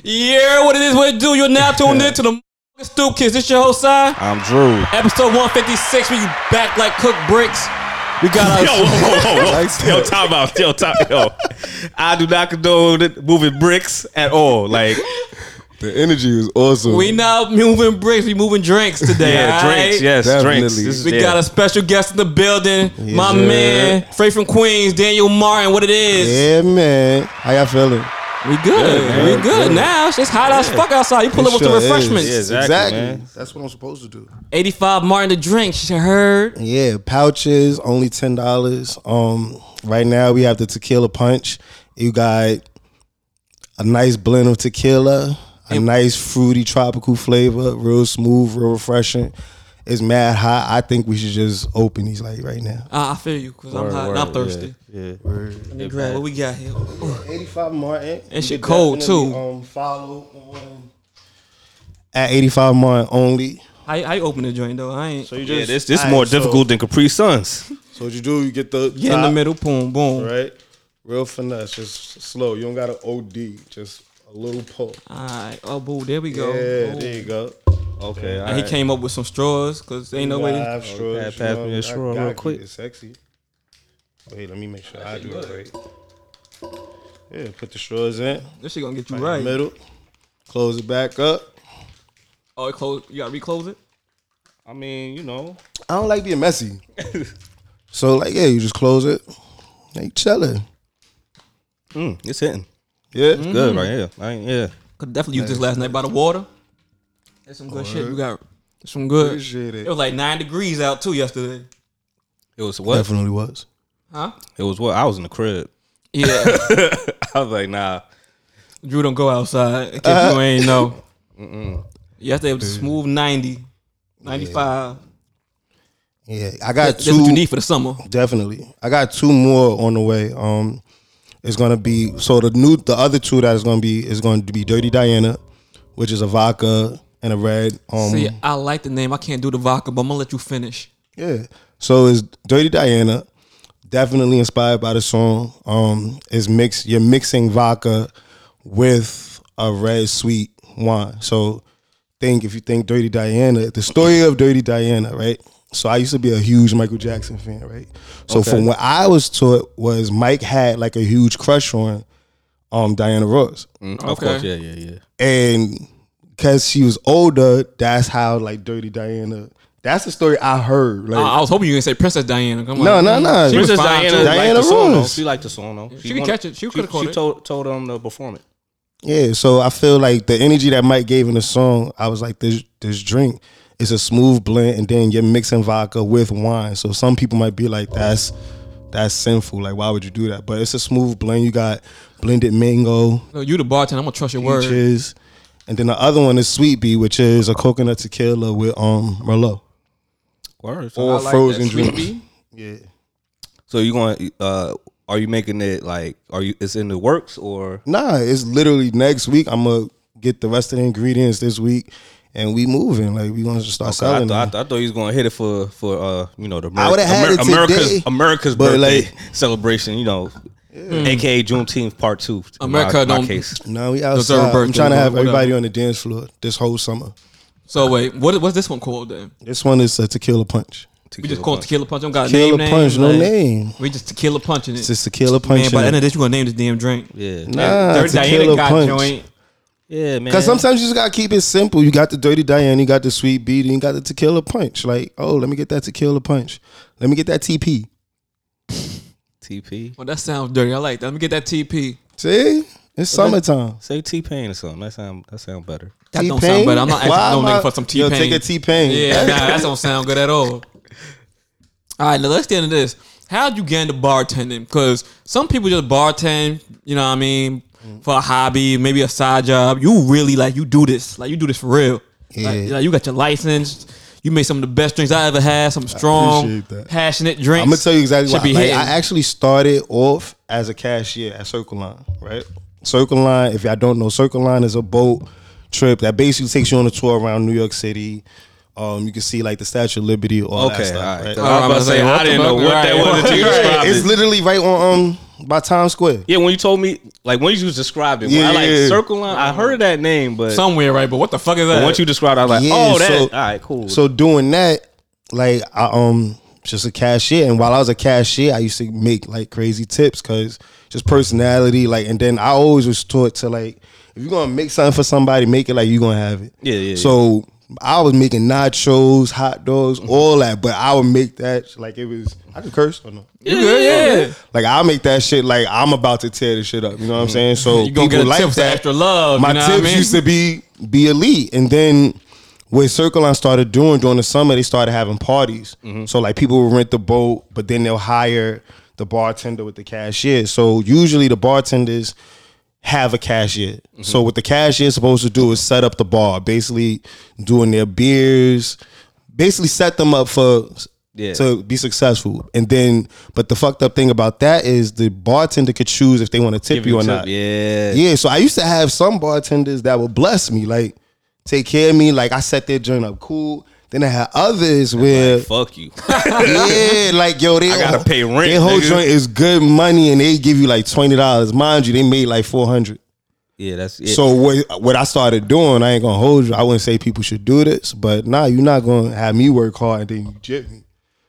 care what it is, what it do. You're now tuned in to the motherfucking Stoop Kids. This your host, side. I'm Drew. Episode 156, we back like cooked bricks. We got Yo, whoa, our whoa, whoa, whoa. Nice. yo, time out. Yo, time, yo. I do not condone it- moving bricks at all. Like, The energy was awesome. We not moving bricks, we moving drinks today. yeah, all drinks. right? Yes, Definitely. drinks. This is- We yeah. got a special guest in the building. My sir. man, straight from Queens, Daniel Martin. What it is? yeah, man. How y'all feeling? We good. man. we good now. It's hot as fuck outside. You pull up with sure the is. refreshments. Yeah, exactly, man. That's what I'm supposed to do. 85 Martin to drink. She heard. Yeah, pouches only ten dollars. Um, right now we have the tequila punch. You got a nice blend of tequila, a nice fruity tropical flavor, real smooth, real refreshing. It's mad hot. I think we should just open these like right now. Ah, I feel you because I'm hot and I'm thirsty. Yeah. Let me grab what we got here. Eighty-five Martin. And shit cold, too. Um, follow on at eighty-five Martin only. How, you- how you open the joint though? I ain't. yeah, this this All more right, so- difficult than Capri Suns. So what you do? You get the Get in the middle, boom, boom. right? Real finesse, just slow. You don't gotta OD, just a little pull. All right. Oh, boo, there we Yeah, go. Oh. there you go. Okay, And he came up with some straws because ain't no way. Five straws, pass you know, me a I straw real gotta keep quick. it sexy. Wait, let me make sure I do it right. Yeah, put the straws in This shit gonna get you right. right. middle. Close it back up. Oh, it close. You gotta reclose it. I mean, you know, I don't like being messy. so like, yeah, you just close it. Like chilling. mm, it's hitting. Yeah. Mm-hmm. Good right here. I ain't, yeah. Could definitely use this last night by the water. That's some good shit. You got some good. Appreciate it. It was like nine degrees out too yesterday. It was what? Definitely was. Huh? It was what? I was in the crib. Yeah. I was like, nah. Drew don't go outside. In case you ain't know. Yesterday was a smooth 90, 95. Yeah. I got That's two what you need for the summer. Definitely. I got two more on the way. Um, it's gonna be so the new the other two that is gonna be is going to be Dirty Diana, which is a vodka and a red. Um, See, I like the name. I can't do the vodka, but I'm gonna let you finish. yeah. So it's Dirty Diana, definitely inspired by the song. Um, is mixed. You're mixing vodka with a red sweet wine. So think if you think Dirty Diana, the story of Dirty Diana, right? So I used to be a huge Michael Jackson fan, right? So from what I was taught was Mike had like a huge crush on um Diana Ross. Mm, Of Okay. course, yeah, yeah, yeah. And because she was older, that's how like Dirty Diana. That's the story I heard. Like, I, I was hoping you were gonna say Princess Diana. I'm No, like, no, mm, no. She was Princess fine Diana, too. Diana liked the song, though. Rose. She liked the song though. She, could wanted- catch it. She could've caught She it. told told them to perform it. Yeah, so I feel like the energy that Mike gave in the song, I was like, this this drink is a smooth blend, and then you're mixing vodka with wine. So some people might be like, that's that's sinful. Like, why would you do that? But it's a smooth blend. You got blended mango, No, you the bartender. I'm gonna trust your word. peaches, and then the other one is sweet bee, which is a coconut tequila with um merlot Word. or frozen drink. Yeah. So you going? to uh Are you making it like? Are you? It's in the works or? Nah, it's literally next week. I'm gonna get the rest of the ingredients this week, and we moving. Like we gonna start I, selling. thought- I them. thought- I thought he was going to hit it for for uh you know the I would've had it America's today, America's but, birthday like- celebration. You know, aka Juneteenth Part Two. in my- America my don't- case. No, we Deserve outside. a I'm birthday, trying to bro. have Whatever. everybody on the dance floor this whole summer. So wait, what what's this one called then? This one is a tequila punch. We just call it tequila punch. I don't got a Tequila name, punch, name, no like, name. We just tequila punching it. It's just tequila Man, punch. by the end of this, you gonna name this damn drink. Yeah, Nah, Dirty Diana tequila got punch. joint. yeah, man. Because sometimes you just gotta keep it simple. You got the dirty Diane, you got the sweet beat, and you got the tequila punch. Like, oh, let me get that tequila punch. Let me get that TP. TP Well, that sounds dirty. I like that. Let me get that TP. See, it's summertime. say T Pain or something. That sound that sound better. That don't T-Pain? sound better. I'm not Why asking am no I- nigga for some T Yo, pain. take a T Pain. Yeah, nah, that don't sound good at all. All right, now let's get into this. How'd you get into bartending? Because some people just bartend, you know what I mean, for a hobby, maybe a side job. You really like you do this, like you do this for real. Like, Yeah. like, you got your license. You made some of the best drinks I ever had. Some strong, appreciate that. passionate drinks. I'm gonna tell you exactly Should why. be Like, hitting. I actually started off as a cashier at Circle Line, right? Circle Line, if y'all don't know, Circle Line is a boat trip that basically takes you on a tour around New York City. Um, you can see like the Statue of Liberty, all that Okay, stuff. all right. right? I was about to say I didn't know what that was that you Right, described. It's it. literally right on um by Times Square. Yeah, when you told me, like when you was describing, when Yeah, I like yeah, yeah. circle line, I heard that name, but somewhere, right? But what the fuck is that? once you described, it, I was like, Yeah, oh, that. so- all right, cool. So doing that, like I um just a cashier, and while I was a cashier, I used to make like crazy tips because just personality, like, and then I always was taught to like, if you're gonna make something for somebody, make it like you're gonna have it. Yeah, yeah, So I was making nachos, hot dogs, Mm-hmm. all that, but I would make that like it was. I just cursed or no? You good? Yeah. Like I make that shit like I'm about to tear this shit up. You know what I'm saying? So Mm-hmm. You gonna get a like tip for extra love, My you know what I tips mean? used to be be elite, and then what Circle Line started doing during the summer, they started having parties. Mm-hmm. So like people would rent the boat, but then they'll hire the bartender with the cashier. So usually the bartenders have a cashier. Mm-hmm. So what the cashier is supposed to do is set up the bar, basically doing their beers, basically set them up for Yeah. to be successful. And then but the fucked up thing about that is the bartender could choose if they want to tip Give you you or a tip. not. Yeah. Yeah, so I used to have some bartenders that would bless me, like take care of me, like I set their joint up cool. Then I had others where Fuck you. yeah, like yo, they I gotta pay rent, Their whole nigga. joint is good money, and they give you like twenty dollars. Mind you, they made like four hundred. yeah, that's it. So what what I started doing, I ain't gonna hold you. I wouldn't say people should do this, but nah, you're not gonna have me work hard and then you jip me.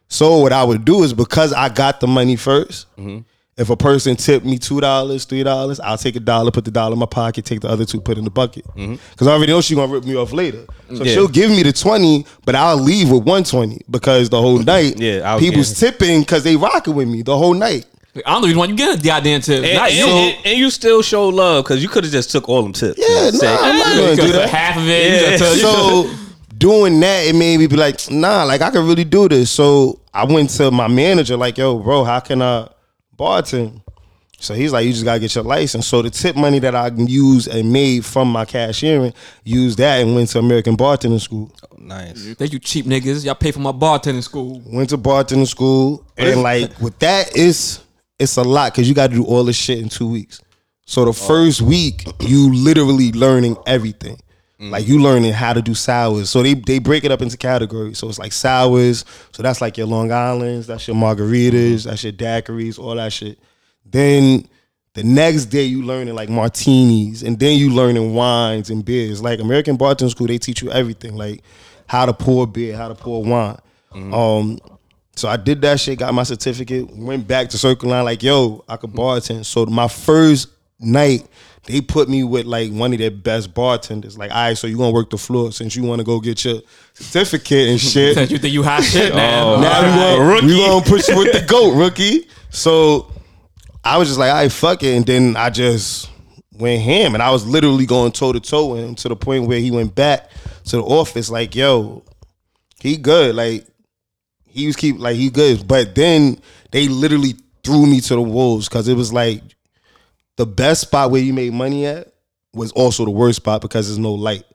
So what I would do is because I got the money 1st Mm-hmm. if a person tipped me two dollars, three dollars, I'll take a dollar, put the dollar in my pocket, take the other two, put it in the bucket. Because I already know she's gonna rip me off later. So Mm-hmm. Yeah. she'll give me the twenty, but I'll leave with one twenty because the whole night, Yeah, I was people's tipping because they rocking with me the whole night. I don't even want you get a goddamn tip. and, Not and- you. and- and you still show love because you could have just took all them tips. Yeah, Say, nah, I'm not "Eh, You could gonna do have that. half of it. You Yeah. could have- you could- so doing that, it made me be like, nah, like I could really do this. So I went to my manager, like, yo, bro, how can I bartend? So he's like, you just gotta get your license. So the tip money that I used and made from my cashiering, used that and went to American bartending school. Nice. That you cheap niggas. Y'all pay for my bartending school. Went to bartending school, and like with that, it's it's a lot because you got to do all this shit in two weeks. So the first week, you literally learning everything. Like you learning how to do sours. So they they break it up into categories. So it's like sours. So that's like your Long Island's. That's your margaritas. That's your daiquiris. All that shit. Then the next day you learning like martinis, and then you learning wines and beers. Like American bartending school, they teach you everything, like how to pour beer, how to pour wine. Um, so I did that shit, got my certificate, went back to Circle Line, like yo, I could bartend. So my first night, they put me with like one of their best bartenders. Like, all right, so you gonna work the floor since you want to go get your certificate and shit. Since you think you hot shit now. Now we gonna- we gonna push you with the goat, rookie. So I was just like, I fuck it, and then I just went ham, and I was literally going toe to toe with him to the point where he went back to the office, like, yo, he good, like he was keep like he good, but then they literally threw me to the wolves because it was like the best spot where you made money at was also the worst spot because there's no light.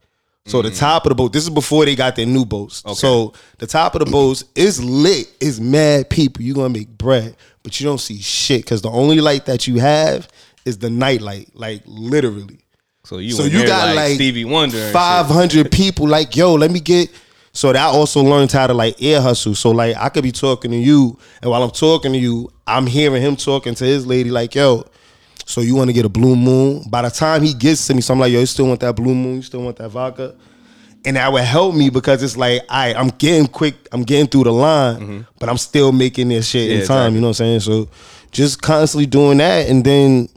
So the top of the boat, this is before they got their new boats. So the top of the boats is lit, it's mad people. You're gonna make bread, but you don't see shit because the only light that you have is the night light, like literally. So you, So in you there got like Stevie Wonder, and five hundred people. Like, yo, let me get. So that I also learned how to like air hustle. So like I could be talking to you, and while I'm talking to you, I'm hearing him talking to his lady. Like, yo, so you want to get a blue moon? By the time he gets to me, so I'm like, yo, you still want that blue moon? You still want that vodka? And that would help me because it's like, all right, I'm getting quick, I'm getting through the line, but I'm still making this shit in Mm-hmm. Yeah, time. You know what I'm saying? So just constantly doing that, and then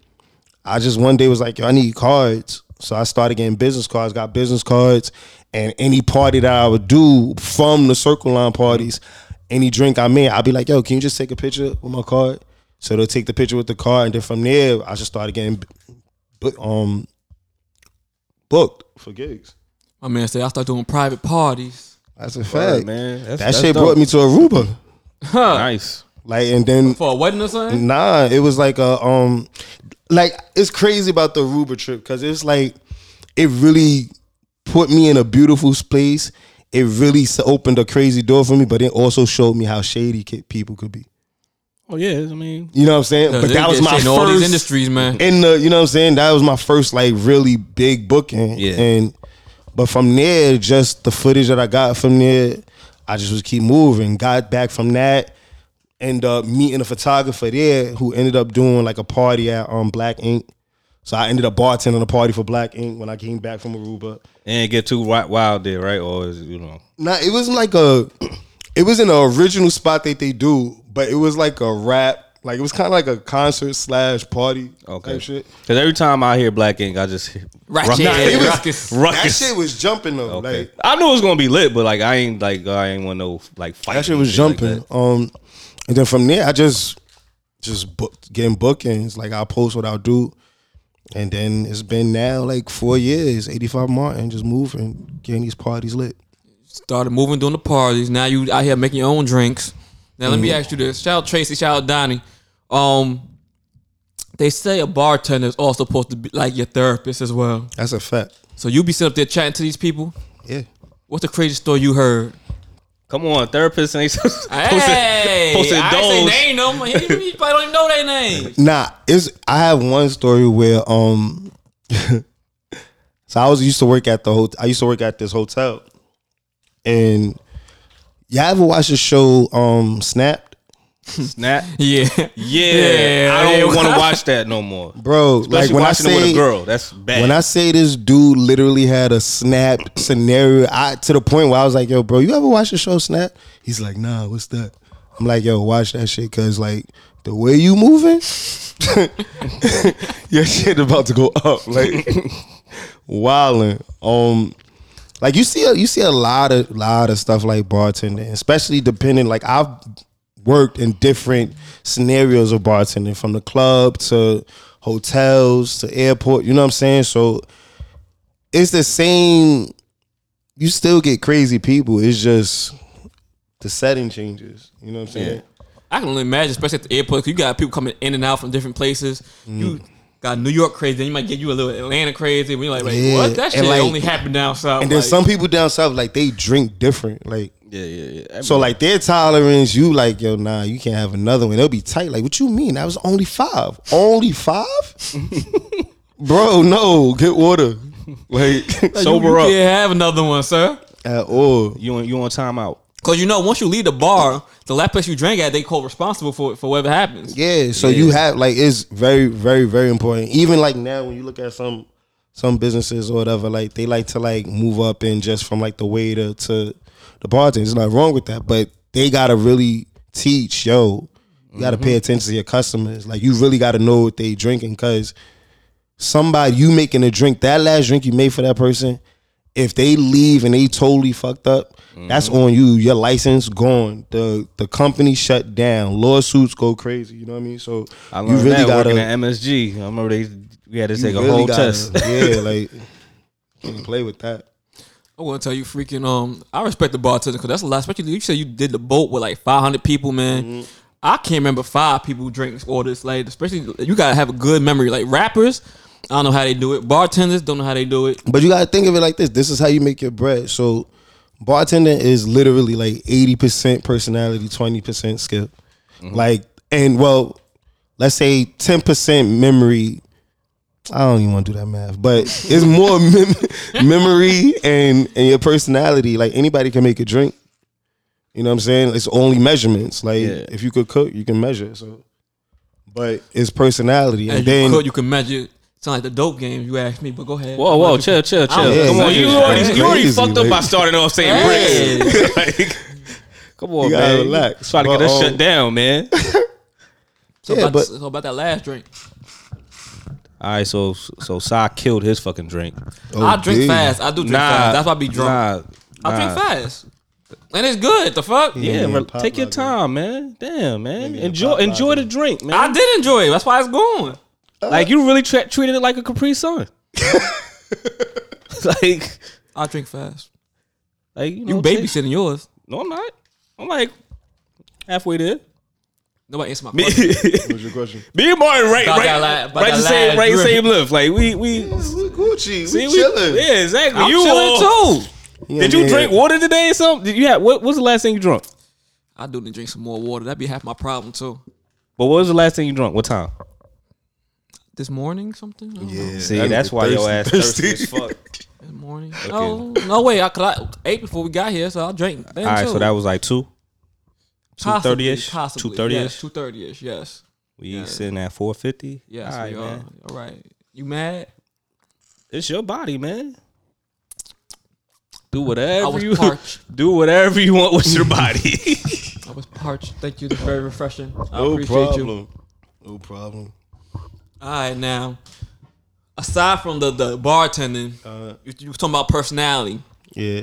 I just one day was like, yo, I need cards. So I started getting business cards, got business cards, and any party that I would do from the circle line parties, any drink I'm in, I'd be like, yo, can you just take a picture with my card? So they'll take the picture with the card, and then from there, I just started getting bu- um booked for gigs. My man said I start doing private parties. That's a shit. fact. Word, man. That's, That shit brought me to Aruba. nice. Like, and then For a wedding or something? Nah, it was like a um, like it's crazy about the Aruba trip because it's like it really put me in a beautiful space. It really s- opened a crazy door for me, but it also showed me how shady ki- people could be. Oh yeah, I mean, You know what I'm saying? But They that get was my shit in all these first industries, man. in the. You know what I'm saying? That was my first like really big booking. Yeah. And but from there, just the footage that I got from there, I just was keep moving. Got back from that end up meeting a photographer there who ended up doing like a party at um Black Ink. So I ended up bartending a party for Black Ink when I came back from Aruba. And get too wi- wild there, right? Or is, you know, Nah, it was like a, it was in the original spot that they do, but it was like a rap, like it was kind of like a concert slash party okay. type shit. Because every time I hear Black Ink, I just hear Ratchet. ruckus. Nah, it was- ruckus. That ruckus. shit was jumping though. Okay. Like I knew it was gonna be lit, but like I ain't like I ain't want no like fight. that shit was jumping. um, and then from there, I just just booked, getting bookings. Like I post what I'll do, and then it's been now like four years. Eighty five Martin just moving, getting these parties lit. Started moving, doing the parties. Now you out here making your own drinks. Now let Mm-hmm. me ask you this: Shout out Tracy, shout out Donnie. Um, they say a bartender is also supposed to be like your therapist as well. That's a fact. So you be sitting up there chatting to these people. Yeah. What's the craziest story you heard? Come on, therapists ain't supposed to- Hey, supposed to I ain't indulge. say name them. He, he probably don't even know their name. Nah, it's I have one story where um so I was used to work at the hotel I used to work at this hotel. And y'all ever watch the show um Snapped? snap. Yeah, Yeah, Yeah, I yeah. don't want to watch that no more. Bro, Especially like when I watching it with say a girl, that's bad. when I say this dude literally had a snap scenario, I to the point where I was like, "Yo, bro, you ever watch the show Snap?" He's like, "Nah, what's that?" I'm like, "Yo, watch that shit, cause like the way you moving, your shit about to go up, like wilding." Um, like you see, a, you see a lot of lot of stuff like bartending, especially depending. Like I've worked in different scenarios of bartending, from the club to hotels to airport. You know what I'm saying? So it's the same. You still get crazy people. It's just the setting changes. You know what I'm saying? I can only imagine, especially at the airport. 'cause you got people coming in and out from different places. Mm. You got New York crazy, then you might get you a little Atlanta crazy. We're like, wait, Yeah, what? That and shit like- only happened down south. And there's like, some people down south like they drink different. Like yeah, yeah, yeah. So like their tolerance, you like yo, nah, you can't have another one. They'll be tight. Like what you mean? That was only five. Only five, bro. No, get water. Like like, sober you, you up. Can't have another one, sir. at all. you on, you on timeout. Cause you know, once you leave the bar, the last place you drank at, they call responsible for for whatever happens. Yeah. So you have like it's very, very, very important. Even like now when you look at some some businesses or whatever, like they like to like move up and just from like the waiter to the bartender. There's nothing wrong with that, but they gotta really teach yo. You gotta pay attention to your customers. Like you really gotta know what they drinking because somebody you making a drink that last drink you made for that person. If they leave and they totally fucked up, that's Mm-hmm. on you. Your license gone. The the company shut down. Lawsuits go crazy. You know what I mean? So I you learned really that gotta working at MSG. I remember they we had to you take a really whole gotta- test. Yeah, like can't play with that. I want to tell you, freaking, um, I respect the bartender because that's a lot. Especially you said you did the boat with like 500 people, man. I can't remember five people drinks orders. Like, especially you gotta have a good memory. Like rappers, I don't know how they do it. Bartenders don't know how they do it. But you gotta think of it like this. This is how you make your bread. So bartending is literally like 80% personality, 20% skill. Mm-hmm. Like, and well, let's say 10% memory. I don't even want to do that math, but it's more mem- memory and and your personality. Like anybody can make a drink. You know what I'm saying? It's only measurements. Like Yeah. if you could cook, you can measure. So, but it's personality, And and, you then could, you can measure. Sound like the dope game you asked me, but go ahead. Whoa, whoa, chill, chill, chill. Yeah, come on, exactly. you already, That's you already crazy, fucked up like- by starting off saying Hey. bricks. like, come on, You gotta man. relax. Let's Try to But, get us um, shut down, man. So, Yeah, about, but- so about that last drink, All right, so so Sai killed his fucking drink. Oh, I drink dude. fast. I do drink fast. That's why I be drunk. Nah, I nah. drink fast, and it's good. The fuck. Yeah, Yeah, re- pop take your lock, time, man. Damn, man. Enjoy, enjoy the drink, man. I did enjoy it. That's why it's going. like you really tra- treated it like a Capri Sun. like, I drink fast. like you, You know, take- babysitting yours. No, I'm not. I'm like halfway there. Nobody answer my Me, question. What was your question? me and Martin, right, About right, that la- about right, that the same, last right, drink. same lift. Like we, We we, Gucci, see, we we chilling. yeah, exactly. I'm you chilling all, too. Did you drink water today or something? Did you have what? What's the last thing you drunk? I do need to drink some more water. That'd be half my problem too. But what was the last thing you drunk? What time? This morning, something. I don't know. See, that's why your ass thirsty, as fuck. This morning. Oh no way! I, 'cause I ate before we got here, so I drank. Then All right, so that was like two. Possibly, 230-ish? Possibly. 230-ish? Yes, 230-ish, yes. We sitting at four fifty. Yes, all right, we are. man. All right. You mad? It's your body, man. Do whatever I was you parched. do whatever you want with your body. I was parched. Thank you. It's very refreshing. I No appreciate problem. you. No problem. All right, now. Aside from the, the bartending, Uh, you, you talking about personality. Yeah.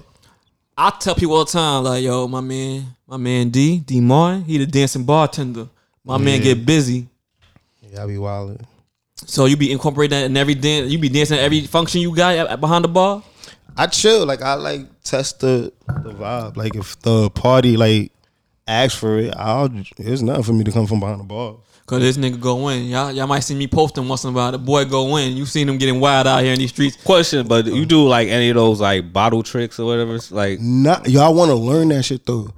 I tell people all the time, like, yo, my man, my man D, D Martin, he the dancing bartender. My man get busy. Yeah, I be wildin'. So you be incorporating that in every dance. You be dancing every function you got at- at behind the bar. I chill. Like I like test the the vibe. Like if the party like asks for it, I'll. It's nothing for me to come from behind the bar. Cause this nigga go in. Y'all, y'all might see me posting once in a while. The boy go in. You seen him getting wild out here in these streets. Question, but you do like any of those like bottle tricks or whatever? It's like Not y'all want to learn that shit though.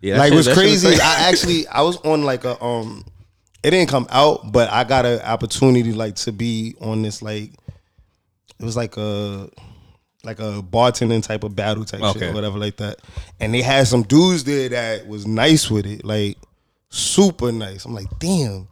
Yeah, that like shit- what's that shit was crazy? is crazy. I actually I was on like a um. It didn't come out, but I got an opportunity like to be on this like. It was like a. Like a bartending type of battle type shit Okay. or whatever like that, and they had some dudes there that was nice with it, like super nice. I'm like, damn,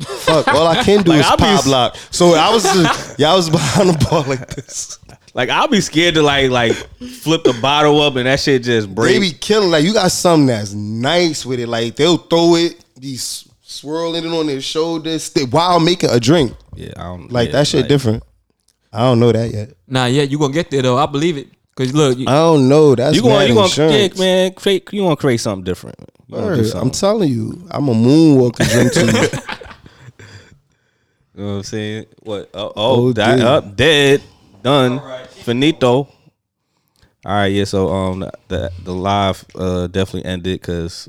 fuck. All I can do is I'll be pop s- lock. So I was, just, yeah, I was behind the bar like this. like I'll be scared to like like flip the bottle up and that shit just break. They be killing. Like you got something that's nice with it. Like they'll throw it, be s- swirling it on their shoulders st- while making a drink. Yeah, I don't Like yeah, that shit different. I don't know that yet. Nah, yeah, you gonna get there though. I believe it. Cause look, you, I don't know. That's You going mad you going insurance. yeah, man create you want to create something different. You wanna do Word, I'm something. telling you, I'm a moonwalker drink to you. you know what I'm saying? What? Oh, oh, Oh, that dear. up dead done finito. All right, yeah. So um, the the live uh definitely ended because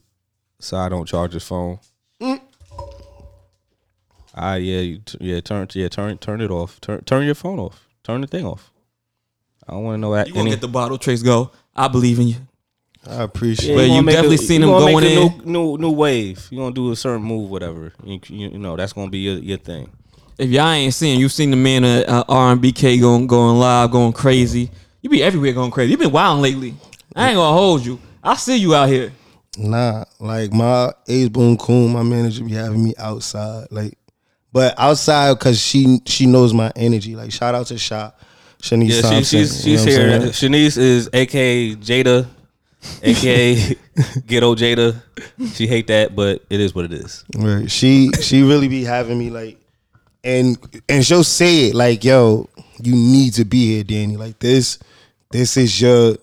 Sai don't charge his phone. Mm. Ah, yeah, you t- yeah. Turn yeah turn turn it off. Turn turn your phone off. Turn the thing off. I don't want to know that. you gonna get the bottle tricks go. I believe in you. I appreciate. Yeah. it. you definitely seen him going in new, new new wave. You gonna do a certain move, whatever. You, you, you know that's gonna be your, your thing. If y'all ain't seen, you seen the man at uh, RMBK going going live, going crazy. You be everywhere going crazy. You been wild lately. I ain't gonna hold you. I see you out here. Nah, like my Ace Boon Coon, my manager be having me outside, like, but outside because she she knows my energy. Like, shout out to Shot, Shanice Yeah, Thompson. she, she's you know she's what I'm here. saying? Shanice is aka Jada, aka Ghetto Jada. She hate that, but it is what it is. Right. She she really be having me like and and she'll say it like, yo, you need to be here, Danny. Like this, this is your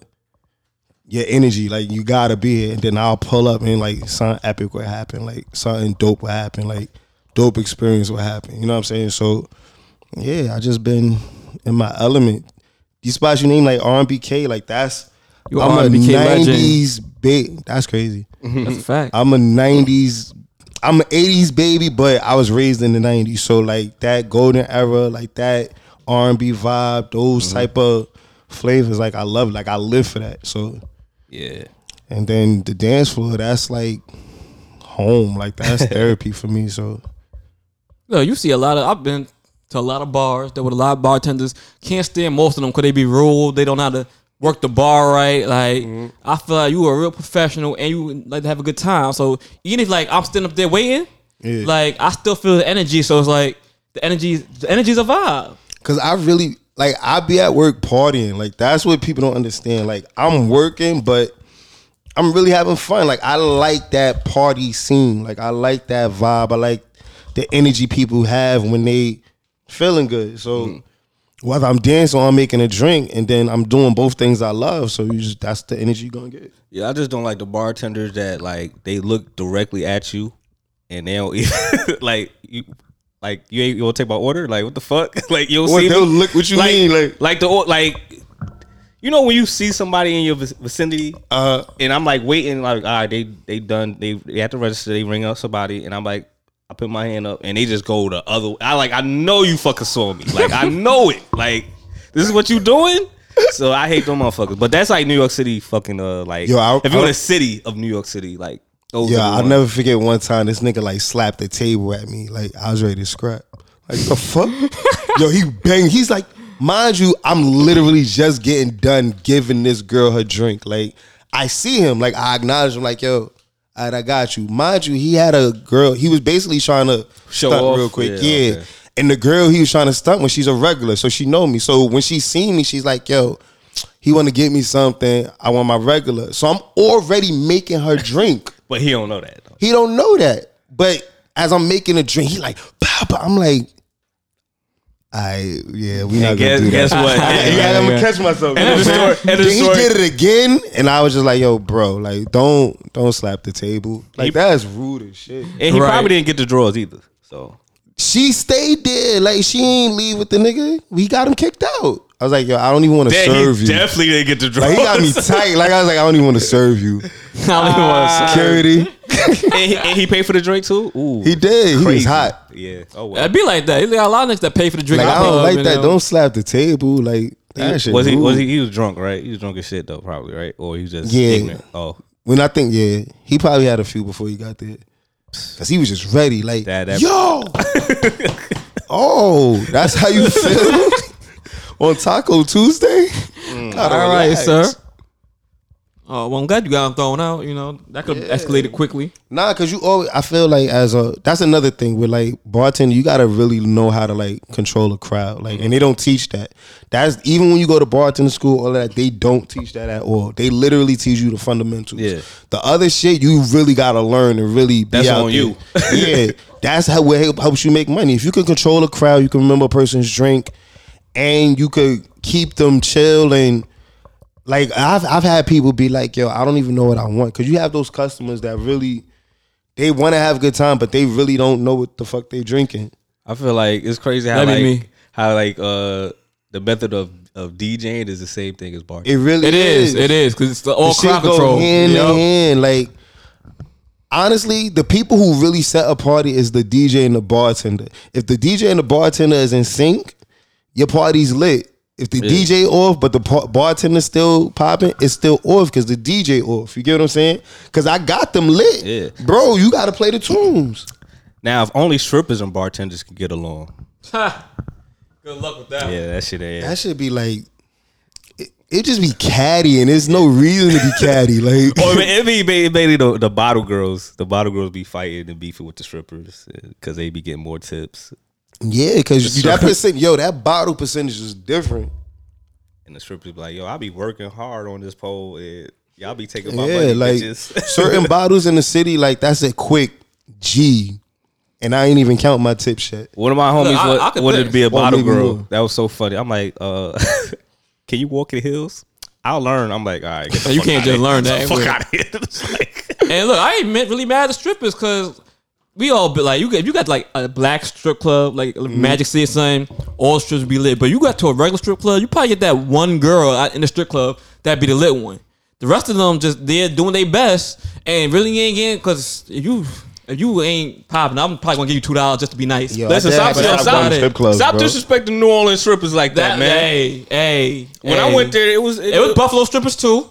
your energy. Like you gotta be here. And then I'll pull up and like something epic will happen. Like something dope will happen. Like dope experience will happen. You know what I'm saying? So yeah, I just been in my element. These spots you name like RBK, like that's You I'm a RBK legend. nineties big that's crazy. That's a fact. I'm a '90s, I'm an '80s baby, but I was raised in the '90s. So like that golden era, like that R&B vibe, those type of flavors, like I love. it. Like I live for that. So Yeah, and then the dance floor, that's like home. Like that's therapy for me. So Look, you see a lot of. I've been to a lot of bars. There were a lot of bartenders. Can't stand most of them because they be rude. They don't know how to work the bar right. Like I feel like you are a real professional and you like to have a good time. So even if like I'm standing up there waiting, Yeah. like I still feel the energy. So it's like the energy. The energy's a vibe. Cause I really like I be at work partying. Like that's what people don't understand. Like I'm working, but I'm really having fun. Like I like that party scene. Like I like that vibe. I like the energy people have when they feeling good. So whether I'm dancing or I'm making a drink, and then I'm doing both things I love. So you just that's the energy you're gonna get. yeah. I just don't like the bartenders that like they look directly at you and they don't even like you. Like you ain't you want to take my order? Like what the fuck? like you'll What see they'll me? look- what you mean, like- like the or- like you know when you see somebody in your vic- vicinity Uh and I'm like waiting, like, all right, they they done, they they have to register, they ring up somebody, and I'm like, I put my hand up, and they just go the other. I like, I know you fucking saw me, like I know it, like this is what you doing. So I hate them motherfuckers, but that's like New York City, fucking uh, like Yo, I- if you're I- in the city of New York City, like those. yeah, are the I'll ones. never forget one time this nigga like slapped the table at me. Like I was ready to scrap. Like the fuck? Yo, he banged. He's like, mind you, I'm literally just getting done giving this girl her drink. Like I see him. Like I acknowledge him. Like yo, all right, I got you. Mind you, he had a girl. He was basically trying to Show stunt off? real quick. Yeah, Yeah. okay. And the girl he was trying to stunt when she's a regular, so she know me. So when she seen me, she's like, "Yo, he want to give me something. I want my regular." So I'm already making her drink. But he don't know that. Though. He don't know that. But as I'm making a drink, he like, Papa. I'm like, I yeah, we not gonna Guess, do guess that. what? Yeah, I'm gonna catch myself. End of the story. End of the Then he story. did it again, and I was just like, "Yo, bro, like, don't don't slap the table. Like, that's rude as shit." And he Right. probably didn't get the drawers either. So She stayed there, like, she ain't leave with the nigga. We got him kicked out. I was like, "Yo, I don't even want to serve he you." definitely didn't get the drawers. like, he got me tight. Like, I was like, "I don't even want to serve you." I don't even wanna Uh, say- Security, and, he, and he paid for the drink too. Ooh, he did. He was crazy. hot. Yeah. Oh well. It'd be like that. It's like a lot of niggas that pay for the drink. Like, at I the don't club, like you that. know? Don't slap the table. Like, that shit was he? Was rude. he? He was drunk, right? He was drunk as shit though, probably, right? Or he was just Yeah. ignorant. Oh, When I think, yeah, he probably had a few before he got there. Cause he was just ready, like, That- that- yo, oh, that's how you feel on Taco Tuesday. Gotta All right, relax. sir. Oh well, I'm glad you got him thrown out. You know that could have escalated quickly. Nah, cause you always. I feel like as a that's another thing with like bartender, you gotta really know how to like control a crowd, like, and they don't teach that. That's even when you go to bartender school, all of that they don't teach that at all. They literally teach you the fundamentals. Yeah. The other shit you really gotta learn and really be That's out on there. you. yeah, that's how what help- helps you make money. If you can control a crowd, you can remember a person's drink, and you could keep them chill and like I've I've had people be like, "Yo, I don't even know what I want," because you have those customers that really they want to have a good time, but they really don't know what the fuck they drinking. I feel like it's crazy how That'd be like me. how like uh the method of of DJing is the same thing as bar. It really It is. It is because it's the all The crowd shit go control. hand Yup. in hand. Like honestly, the people who really set a party is the DJ and the bartender. If the DJ and the bartender is in sync, your party's lit. If the DJ off, but the par- bartender's still popping, it's still off because the DJ off. You get what I'm saying? Because I got them lit, Yeah. bro. You got to play the tunes. Now, if only strippers and bartenders can get along, Ha. Good luck with that. yeah, that shit. ain't- That should be like, it, it just be catty, and there's no reason to be catty. Like, Oh, Or it be ba- mainly the, the bottle girls. The bottle girls be fighting and beefing with the strippers because they be getting more tips, yeah, because that percent, yo, that bottle percentage is different. and the strippers be like, "Yo, I be working hard on this pole, and y'all be taking my Yeah, money, like bitches." certain bottles in the city, like that's a quick G, and I ain't even count my tip shit. One of my homies I- wa- I could wanted think. to be a Well, bottle maybe girl. more. That was so funny. I'm like, uh, "Can you walk in the hills?" I'll learn. I'm like, "All right, get the You fuck can't outta just here. learn Get that The fuck way. out of here! It's like- And look, I ain't meant really mad at the strippers because we all be like, you got, if you got like a black strip club, like Mm-hmm. Magic City or something, all strips be lit. But you got to a regular strip club, you probably get that one girl out in the strip club that be the lit one. The rest of them just they're doing their best and really ain't getting because if you if you ain't popping, I'm probably gonna give you two dollars just to be nice. Yo, Listen, I stop, did have to stop, stop, go to strip clubs, stop bro. disrespecting New Orleans strippers like that, that man. Hey, hey. When I hey. went there, it was It was Buffalo strippers too.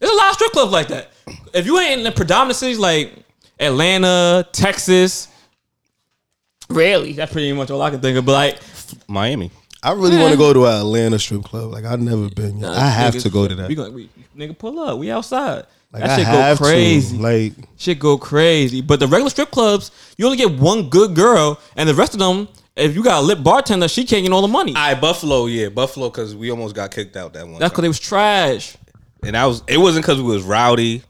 There's a lot of strip clubs like that. If you ain't in the predominant cities like Atlanta, Texas, really, that's pretty much all I can think of. But like, Miami. I really want to go to an Atlanta strip club. Like I've never been. yet. I have niggas, to go to We that. gonna we, nigga pull up. We outside. Like that I shit go have crazy. to. Like shit go crazy. But the regular strip clubs, you only get one good girl, and the rest of them, if you got a lit bartender, she can't get all the money. I Buffalo, yeah, Buffalo, because we almost got kicked out that that's one. time. because they was trash. and I was. It wasn't because we was rowdy.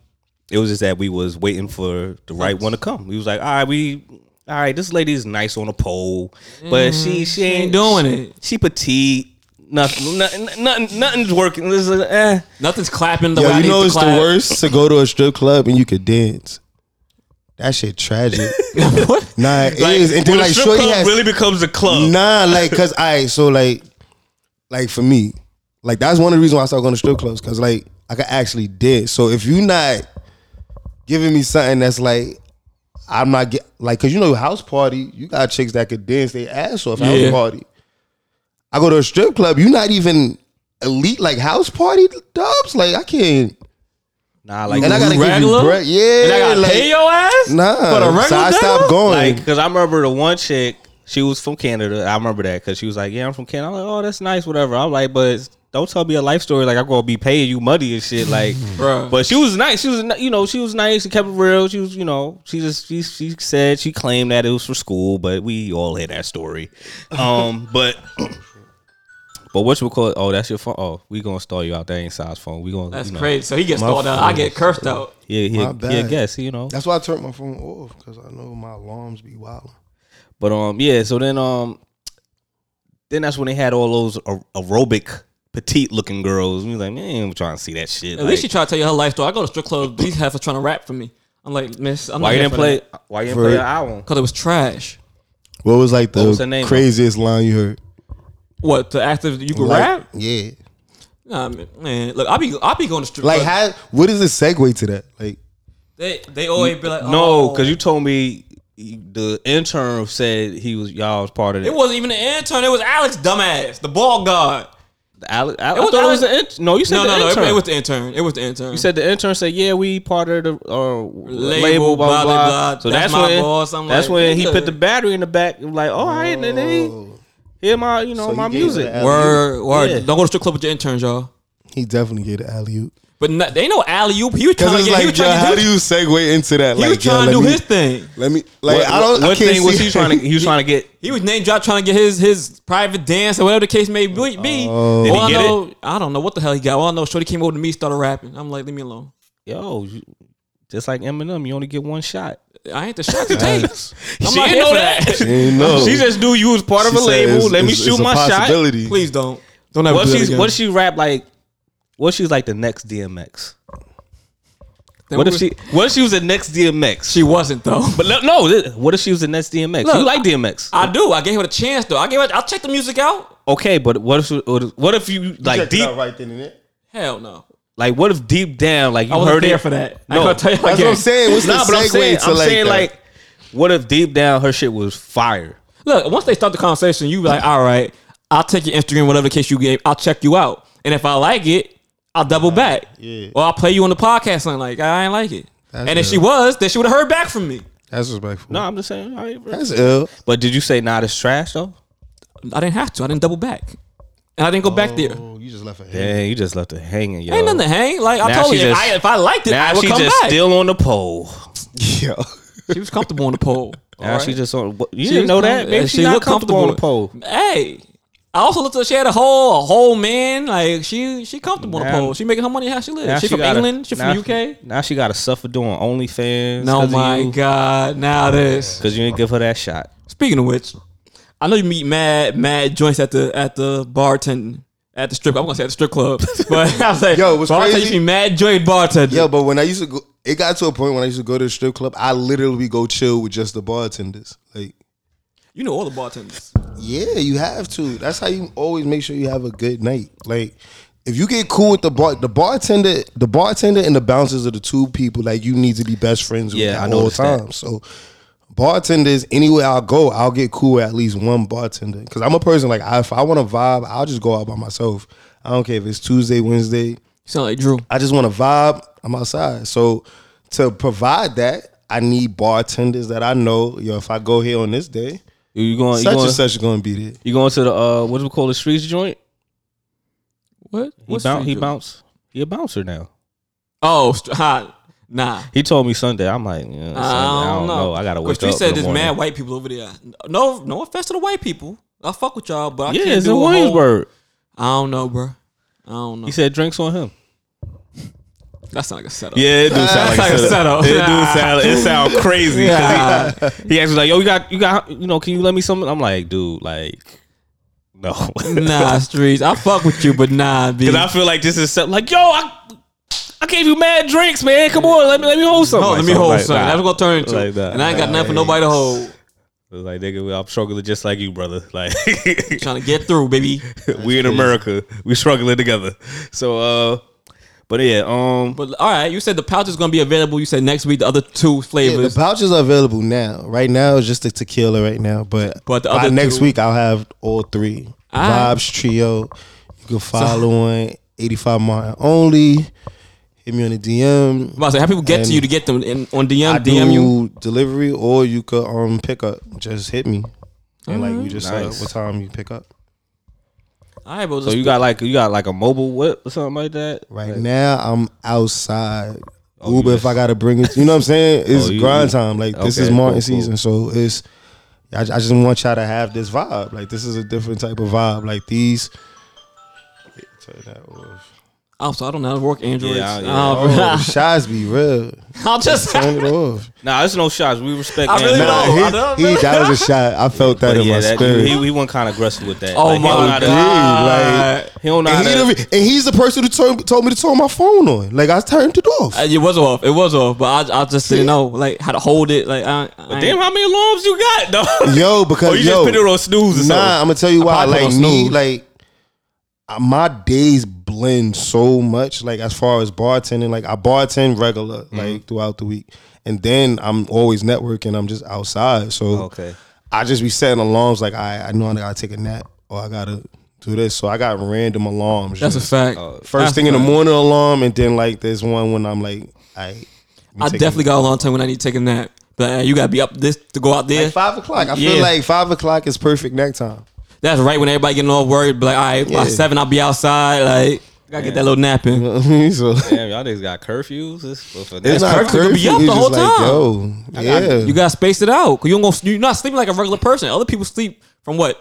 It was just that we was waiting for the right one to come. We was like, all right, we, all right, this lady is nice on a pole, but she Mm-hmm. she ain't, ain't doing it. She petite. Nothing, nothing, nothing, nothing's working. It's like, eh. Nothing's clapping. The Yo, body you know to it's the clap. worst to go to a strip club and you could dance. That shit tragic. nah, it is. And then when a like strip shorty club has really becomes a Oh. club. nah, like cause I so like like for me, like that's one of the reasons why I started going to strip clubs because like I could actually dance. So if you not giving me something that's like I'm not get like cause you know house party, you got chicks that could dance their ass off Yeah. house party. I go to a strip club, you not even elite like house party dubs. Like I can't. Nah, like And I gotta Regular? give you bread. Yeah, And I gotta like, pay your ass. nah. for the regular so I dinner? stopped going. Like, because I remember the one chick, she was from Canada. I remember that because she was like, "Yeah, I'm from Canada." I'm like, "Oh, that's nice, whatever." I'm like, "But don't tell me a life story like I'm gonna be paying you money and shit. Like, Bruh. but she was nice. She was, ni- you know, she was nice. She kept it real. She was, you know, she just she she said she claimed that it was for school, but we all hear that story. Um, but but what you call? Oh, that's your phone. Oh, we gonna stall you out. That ain't size phone. We gonna That's you know, crazy. So he gets called out. I get cursed out. My Yeah, he, he a bad. guest. You know, That's why I turned my phone off because I know my alarms be wild. But um, yeah. So then um, then that's when they had all those a- aerobic petite looking girls. We was like, man, we trying to see that shit. At like, least she tried to tell you her life story. I go to strip club. These heifers trying to rap for me. I'm like, miss, I'm why not you here didn't for play? Why you didn't For- play an album? Because it was trash. What was like the was her name, craziest line you heard? What the actor you could Like- rap? Yeah. Nah, man, man. Look, I be I be going to strip Like club. how? What is the segue to that? Like they they always be like, No, oh. because you told me the intern said he was y'all was part of it it. wasn't even an intern. It was Alex, dumbass, the ball guard. Ale- I, was I thought it was Alex- the intern. No, you said No, the no, no. intern. It, it was the intern. It was the intern. you said the intern said, "Yeah, we part of the uh, label, blah, blah, blah, So that's, my when boss. I'm that's like, when he nigga. put the battery in the back. I'm like, "Oh, all right, and then he hear my you know So my you gave her music. the word word. Yeah. Don't go to strip club with your interns, y'all. he definitely gave the alley oop. But not, they know alley oop. He was trying Because to it's get. he like, was yo, trying how to do do. you segue into that? He like, was yo, trying to let do me- his thing. Let me like I don't. I What can't thing was see- he trying to? He was trying to get. He was name drop trying to get his his private dance or whatever the case may be. be. Oh. Did he All I get it? know, I don't know what the hell he got. All I know, Shorty came over to me, started rapping. I'm like, leave me alone. Yo, you, just like Eminem, you only get one shot. I ain't the shot to take. I'm She not didn't here know for that. that. She didn't know. She just knew you was part of Oh. She a said label. it's- Let me it's- shoot it's a my shot. possibility. Please don't. Don't ever What do that she's again. what she rap like? What she's like the next DMX? Then What if we- she? What if she was the next DMX? She wasn't though. but le- no, th- what if she was the next DMX? Look, you like DMX? I do. I gave her the chance though. I gave her. I checked the music out. okay, but what if? What if you like deep? right then and there. Hell no. Like what if deep down? Like you I wasn't heard there it for that. I No. gotta tell you That's again. what I'm saying. What's Nah, the but I'm segue saying, to I'm like, saying that? like, what if deep down her shit was fire? Look, once they start the conversation, you be like, all right, I'll take your Instagram, whatever the case you gave, I'll check you out. And if I like it, I'll double back. yeah. Or I'll play you on the podcast something like I ain't like it. That's and if good. she was, then she would have heard back from me. that's respectful. No, I'm just saying. all right, bro. that's ill. But did you say not as trash though? I didn't have to. I didn't double back. And I didn't go back there. Oh, you just left it. Dang, you just left it hanging, yo. Ain't nothing to hang. Like I Now told she you, if, just- I, if I liked it, I now would she come just back. still on the pole. Yo, she was comfortable on the pole. Now Alright? she just on. what- You She didn't was know com- that? Maybe and she, she not looked comfortable on the comfortable. pole. Hey, I also looked at she had a whole a whole man. Like she she comfortable on Now- the pole. She making her money how she lives. She, from gotta- England. She now from UK. Now she got to suffer doing OnlyFans. No, my God. Now this. Because you didn't give her that shot. Speaking of which, I know you meet mad mad joints at the at the bartending. At the strip, I'm gonna say at the strip club, but I was like, Yo, what's bartender, crazy- You be mad joint bartender. yo, but when I used to go, it got to a point when I used to go to the strip club. I literally go chill with just the bartenders. Like, You know all the bartenders. yeah, you have to. That's how you always make sure you have a good night. Like, if you get cool with the bar, the bartender, the bartender and the bouncers are the two people that you need to be best friends with Yeah, I at all noticed that. times. So. Bartenders, anywhere I go, I'll get cool with at least one bartender. Cause I'm a person like I, if I want to vibe, I'll just go out by myself. I don't care if it's Tuesday, Wednesday. You sound like Drew. I just want to vibe. I'm outside. So to provide that, I need bartenders that I know. Yo, if I go here on this day, You- You going? Oh, You such going, and such is gonna be there. you going to the uh, what do we call the streets joint? What? He What's bounce. Drew He do? bounce. He a bouncer now. Oh, st- ha, nah. He told me Sunday. I'm like, yeah, Sunday, I don't, know. I gotta wake 'Cause you up. said in the there's morning. mad white people over there. No, no offense to the white people. I fuck with y'all, but I Yeah, can't it's do in a whole- Williamsburg. I don't know, bro. I don't know. He said drinks on him. That's not like a setup. Yeah, it do sound like a setup. It do sound. It sound crazy. 'cause He, he asked me like, "Yo, you got, you got, you know, can you let me some?" I'm like, "Dude, like, no." Because Nah, streets. I fuck with you, but nah, B. I feel like this is some- like, "Yo, I, I gave you mad drinks, man. Come on, let me, let me hold some." No, Like, let me so, hold, like, son. nah. That's what gonna turn into. Like that. And I ain't got nothing for nobody to hold. Like, nigga, I'm struggling just like you, brother. Like, Trying to get through, baby. we in America, we struggling together. So, uh, but yeah, um, But all right, you said the pouch is gonna be available. You said next week the other two Yeah, the flavors. pouches are available now. Right now, it's just the tequila right now. But, But the by other next two- Ah. week, I'll have all three. Alright. Vibes Trio. You can follow on 85 Martin only. Hit me on the DM. I'm about to say, how people get to And you to get them in, on DM, I DM do you. delivery or you could um pick up. Just hit me. And like you just said Nice. what time you pick up. All right, bro. So you got like you got like a mobile whip or something like that. Right now, I'm outside. Oh, Uber, you if I gotta bring it, you know what I'm saying? It's Oh, you- grind time. Like this is Okay, Martin cool, cool. season, so it's. I, I just want y'all to have this vibe. Like this is a different type of vibe. Like these. Turn that off. Oh, so I don't know how to work Androids. Yeah, yeah. Oh, Oh, shots be real. I'll just. Turn it off. Nah, it's no shots. We respect. I really Andrew. don't. I Nah, don't he, he, know. that was a shot. I felt that But in yeah, my that, spirit. he, he wasn't kind of aggressive with that. Oh Like, he my don't know how to- god! He don't know. And, How he to, didn't even- and he's the person who told, told me to turn my phone on. Like I turned it off. Uh, it was off. It was off. But I, I just didn't know like how to hold it. Like, I, I damn, how many alarms you got though? yo, because or Oh, you yo, just put it on snooze or something. nah, I'm gonna tell you why. probably put Like on me, snooze. like uh, my days blend so much. Like as far as bartending, like I bartend regular, Mm-hmm. like throughout the week, and then I'm always networking. I'm just outside, so Okay. I just be setting alarms. Like I, I know I gotta take a nap or I gotta do this. So I got random alarms. that's a just- fact. Oh, First That's thing in the right. morning alarm, and then like there's one when I'm like, I. I definitely got a long time when I need to take a nap. But uh, you gotta be up this to go out there. Like five o'clock. I Yeah. feel like five o'clock is perfect nap time. That's right when everybody getting all worried. Be like, all right, by Yeah. seven I'll be outside. Like, gotta get that little nap in. so Damn, y'all niggas got curfews. It's, but for it's that- not perfect. You curfew. could be up It's the just whole like, time. yo, yeah. You gotta space it out. 'Cause You don't go, you're not sleeping like a regular person. Other people sleep from what,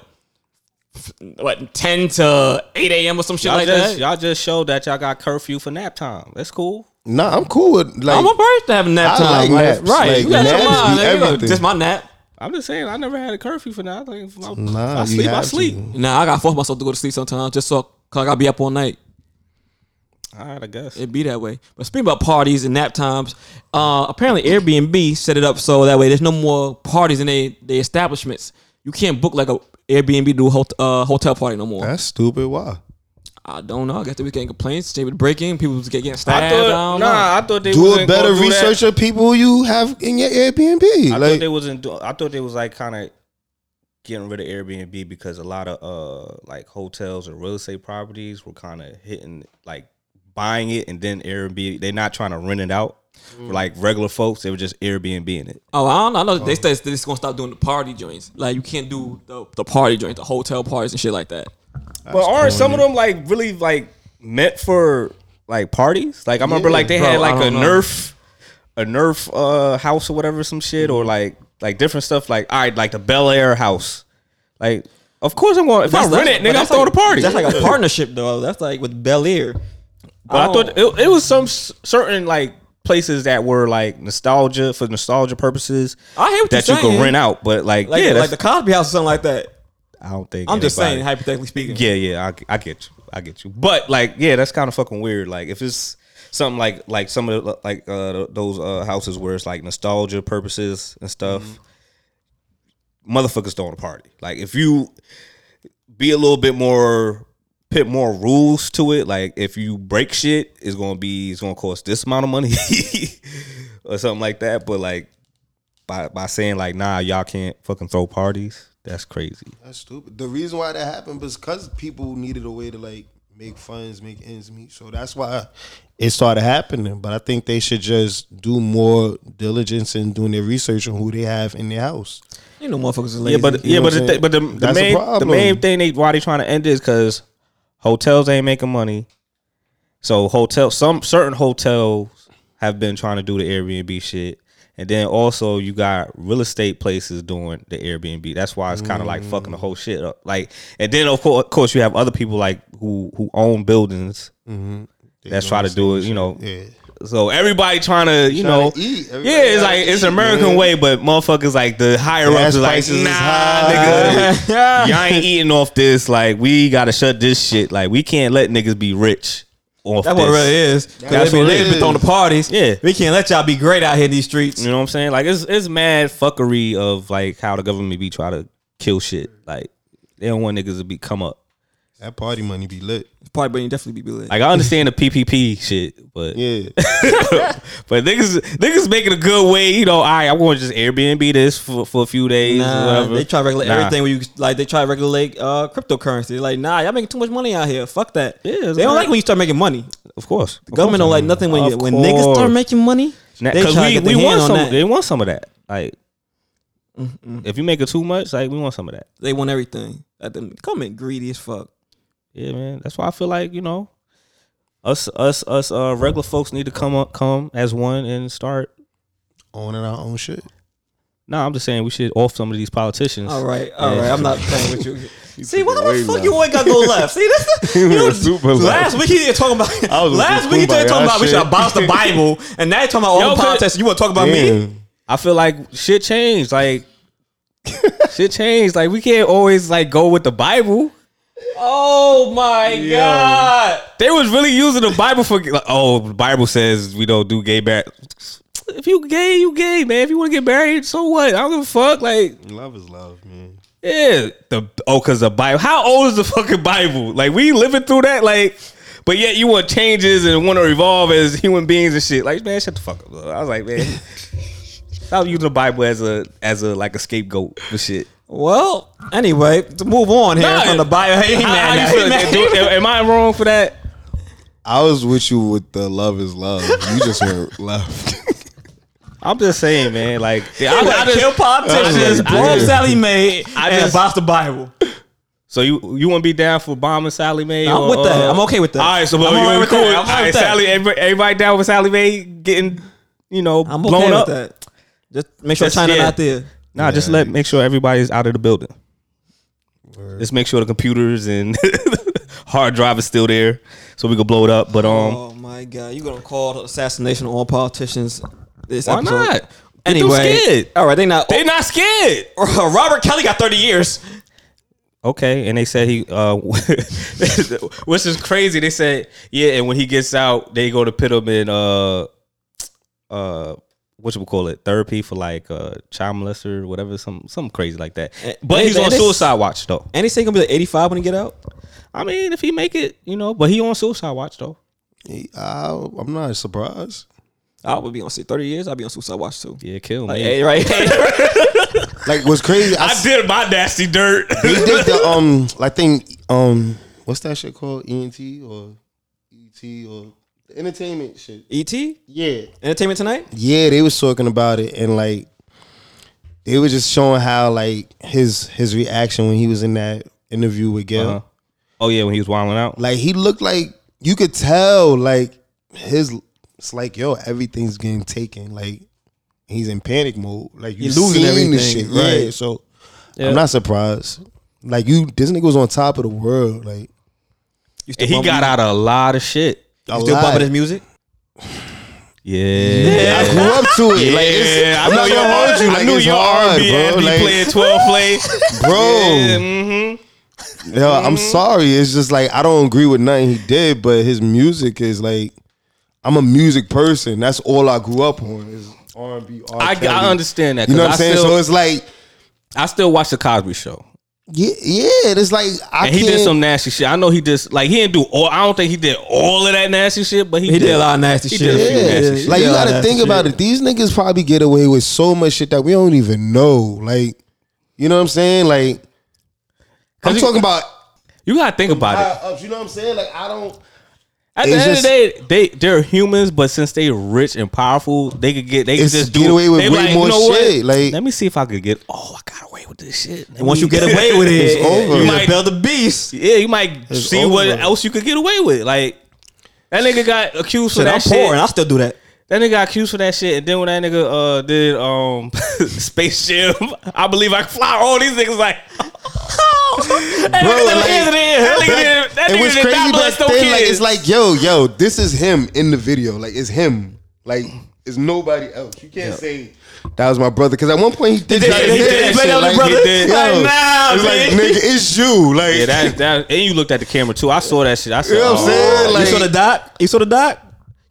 F- what ten to eight a.m. or some shit y'all like just that. y'all just showed that y'all got curfew for nap time. That's cool. nah, I'm cool with like. I'm a person to have a nap I time. like Like, naps. Right? Like, you got your naps be mind. Like, you know, everything. Just my nap. I'm just saying, I never had a curfew for now. I, think if I, if Nah, I you sleep, I have sleep. to. Nah, I gotta force myself to go to sleep sometimes just so cause I gotta be up all night. All right, I guess. It be that way. But speaking about parties and nap times, uh, apparently Airbnb set it up so that way there's no more parties in their their establishments. You can't book like a Airbnb to do a hot, uh, hotel party no more. That's stupid. Why? I don't know. I guess they were getting complaints. They were breaking. People was getting stabbed. I, I thought, don't nah, know. I thought they Do a wasn't better gonna do that. research of people you have in your Airbnb. I like, thought they wasn't. Do- I thought they was like kind of getting rid of Airbnb because a lot of uh like hotels or real estate properties were kind of hitting like buying it and then Airbnb. They're not trying to rent it out like regular folks. They were just Airbnb in it. Oh, I don't know. I know they said they're just gonna stop doing the party joints. Like you can't do the, the party joints, the hotel parties and shit like that. but aren't some of them like really like meant for like parties? Like I remember like they Bro, had like I a don't know. Nerf, a Nerf uh, house or whatever, some shit or like like different stuff. Like all right, like the Bel Air house. Like of course I'm going. If I That's rent like- it, but nigga, I'm that's throwing like- a party. That's like a partnership though. That's like with Bel Air. But I thought it, it was some s- certain like places that were like nostalgia for nostalgia purposes I hear what that you you're could saying. rent out. But like, like yeah, like that's, the Cosby House or something like that. I don't think I'm just saying, anybody- hypothetically speaking. Yeah, yeah, I, I get you, I get you. But like, yeah, that's kind of fucking weird. Like, if it's something like like some of the, like uh, those uh, houses where it's like nostalgia purposes and stuff, motherfuckers throwing a party. Like, if you be a little bit more put more rules to it. Like if you break shit, it's gonna be it's gonna cost this amount of money or something like that. But like by by saying like nah, y'all can't fucking throw parties. That's crazy. That's stupid. The reason why that happened was because people needed a way to like make funds, make ends meet. So that's why it started happening. But I think they should just do more diligence in doing their research on who they have in their house. You know, motherfuckers are Yeah, lazy. but You yeah, know what but the, I'm th- but the, the That's a main the problem. main thing they why they trying to end is because hotels ain't making money. So hotel some certain hotels have been trying to do the Airbnb shit, and then also you got real estate places doing the Airbnb. That's why it's kind of like fucking Mm. the whole shit up. Like, and then of course, of course you have other people like who who own buildings that's try to do it. You know, Yeah. so everybody trying to, you Tryna know, eat. Everybody yeah, it's gotta like it's eat, American man. way, but motherfuckers like the higher Gas ups are like, prices is nah, high." nigga, y'all ain't eating off this. Like, we gotta shut this shit. Like, we can't let niggas be rich off That's this. what it really is. That's That's what what they it been is. throwing the parties. Yeah. Mm. we can't let y'all be great out here in these streets. You know what I'm saying? Like, it's it's mad fuckery of like how the government be trying to kill shit. Like, they don't want niggas to be come up. That party money be lit. Party, but you definitely be lit. Like, I understand the PPP shit, but Yeah. But niggas, niggas making a good way, you know. All right, I'm going to just Airbnb this for, for a few days. or Nah, whatever. they try to regulate Nah. everything. Where you like, they try to regulate uh, cryptocurrency. They're like, nah, y'all making too much money out here. Fuck that. Yeah, it's they don't like- like when you start making money. Of course, the Government don't like nothing when Of you, when niggas start course. making money. they try because to we get their we hand want on some. that. Mm, They want some of that. Like, if you make it too much, like we want some of that. They want everything. Like, them- Come in greedy as fuck. yeah, man. That's why I feel like you know, us us us uh, regular folks need to come up, come as one and start. Owning our own shit. No, nah, I'm just saying we should off some of these politicians. All right, all right. I'm not playing with you. See, why the fuck you ain't got to go left? See, this you went know, super last left. week he didn't talk about. I was last super week he didn't about talk that about we should shit. abolish the Bible, and now you're talking about all Yo, the but- politics. You want to talk about me? Damn. I feel like shit changed. Like shit changed. Like we can't always like go with the Bible. Oh my god! They was really using the Bible for like, oh, the Bible says we don't do gay marriage. If you gay, you gay, man. If you want to get married, so what? I don't give a fuck. Like, Love is love, man. yeah, the oh, cause the Bible. How old is the fucking Bible? Like, we living through that. Like, but yet you want changes and want to evolve as human beings and shit. Like, man, shut the fuck up. bro. I was like, man, stop using the Bible as a as a like a scapegoat for shit. Well, anyway, to move on here Nah, from the bio. Hey, How- man, how you now, feel? hey, man. Do- am I wrong for that? I was with you with the love is love. You just went left. I'm just saying, man. Like, I, I, I just- kill politicians, just- blow I up just- Sally Mae, I and just- abolish the Bible. So you you want to be down for bombing Sally Mae? I'm or, with that. uh, I'm okay with that. All right, so I'm well, all you right with cool. that. I'm All all right right, with that. Sally, everybody, everybody down with Sally Mae getting you know I'm okay blown with up. that. Just make sure Just- China yeah. not there. Nah, just let make sure everybody's out of the building. Just make sure the computers and hard drive is still there, so we can blow it up. But um, Oh my god, you gonna call assassination on all politicians? This Why episode? not? Get them Anyway, scared. all right, they not. they not scared. Robert Kelly got thirty years. Okay, and they said he, uh, which is crazy. They said, yeah, and when he gets out, they go to put him in, uh, uh, what you would call it, therapy for like uh, child molester, or whatever, some something crazy like that. And- But and- he's and on this- suicide watch though. And they say he gonna be like eighty-five when he get out. I mean, if he make it, you know, but he on suicide watch though. I, I'm not surprised. I would be on thirty years. I'd be on suicide watch too. Yeah, kill me. Like, hey, right? Hey, Like what's crazy? I, I did my nasty dirt. they did the um. I think um. What's that shit called? ENT or ET or entertainment shit? Et Yeah, E Entertainment Tonight. yeah. They was talking about it and like they were just showing how like his his reaction when he was in that interview with Gail. Uh-huh. oh yeah, when he was wilding out. Like he looked like you could tell like his it's like yo everything's getting taken like he's in panic mode like you He losing seen this shit everything, yeah right. so Yeah. I'm not surprised like you this nigga was on top of the world like You still And he bumping- got out of a lot of shit. a You still lot. bumping his music? Yeah. I grew up to it like it's, I'm not gonna hold you like I knew it's your hard R&B ass bro be like playing 12 play. bro mm-hmm. yo I'm sorry it's just like I don't agree with nothing he did but his music is like I'm a music person that's all I grew up on is R&B R. I, Kelly. I understand that. You know 'cause what I'm I saying? Still, so it's like, I still watch the Cosby Show, yeah, yeah. It's like I and he can't. did some nasty shit. I know he just like he didn't do all. I don't think he did all of that nasty shit, but he, He did a lot of nasty He shit. did a few yeah. nasty shit. Like Yeah, you got to that's think the about shit. it. These niggas probably get away with so much shit that we don't even know. Like, you know what I'm saying? Like, I'm you- talking about You gotta think about it. high ups. You know what I'm saying? Like, I don't. At the It's end of the day, just- they they're humans, but since they rich and powerful, they could get they could It's just get do, away with they way more what? shit, like- let me see if I could get. Oh, I got away with this shit. Let And once me- you get away with it, It's over. you You might might- build the beast. Yeah, you might It's see what over. else you could get away with. Like that nigga got accused for Shit, that I'm shit. poor and I still do that. That nigga got accused for that shit, and then when that nigga uh, did um Space Jam, I believe I can fly. All these niggas like, that nigga did like- hands in the air. That nigga did that it was nigga did crazy not back bless no then. Like, kids. it's like, yo, yo, this is him in the video. Like, it's him. Like, it's nobody else. You can't say that was my brother because at one point he did. did, try to he hit that did. Blame shit, it on the like, brother. yo, Like, nah, it's like, man. nigga, it's you. Like, yeah, that that and you looked at the camera too. I saw that shit. I said, You know what I'm oh, saying? you Like- saw the doc? You saw the doc?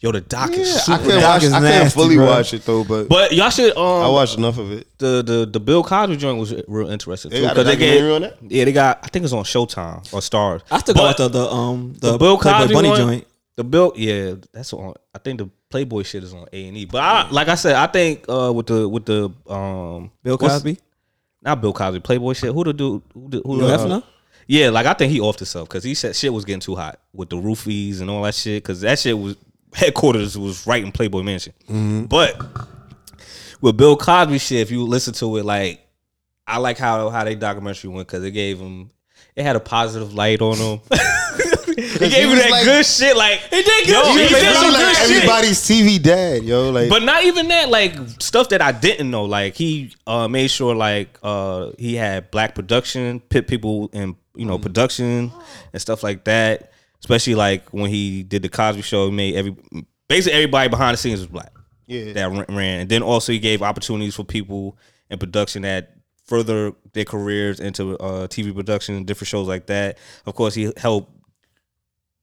yo, the doc is Yeah, I super. can't Doc watch. is I nasty, can't fully bro. watch it though, but, But y'all should I um watched enough of it. the the the Bill Cosby joint was real interesting too got a because they documentary gave on that? yeah they got I think it's on Showtime or Stars. I still got But- the, the um the, the Bill Playboy Cosby bunny one, joint. The Bill, yeah, that's on. I think the Playboy shit is on A and E. But I, like I said, I think uh, with the with the um Bill what's- Cosby. not Bill Cosby, Playboy shit. Who the dude? Who the who? Yo, the- Hefner? yeah, like I think he offed himself because he said shit was getting too hot with the roofies and all that shit. Because that shit was headquarters was right in Playboy Mansion. But with Bill Cosby shit, if you listen to it, like I like how how they documentary went because it gave him it had a positive light on him. He gave you was that like- good shit. Like He did good yo, shit. Oh, He He did was some like good shit. everybody's TV dad, yo. Like, But not even that, like stuff that I didn't know. Like he uh, made sure, like uh, he had black production, pit people in you know production and stuff like that. Especially like when he did the Cosby Show, he made every basically everybody behind the scenes was black. Yeah, that ran- ran. And then also he gave opportunities for people in production that further their careers into uh, TV production, different shows like that. Of course, he helped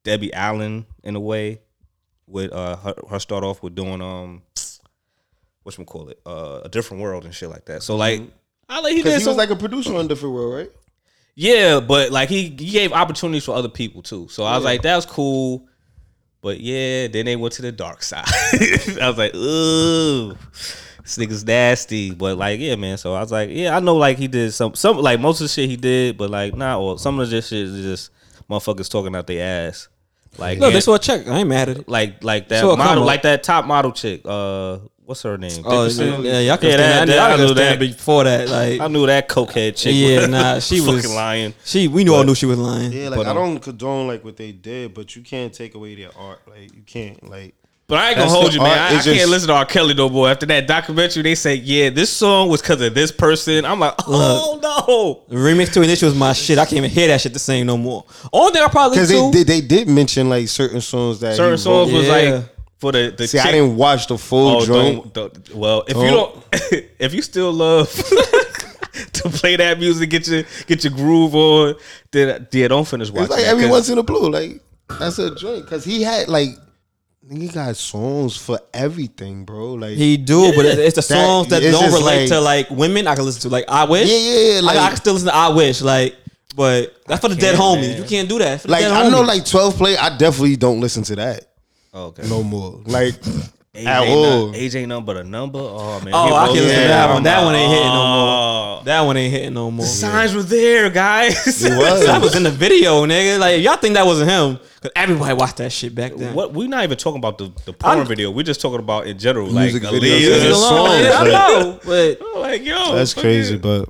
Debbie Allen in a way with uh her, her start off with doing um what you call it uh a different world and shit like that. So like Mm-hmm. I like he because did he some, was like a producer on Different World, right? yeah, but like he, he gave opportunities for other people too. So I was like that was cool, but yeah, then they went to the dark side. I was like ooh. This nigga's nasty, but like, yeah, man. So I was like, yeah, I know, like he did some, some, like most of the shit he did, but like, nah, or some of this shit is just motherfuckers talking out their ass, like, Look, yeah that's what I checked. I ain't mad at it. like like that So a model, couple- like that top model chick. Uh, what's her name? Oh Dickerson? yeah, y'all could Yeah, stand. that- I, that- I I knew could stand that. before that. Like I knew that cokehead chick. yeah, was nah, she fucking was lying. She, we knew all knew she was lying. Yeah, like um, I don't condone like what they did, but you can't take away their art. Like you can't like. But I ain't gonna That's hold the you, man. art, I, I it's can't just- listen to R. Kelly no more. After that documentary, they say, yeah, this song was because of this person. I'm like, oh no. The remix to initial was my shit. I can't even hear that shit the same no more. Only thing I probably Because do. they did, they did mention like certain songs that Certain he songs wrote. was Yeah. like for the the See, chick. I didn't watch the full oh, joint. don't, don't- well, if you don't, if you still love. To play that music, get your get your groove on. Then yeah, don't finish watching. It's like that, every 'cause- once in a blue, like that's a joint. Cause he had like he got songs for everything, bro. Like He do, but it's, it's the That- songs that, it's don't just relate like- to like women. I can listen to like I wish. Yeah, yeah, yeah, I, I like- can still listen to I wish. Like, but that's for the dead can't, homies. man. You can't do that. For the like dead I know, homies. like twelve play. I definitely don't listen to that Oh, okay. no more. Like Age at ain't all. no- Age ain't nothing but a number. Oh man. Oh, He I wrote can listen to Yeah, that I'm one. That one ain't hitting no more. Oh, That one ain't hitting no more. signs were there, guys. it was. That was in the video, nigga. Like, y'all think that wasn't him? Cause everybody watched that shit back then. What we're not even talking about the, the porn I'm- video. We're just talking about in general, like Music videos. Leave it Aaliyah. Music alone. songs, Yeah, I like- know, but I'm Like yo, That's fuck crazy, it. but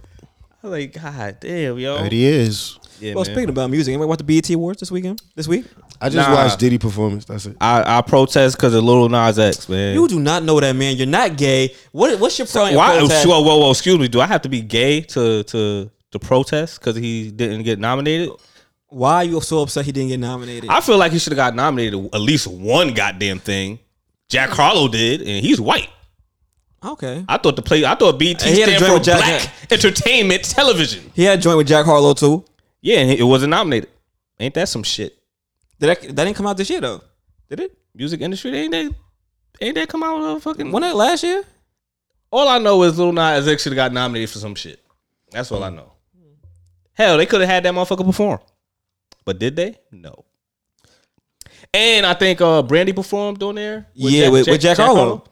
I'm like God damn, yo. it is. Yeah, well, man. speaking about music, anybody watch the BET Awards this weekend? This week? I just Nah. watched Diddy performance. That's it. I, I protest because of Little Nas X, man. You do not know that man. You're not gay. What? What's your point? of Why? protest? Whoa, whoa, whoa! Excuse me. Do I have to be gay to to to protest because he didn't get nominated? Why are you so upset he didn't get nominated? I feel like he should have got nominated at least one goddamn thing. Jack Harlow did, and he's white. okay. I thought the play. I thought BT And he had a stand joint for with Jack- Black Entertainment Television. He had a joint with Jack Harlow too. Yeah, and it wasn't nominated. Ain't that some shit? Did that, that didn't come out this year though? Did it? Music industry ain't that? Ain't that come out of fucking? Wasn't that last year? all I know is Lil Nas X should got nominated for some shit. That's all I know. Hell, they could have had that motherfucker perform, but did they? No. And I think uh Brandy performed on there. Yeah, with- with Jack Harlow.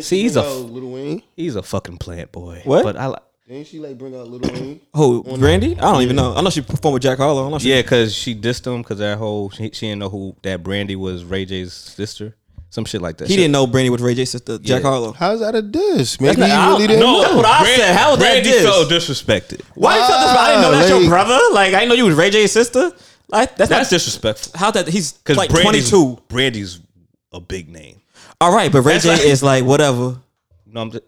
See, he's a f- Little Wayne. He's a fucking plant boy. What? But I like. Didn't she like bring out Little Wayne? Who? Brandy? I don't even know. I know she performed with Jack Harlow. I know she, Yeah, because she dissed him because that whole she, she didn't know who that Brandy was Ray J's sister, some shit like that. He didn't know Brandy was Ray J's sister. Jack Yeah. Harlow. How's that a diss? Maybe not- he I really don't- didn't. No, that's what I said. How was that Brandy diss? felt disrespected. Why you felt this? I didn't know that's your Golly. brother. Like I didn't know you was Ray J's sister. Like that's, That's not, disrespectful how that he's because like Brandy's 22. Brandy's a big name. All right, but Ray That's J like- is like whatever. No, I'm just,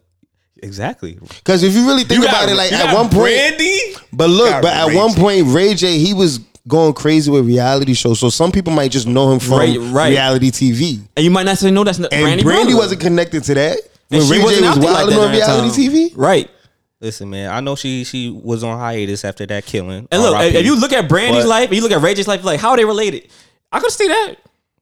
exactly. Because if you really think about it, like at one point, Brandy. But look, Got but at Ray one J. point, Ray J he was going crazy with reality shows. So some people might just know him from Right, right. reality TV. And you might not say no. That's not And Brandy. Brandy, brother. wasn't connected to that. And When she Ray J wasn't out was there like wilding that on during that reality time. TV. Right. Listen, man, I know she she was on hiatus after that killing. And look, if, RIP. if you look at Brandy's But- life, and you look at Ray J's life, like how are they related? I could see that.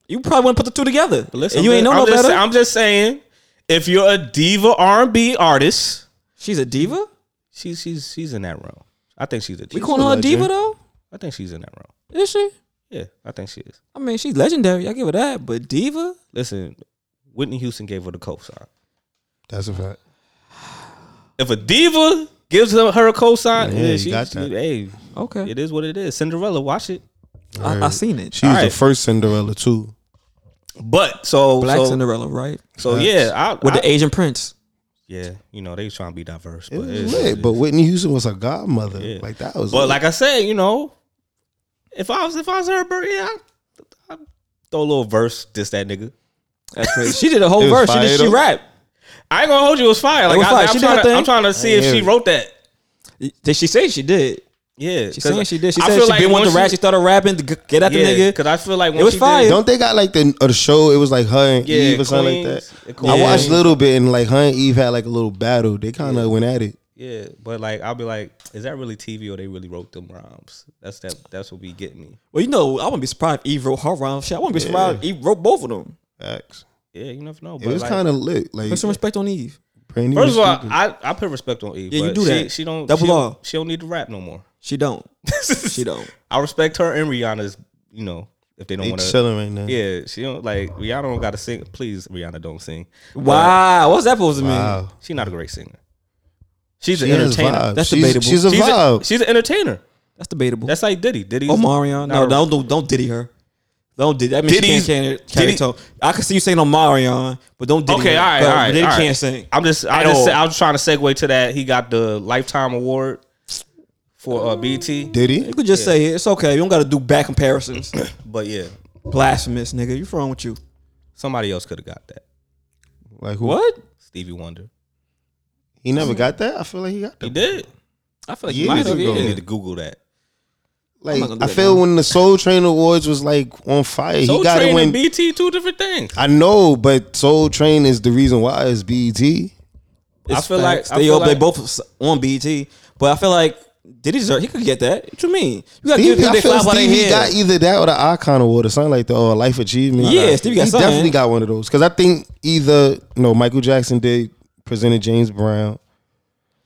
You probably wouldn't put the two together. listen, and you I'm ain't know just- no I'm just, better. I'm just saying, if you're a diva R and B artist, She's a diva. she's she's she's in that realm. I think she's a You diva. calling her a diva though? I think she's in that realm. Is she? Yeah, I think she is. I mean, she's legendary. I give her that. But diva, Listen, Whitney Houston gave her the cosign. That's a fact. If a diva gives her, her a cosign, yeah, you she, got she- that. hey, okay. it is what it is. Cinderella, watch it. I, I seen it. She was Alright. the first Cinderella too. But so Black so, Cinderella, right? so yeah, I, With I- the Asian prince. yeah, you know they was trying to be diverse, It but was it's- lit, but Whitney Houston was her godmother. Yeah. Like that was. But lit. like I said, you know, if I was if I was her, bro, yeah, I, I throw a little verse, this that nigga. That's it. She did a whole It was verse. She fire, did she though. rap. I ain't gonna hold you. It was fire. Like was I, fire. am She did her trying to, thing. I'm trying to see if she wrote that. Did she say she did? Yeah, She saying she did. She said she didn't want to rap. She started rapping to g- get at the yeah, nigga. because I feel like when was she fire. Did, Don't they got like the, or the show? It was like her and Yeah, Eve or something like Queens. that. Yeah. I watched a little bit and like her and Eve had like a little battle. They kind of went at it. yeah, but like I'll be like, is that really TV or they really wrote them rhymes? That's that. That's what be getting me. Well, you know, I wouldn't be surprised if Eve wrote her rhyme. Shit, I wouldn't be surprised if Eve wrote both of them. Facts. Yeah, you never know. It But was like, kind of lit. Like Put some respect on Eve. brand new First of all, speakers. I, I put respect on Eve. Yeah, you but do she, that. She don't. Double she, don't- R. she don't need to rap no more. She don't. she don't. I respect her and Rihanna's. You know, if they don't they want to. chilling right now. Yeah, she don't like Rihanna. Don't gotta sing. Please, Rihanna, don't sing. Wow, what's that supposed to mean? Wow. She's not a great singer. She's She an has entertainer. vibes. That's she's, debatable. She's a she's, vibe. A, she's an entertainer. That's debatable. That's like Diddy. Diddy. oh, Marion. No, not a- don't don't don't diddy her. Don't diddy. That means Diddy's- she can't carry, carry Diddy- tone. I can see you saying on Marion, but don't diddy. Okay, her. all right, But all right. Diddy all right. can't sing. I'm just, I At just, all. I was trying to segue to that. He got the lifetime award for uh, BT, Did You he? could just say it. it's okay. You don't got to do bad comparisons. but yeah, Blasphemous, nigga. You wrong with you? somebody else could have got that. Like who? What? Stevie Wonder. He never got that. I feel like he got He that. did. I feel like Years you might have. ago. You Yeah. need to Google that. not gonna Like do I that feel now. when the Soul Train Awards was like on fire, Soul he got Train it and when BT, E two different things. I know, but Soul Train is E the reason why it's BET. I It's feel like- facts. I they, feel all- they like- both on BT, but I feel like did he deserve? He could get that. What you mean? You got to give Stevie, people I their feel flowers while they Stevie here. got either that or the Icon Award or something like that, or a Life Achievement. Yeah, Stevie got he something. definitely got one of those because I think either no, Michael Jackson did presented James Brown.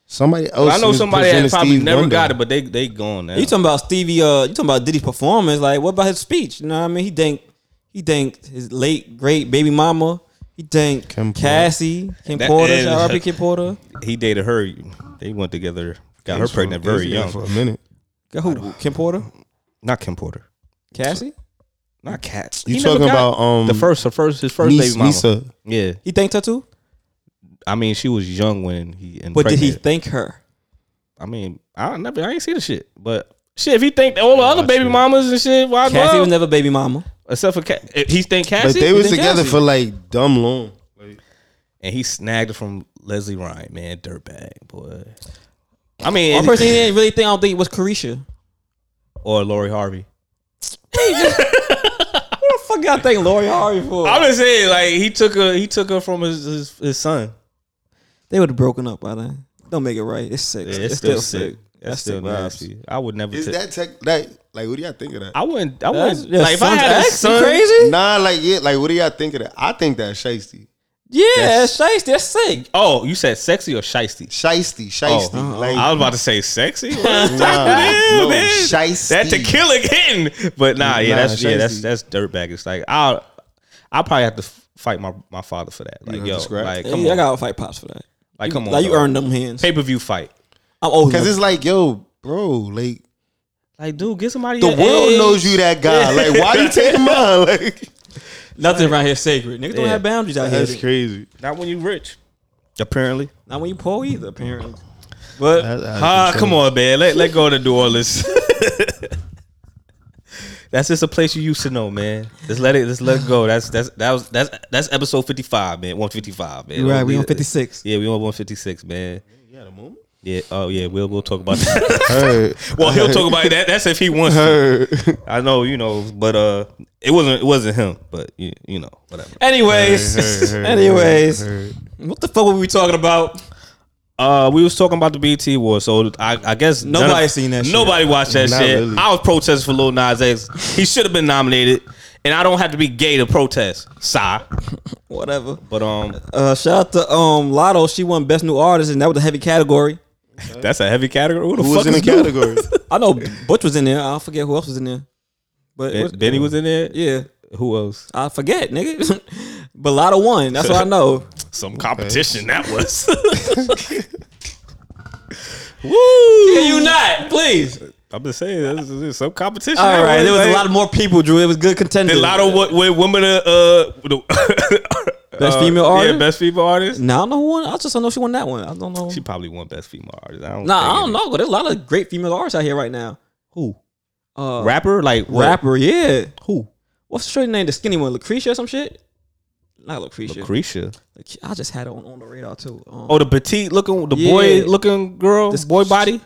Somebody else. I know was somebody that presented probably Steve never Wonder. got it, but they they gone now. You talking about Stevie? Uh, you talking about Diddy's performance? Like, what about his speech? You know what I mean? He thanked he thanked his late great baby mama. He thanked Kim Porter. Cassie, Kim That- Porter, and- shout out to Kim Porter. he dated her. They went together. Got her Thanks for- pregnant very thanks for- young. for a minute. Got Who? Kim Porter, Not Kim Porter. Cassie. Not Cats. You talking about um uh, the first? Her first. His first Nis- baby mama. Nisa? Yeah. He thanked her too, I mean, she was young when he. And but did he pregnant. thank her? I mean, I never, I ain't see the shit. But shit, if he think all the other baby mamas and shit, why Cassie love? was never baby mama. Except for Ca- if he think Cassie, But they was think together Cassie? for like dumb long. and he snagged it from Leslie Ryan, man, dirtbag boy. I mean, One person he didn't really think. I don't think it was Carisha. or Lori Harvey. What the fuck y'all think Lori Harvey for? I'm just saying, like he took her, he took her from his his, his son. They would have broken up by then. Don't make it right. It's sick. Yeah, it's, still, sick. That's, still nasty. I would never. Is ta- that tech? That like what do y'all think of that? I wouldn't. I That's, wouldn't. Like if I had a son, crazy? Nah, like yeah, like what do y'all think of that? I think that's shiesty, Yeah, that's, that's, that's sick. Oh, you said sexy or shiesty? shiesty, shiesty. Oh, like I was about to say sexy. What? nah, no, man. shiesty. that tequila hitting. But nah, yeah, Nah, that's yeah, that's Shazzy. that's dirtbag. It's like I'll I probably have to f- fight my, my father for that. Like have yo, to scrap. like Come come yeah, I on, gotta fight pops for that. like You- come on, like you earned them hands. pay per view fight. I'm old Cause enough. it's like, yo, bro, like Like dude, get somebody the your world age. knows you that guy. Like, why you taking mine? Like, Nothing around here sacred. Niggas don't Yeah. have boundaries out here. crazy. Not when you rich, apparently. Not when you poor either, apparently. But That- that's ah, insane. come on, man, let let go of the New Orleans. That's just a place you used to know, man. Just let it, just let it go. That's that's that was that's that's episode fifty five, man. One fifty five, man. You're right, we on 56. Yeah, we on one fifty six, man. Yeah, the moment. Yeah. Oh yeah, we'll we'll talk about that. Heard, Well, he'll talk about that. That's if he wants to. heard. I know, you know, but uh, it wasn't it wasn't him. But you, you know, whatever. Anyways, anyways, what the fuck were we talking about? Uh, we was talking about the BT war, so I, I guess none Nobody of- seen that shit. Nobody watched that Not shit. really. I was protesting for Lil Nas X. He should have been nominated, and I don't have to be gay to protest. Sigh. Whatever. But um, Uh, shout out to um Lotto. She won best new artist, and that was a heavy category. that's a heavy category. Who the Who fuck was in the is Lil- category? I know Butch was in there. I forget who else was in there. But it was, Ben- Benny was in there. yeah, Who else? I forget, nigga. but Lotto won. That's what I know. Some competition that was. Woo! Can you not? Please. I'm just saying, there's, there's some competition. All that right, there was a like- lot more people, Drew. It was good contenders. Did Lotto what, what women uh, uh the- Best uh, female Yeah, artist? best female artist. No, I don't know who won. I just don't know if she won that one. I don't know. She probably won best female artist. I don't nah, I think don't any- know. But there's a lot of great female artists out here right now. who Uh, rapper like what? rapper, yeah. who. what's the shorty name? The skinny one, Lucretia or some shit. Not Lucretia. Lucretia. Lucre- I just had it on, on the radar too. Um, Oh, the petite looking, the Yeah. boy looking girl, This- boy body.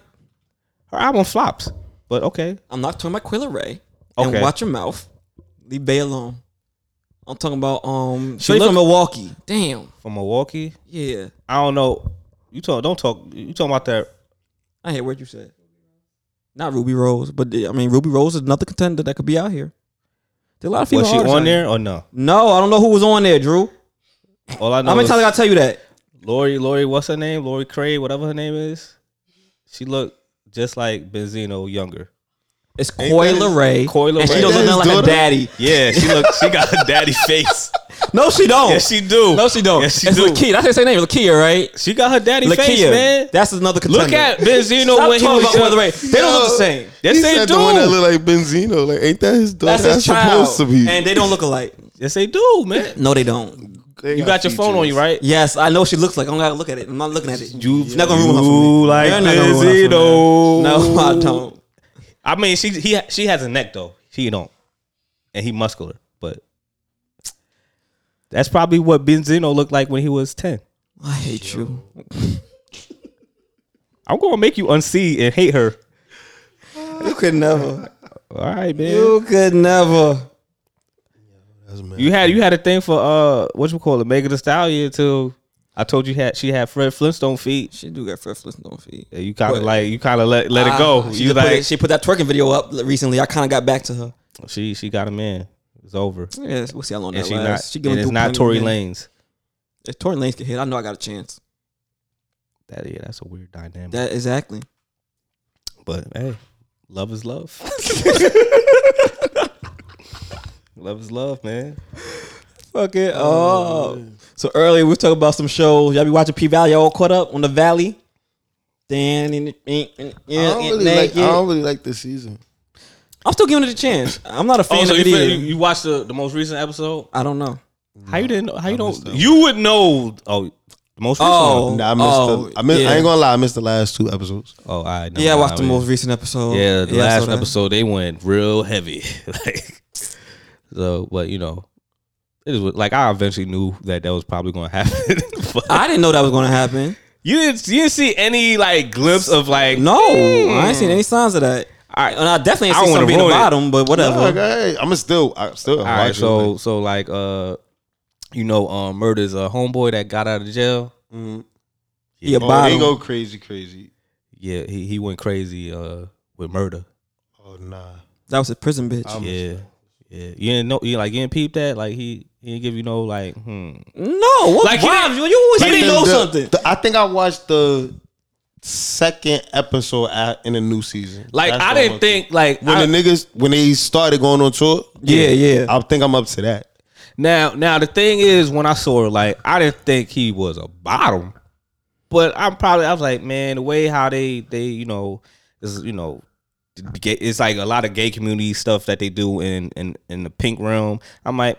Her album flops, but okay. I'm not talking about Quilla Ray. Okay. And watch your mouth. Leave Bay alone. I'm talking about um. She look- from Milwaukee. Damn. From Milwaukee, Yeah. I don't know. You talk, don't talk. You talking about that? I hear what you said. Not Ruby Rose, but the- I mean Ruby Rose is another contender that could be out here. There are a lot of female Was she artists on out here. there or no? No, I don't know who was on there, Drew. All I know How many is times I gotta tell you that? Lori. Lori, what's her name? Lori Cray, whatever her name is. She looked just like Benzino younger. It's Coyle Ray. Coi And she Leray. Ain't don't look that his nothing like her daughter? daddy. Yeah, she look. She got a daddy face. No, she don't. Yes, she do. no, she don't. Yes, she it's do. Lakia. That's her same name, Lakia, right? She got her daddy face, Lakia. man. That's another contender. Look at Benzino Stop when he talking was about younger. Coi Leray. They don't look the same. Yes, he they said do. the one that look like Benzino. Like, ain't that his daughter? That's, That's, his child. supposed to be. And they don't look alike. yes, they do, man. No, they don't. You got your phone on you, right? Yes, I know she looks like. I don't gotta look at it. I'm not looking at it. You, It's not gonna ruin her for me. like You're not gonna ruin her for me. Benzino. No, I don't. I mean, she he she has a neck though. She don't, and he muscular, but that's probably what Benzino looked like when he was ten. I hate you. I'm gonna make you unsee and hate her. You could never. All right, man. You, You could never. had you had a thing for uh, what you call it, Megan Thee Stallion until I told you had she had Fred Flintstone feet. She do got freckles on her feet. You kind of But- like you kind of let let it Ah, go. She, You just put like it- she put that twerking video up recently. I kind of got back to her. she she got a man. It's over. Yeah, we'll see how long And that she not. lasts. and it's through not plenty Tory of men. Lanez. If Tory Lanez can hit, I know I got a chance. That yeah, that's a weird dynamic. That exactly. But hey, love is love. love is love, man. Fuck it. Oh. So earlier we was talking about some shows. Y'all be watching P Valley. Y'all all caught up on the Valley. Dan and and- and- I don't, and really like, I naked. don't really like this season. I'm still giving it a chance. I'm not a fan Oh, so of you, it fin- either. you, you watched the, the most recent episode? I don't know. How you didn't? know- How you don't? You would know. Oh, the most recent. Oh. one? Nah, I missed Oh, the, I, missed, yeah. I ain't gonna lie, I missed the last two episodes. Oh, all right. never Yeah, I mind. watched the most recent episode. Yeah, the I saw last that. episode they went real heavy. like, so, but you know, it is what- like I eventually knew that that was probably going to happen. but I didn't know that was going to happen. you didn't. You didn't see any like glimpse of like Hmm. No, I ain't seen any signs of that. I, and I definitely ain't I seen wanna something being the ruin it. bottom, but whatever. Nah, hey, I'm still, I'm still. All right, so so like uh, you know, um, murder's a homeboy that got out of jail. He a oh, they bottom. go crazy, crazy. Yeah, he he went crazy uh with murder. Oh nah. that was a prison bitch. yeah, yeah. You didn't know, you like you didn't peep that. Like he he didn't give you no like. Hmm. no, what like Like, he vibes? didn't- You, you always like, didn't the- know The- something. the- I think I watched the second episode at, in the new season. Like That's I the didn't one. think like when I- the niggas when they started going on tour. Yeah, yeah. I think I'm up to that. now now the thing is when I saw her like I didn't think he was a bottom, but I'm probably I was like man the way how they they you know is you know. gay- It's like a lot of gay community stuff that they do in in, in the pink realm. I'm like,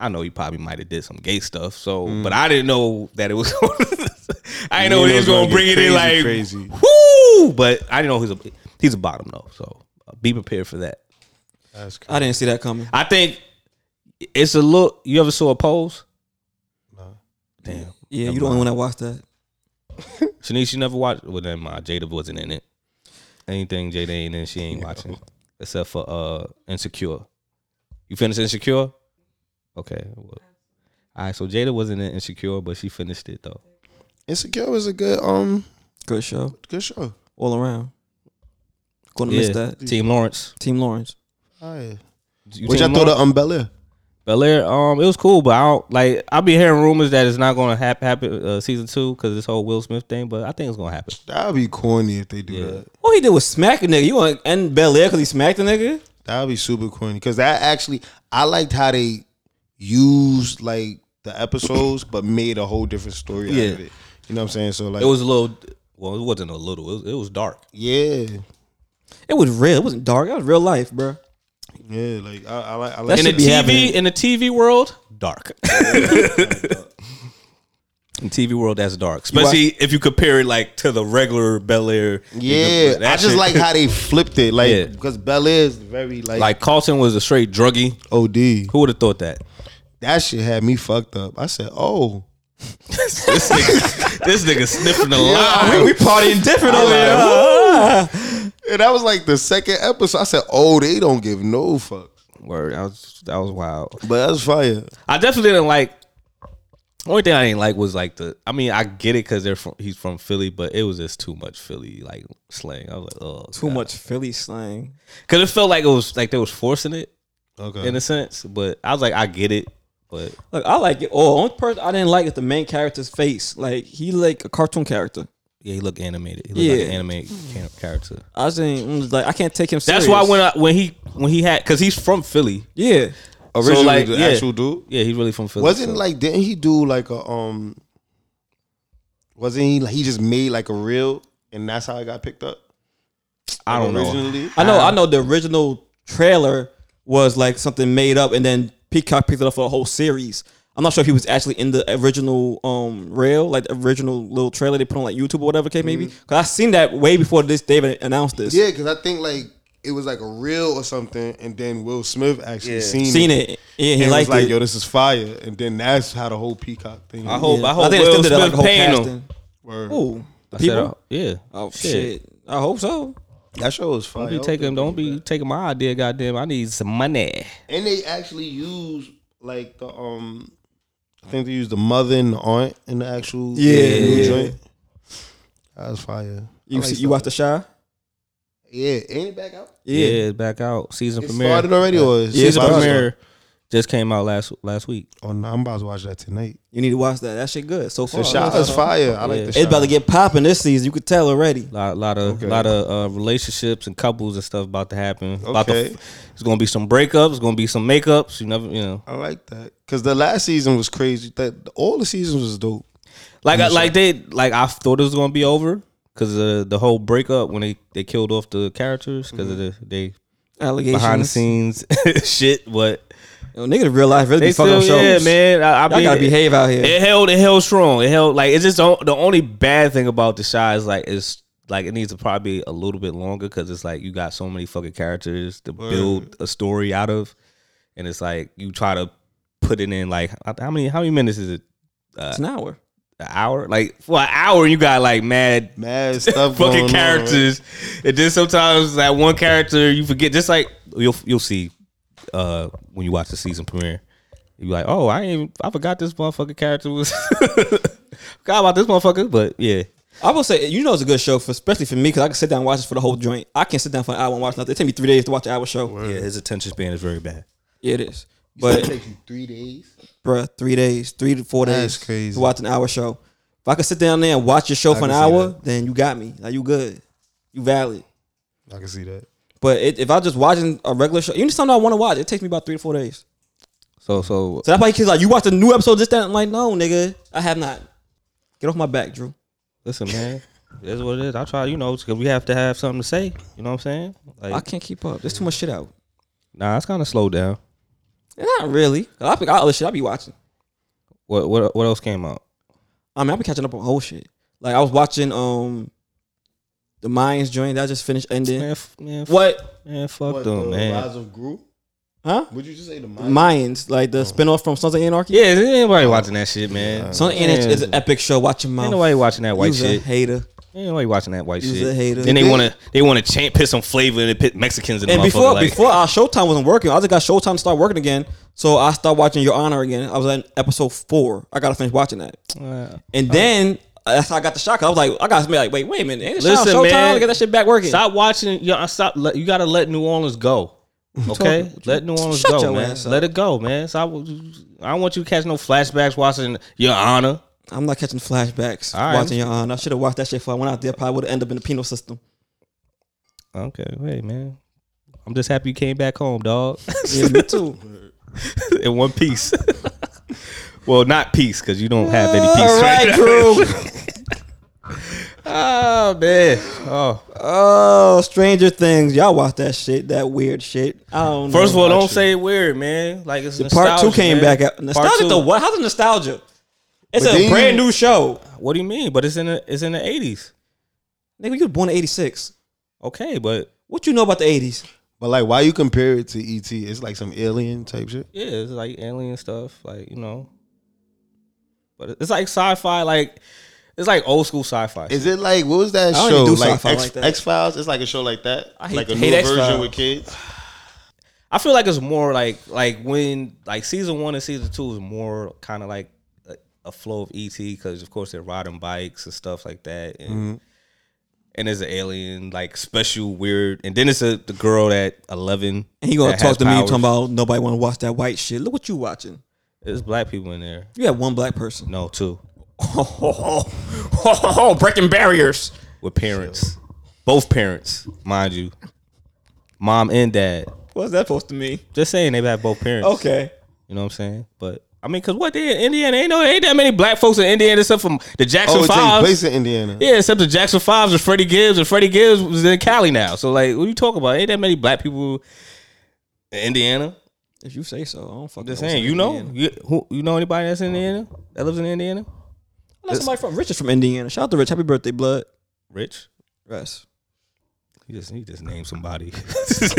I know he probably might have did some gay stuff. So, but I didn't know that it was. I Mm. You didn't know he know was it's gonna gonna get bring it in crazy, crazy. like whoo. But I didn't know he's a he's a bottom though. So uh, be prepared for that. That's crazy. I didn't see that coming. I think it's a look. You ever saw a pose? No. Damn, Yeah, Never you the only one that watched that. Shanice, you never watched. Well, then my Jada wasn't in it. Anything Jada ain't in, she ain't watching except for uh Insecure. You finished Insecure? Okay. well. All right. So Jada wasn't in Insecure, but she finished it though. Insecure was a good um Good show, good show. all around. Gonna miss that. Team Lawrence. Team Lawrence. Alright. You Oh, Which Team I thought Lawrence? of um Bel Air. Bel Air, um, it was cool, but I don't like. I be hearing rumors that it's not gonna hap- happen uh, season two because this whole Will Smith thing, but I think it's gonna happen. That'd be corny if they do Yeah. that. All he did was smack a nigga. You want to end Bel Air because he smacked a nigga? That'd be super corny. Cause that actually I liked how they used like the episodes but made a whole different story Yeah. out of it. You know what I'm saying? So like It was a little. Well, it wasn't a little. It was, it was dark. Yeah. It was real. It wasn't dark. It was real life, bro. Yeah, like I, I like I That like should In the be TV, happening. in the TV world, dark. In TV world, that's dark. Especially if you compare it like to the regular Bel Air. Yeah, I just like how they flipped it, like Yeah. because Bel Air is very like, like Carlton was a straight druggie. OD. Who would have thought that? That shit had me fucked up. I said, oh, This nigga, this nigga sniffing the We, line. we partying different over here. and that was like the second episode. I said, oh, they don't give no fuck. Word, that was that was wild. But that's fire. I definitely didn't like. Only thing I didn't like was like the. I mean, I get it because they're from, he's from Philly, but it was just too much Philly like slang. I was like, oh, Too much Philly slang. because it felt like it was like they was forcing it Uh-huh. Okay. in a sense. But I was like, I get it, but Look, I like it. all. only person I didn't like is the main character's face. Like he like a cartoon character. yeah, he looked animated. He looked like Yeah. an animated ca- character. I was, in, I was like, I can't take him. That's serious. why when I, when he when he had because he's from Philly. yeah, Originally, like, the yeah. actual dude Yeah, he's really from Philly. wasn't so- like didn't he do like a um? Wasn't he? Like, he just made like a reel, and that's how it got picked up. I don't know. originally. I know. I know the original trailer was like something made up, and then Peacock picked it up for a whole series. I'm not sure if he was actually in the original um rail, like the original little trailer they put on like YouTube or whatever. Okay, maybe because I seen that way before this David announced this. Yeah, because I think like it was like a reel or something, and then Will Smith actually seen, seen it. it. Yeah, he and liked was like, it. "Yo, this is fire!" And then that's how the whole Peacock thing. I hope Yeah. I hope they Will still did that, Smith a whole paying him. casting. Word. Ooh, the I said, people. oh, yeah. Oh shit. I hope so. That show was fire. Don't be taking don't be taking my idea, goddamn. I need some money. And they actually use like the um, I think they use the mother and the aunt in the actual Yeah, the yeah. joint. That was fire. You I like see, stuff you watch the Shy? like- Yeah, ain't it back out? Yeah, it's back out. Season It premiere. started already, or is Season it about to premiere just came out last last week. start? Oh, no, I'm about to watch that tonight. You need to watch that. That shit good so The far. shot is fire. I like the It's shot. about to get popping this season. You could tell already. A lot, lot of lot of uh, relationships and couples and stuff about to happen. About to, Okay. it's gonna be some breakups. It's gonna be some makeups. You never, you know, I like that because the last season was crazy. That all the seasons was dope. like I, like they like I thought it was gonna be over because uh, the whole breakup when they they killed off the characters because of the they Allegations. behind the scenes shit. But Yo, nigga, the real life really they be fucking still, up yeah, shows. man. I, I Y'all mean, gotta behave out here. It held, it held strong. It held like it's just the the only bad thing about the shot is like it's like it needs to probably be a little bit longer because it's like you got so many fucking characters to build a story out of, and it's like you try to put it in like how many how many minutes is it? it's an hour. An hour? Like for an hour you got like mad Mad stuff. going fucking on, characters, and then sometimes that one character you forget. Just like you'll you'll see uh, when you watch the season premiere, you be like, oh, I ain't even, I forgot this motherfucking character was forgot about this motherfucker. But yeah, I will say, you know, it's a good show, for, especially for me, because I can sit down and watch this for the whole joint. I can't sit down for an hour and watch nothing. It take me three days to watch an hour show. yeah, his attention span is very bad. Yeah, it is. It But takes you three days. bruh, three days, three to four That's days crazy. to watch an hour show. If I could sit down there and watch your show for an can see hour, then you got me. Like you good, you valid. I can see that. But it, if I just watching a regular show, even something I want to watch, it takes me about three to four days. So so So that's why kids like, you watch a new episode this that. I'm like, no, nigga, I have not. Get off my back, Drew. listen, man. That's what it is. I try, you know, because we have to have something to say. You know what I'm saying? I Like, can't keep up. There's too much shit out. nah, it's kind of slowed down. Not really. I pick out other shit I be watching. What what what else came out? I mean, I've been catching up on whole shit. Like I was watching um the Mayans joint that just finished ending. Man, f- man, f- What? Man, fuck What, them, the man. Rise of Gru? Huh? Would you just say the Mayans? Mayans, like the spinoff from Sons of Anarchy. Yeah, ain't nobody watching that shit, man. Sons of Man. Anarchy is an epic show. Watch your mouth. Ain't nobody watching that white You's a shit. hater. Ain't nobody watching that white You's shit. a hater. Then they Bitch. want to they want to chant piss on flavor and pit Mexicans in the And motherfucker. before like, before our Showtime wasn't working, I just got Showtime to start working again. So I started watching Your Honor again. I was on episode four. I gotta finish watching that. Uh, And then uh, that's how I got the shock. I was like, I got to be like, wait, wait a minute. Ain't this Listen, Showtime? man. Get that shit back working. stop watching. You know, stop. Let, you gotta let New Orleans go. Okay, let New Orleans Shut go, your man. ass up. Let it go, man. Stop. I don't want you to catch no flashbacks watching Your Honor. I'm not catching flashbacks All right. watching Your Honor. I should have watched that shit before I went out there. Probably would have ended up in the penal system. Okay, wait, man. I'm just happy you came back home, dog, Yeah, me too. in one piece. well, not peace because you don't have any peace All right, right, now. Drew. Oh man. Oh. Oh, Stranger Things. Y'all watch that shit. That weird shit. I don't know. First of all, don't Watch it. say it weird, man. Like it's Part two nostalgia, came man. back out. Part Nostalgia two- the what? How's the nostalgia? It's But a then- brand new show. What do you mean? But it's in the it's in the eighties. Nigga, you was born in '86. Okay, but What you know about the '80s? But like, why you compare it to ET? It's like some alien type shit. yeah, it's like alien stuff, like you know. But it's like sci-fi, like it's like old school sci-fi. Is it like what was that I don't show? even do Like sci-fi X, like that. X Files. It's like a show like that. I hate- like a hate new version X-Files. with kids. I feel like it's more like like when like season one and season two is more kind of like a, a flow of ET because of course they're riding bikes and stuff like that, and Mm-hmm. and there's an alien like special weird, and then it's a the girl at eleven And he gonna that talk has to me powers. talking about nobody want to watch that white shit. Look what you watching. There's black people in there. You have one black person. No, two breaking barriers. with parents, both parents, mind you, mom and dad. What's that supposed to mean? Just saying they have both parents. Okay. You know what I'm saying? But I mean, cause what they in Indiana ain't no ain't that many black folks in Indiana except from the Jackson Oh, it Five. takes place in Indiana. Yeah, except the Jackson Fives and Freddie Gibbs, and Freddie Gibbs was in Cali now. So like, what are you talking about? Ain't that many black people in Indiana? If you say so, I don't fucking. Just know saying, what's you in know, Indiana. you, who you know anybody that's in Indiana that lives in Indiana? Unless somebody from Richard from Indiana. Shout out to Rich. Happy birthday, blood. Rich, Rest. you just you just name somebody.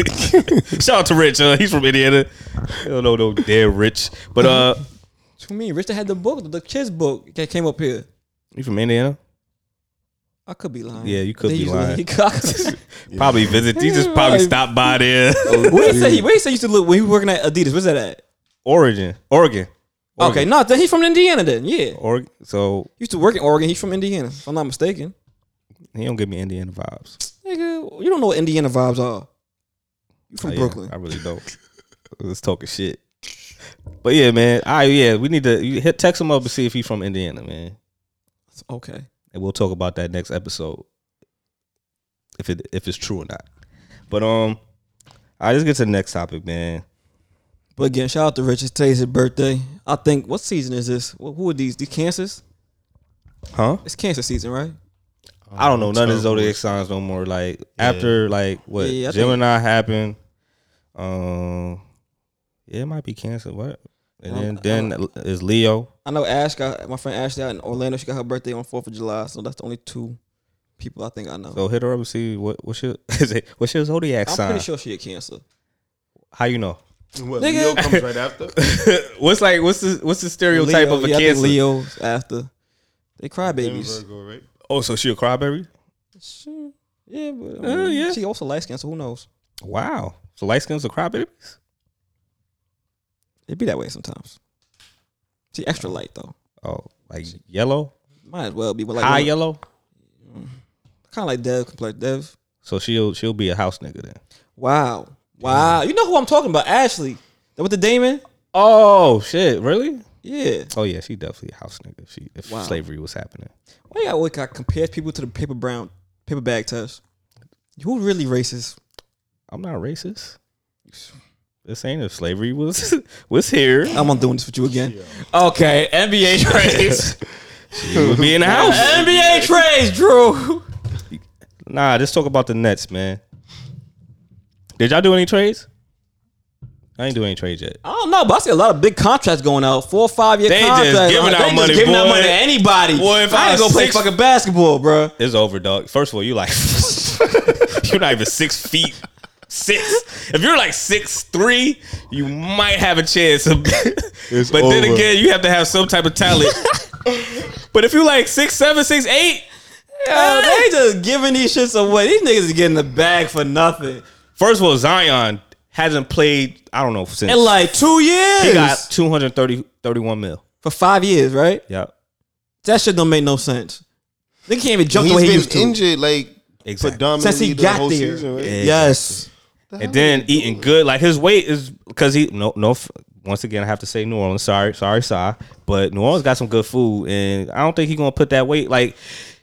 Shout out to Rich, uh, he's from Indiana. I don't know no damn Rich, but uh, What you mean? Rich that had the book, the kids book that came up here. you from Indiana? I could be lying. Yeah, you could They be usually- lying. He could- Probably visit. He just probably stopped by there. where he say he, where he say he used to live when he was working at Adidas? Where's that at? Origin, Oregon, Okay, no, then he's from Indiana. Then yeah, he Oregon. So used to work in Oregon. He's from Indiana, if I'm not mistaken. he don't give me Indiana vibes. Nigga, you don't know what Indiana vibes are. You from Oh, yeah, Brooklyn? I really don't. Let's talking shit. But yeah, man. I yeah, we need to you hit text him up and see if he's from Indiana, man. Okay. And we'll talk about that next episode. If it if it's true or not. But um I just get to the next topic, man. But again, shout out to Richard. Today's his birthday. I think. What season is this? Wh- Who are these? These Cancers? Huh? It's Cancer season, right? I don't know none of the zodiac signs no more. Like after like what Yeah, I think- Gemini happened. Um yeah, it might be Cancer. What? And then then is Leo. I know Ash got my friend Ashley out in Orlando. She got her birthday on Fourth of July, so that's the only two people I think I know. So hit her up and see what what's your is it what's your zodiac I'm sign? pretty sure she a Cancer. How you know? What, Nigga. Leo comes right after. what's like what's the what's the stereotype Leo, of a yeah, I think cancer? Leo's after they Then crybabies. Virgo, right? Oh, so she a crybaby? She- Yeah, but I Uh, mean, yeah. she also light skinned, so who knows? Wow. So light skins are crybabies? It be that way sometimes. She extra light though. Oh, like yellow, Might as well be but like high yellow. kind of like Dev, complex Dev. So she'll she'll be a house nigga then. Wow, wow. You know who I'm talking about? Ashley, that with the Damon. Oh shit, really? Yeah. Oh yeah, she definitely a house nigga. If she if Wow. slavery was happening, Why you always got compare people to the paper brown paper bag test? Who really racist? I'm not racist. This ain't if slavery was was here. I'm not doing this with you again. Okay, NBA trades. She would be in the house. NBA trades, Drew. Nah, just talk about the Nets, man. Did y'all do any trades? I ain't do any trades yet. I don't know, but I see a lot of big contracts going out. Four or five year They just contracts. giving Like, out they money, just giving out boy. money to anybody. Boy, if I I ain't gonna play six- fucking basketball, bro. It's over, dog. First of all, you like you're not even six feet. Six. If you're like six three, you might have a chance. Of, It's but then over. again, you have to have some type of talent. but if you like six seven, six eight, Yo, they just giving these shits away. These niggas is getting the bag for nothing. first of all, Zion hasn't played. I don't know since In like two years. he got 230, 31 mil. for five years, right? Yep. That shit don't make no sense. They can't even jump He's the way been he used to. injured like Exactly. predominantly Since he the got whole there. season, right? Yes. and then eating good. Like his weight is because he no no. f- Once again, I have to say New Orleans. Sorry, sorry, sorry. But New Orleans got some good food, and I don't think he's gonna put that weight. Like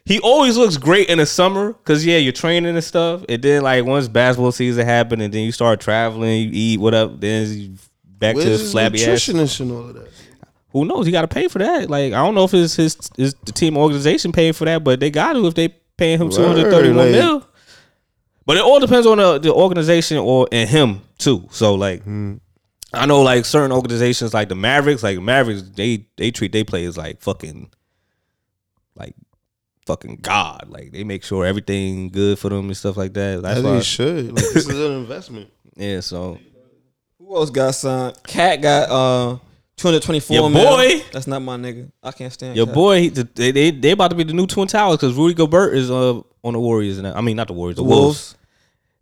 he always looks great in the summer because yeah, you're training and stuff. And then like once basketball season happened, and then you start traveling, you eat whatever. Then you back Where's to his his flabby ass. nutritionist and all of that? Who knows? He got to pay for that. Like I don't know if his his, his the team organization paying for that, but they got to if they paying him two hundred thirty one like- mil. But it all depends on the, the organization or and him too. So like, I know like certain organizations like the Mavericks, like Mavericks, they they treat they players like fucking like fucking God. Like they make sure everything good for them and stuff like that. That's As why they should. Like, this is an investment. Yeah, so Who else got signed? Cat got uh 224 Your mil. boy. That's not my nigga. I can't stand your Cat. boy he, they, they they about to be the new Twin Towers because Rudy Gobert is uh on the Warriors and I mean not the Warriors, the Wolves. Wolves.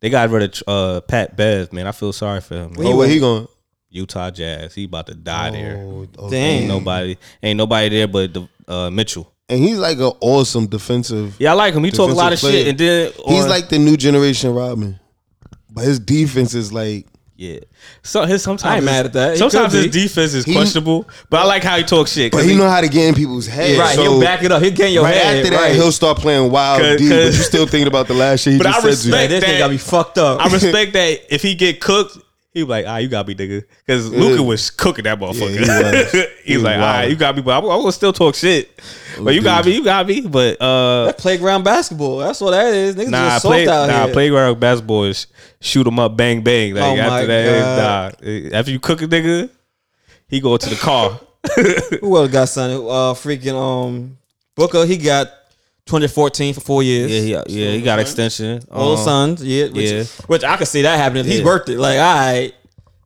They got rid of uh Pat Bev, man. I feel sorry for him. man. Oh, where he going? Utah Jazz, he about to die there. Oh, Ain't Damn. nobody, ain't nobody there but the, uh, Mitchell. And he's like an awesome defensive. Yeah, I like him. He talk a lot of Defensive shit, and then He's on- like the new generation Robin. But his defense is like Yeah. So his sometimes I ain't mad at that. He Sometimes could his be. defense is questionable, but I like how he talks shit. But he know how to get in people's heads. Right, so he'll back it up. He'll get in your right head. after that, right. he'll start playing wild Cause- D. But you cause- still thinking about the last shit he But just I said to you. Like, respect- this that- nigga got me fucked up. I respect that if he get cooked, he be like, ah, you gotta be nigga, because Luca was cooking that motherfucker. Yeah, he was. He's He was like, all right, wild. you got me, but I'm, I'm gonna still talk shit. but you got me, you got me. But uh, That playground basketball. That's what that is. Niggas nah, just soft play, out nah, here. playground basketball is shoot 'em up, bang bang. Like Oh my after that, nah. eh, After you cook a nigga, he go to the car. Who else got signed? Uh, freaking um, Booker. He got 214 for four years. yeah, yeah, yeah. He got extension. All Um, sons. Yeah, which, yeah. which I could see that happening. He's Yeah. worth it. Like, all right,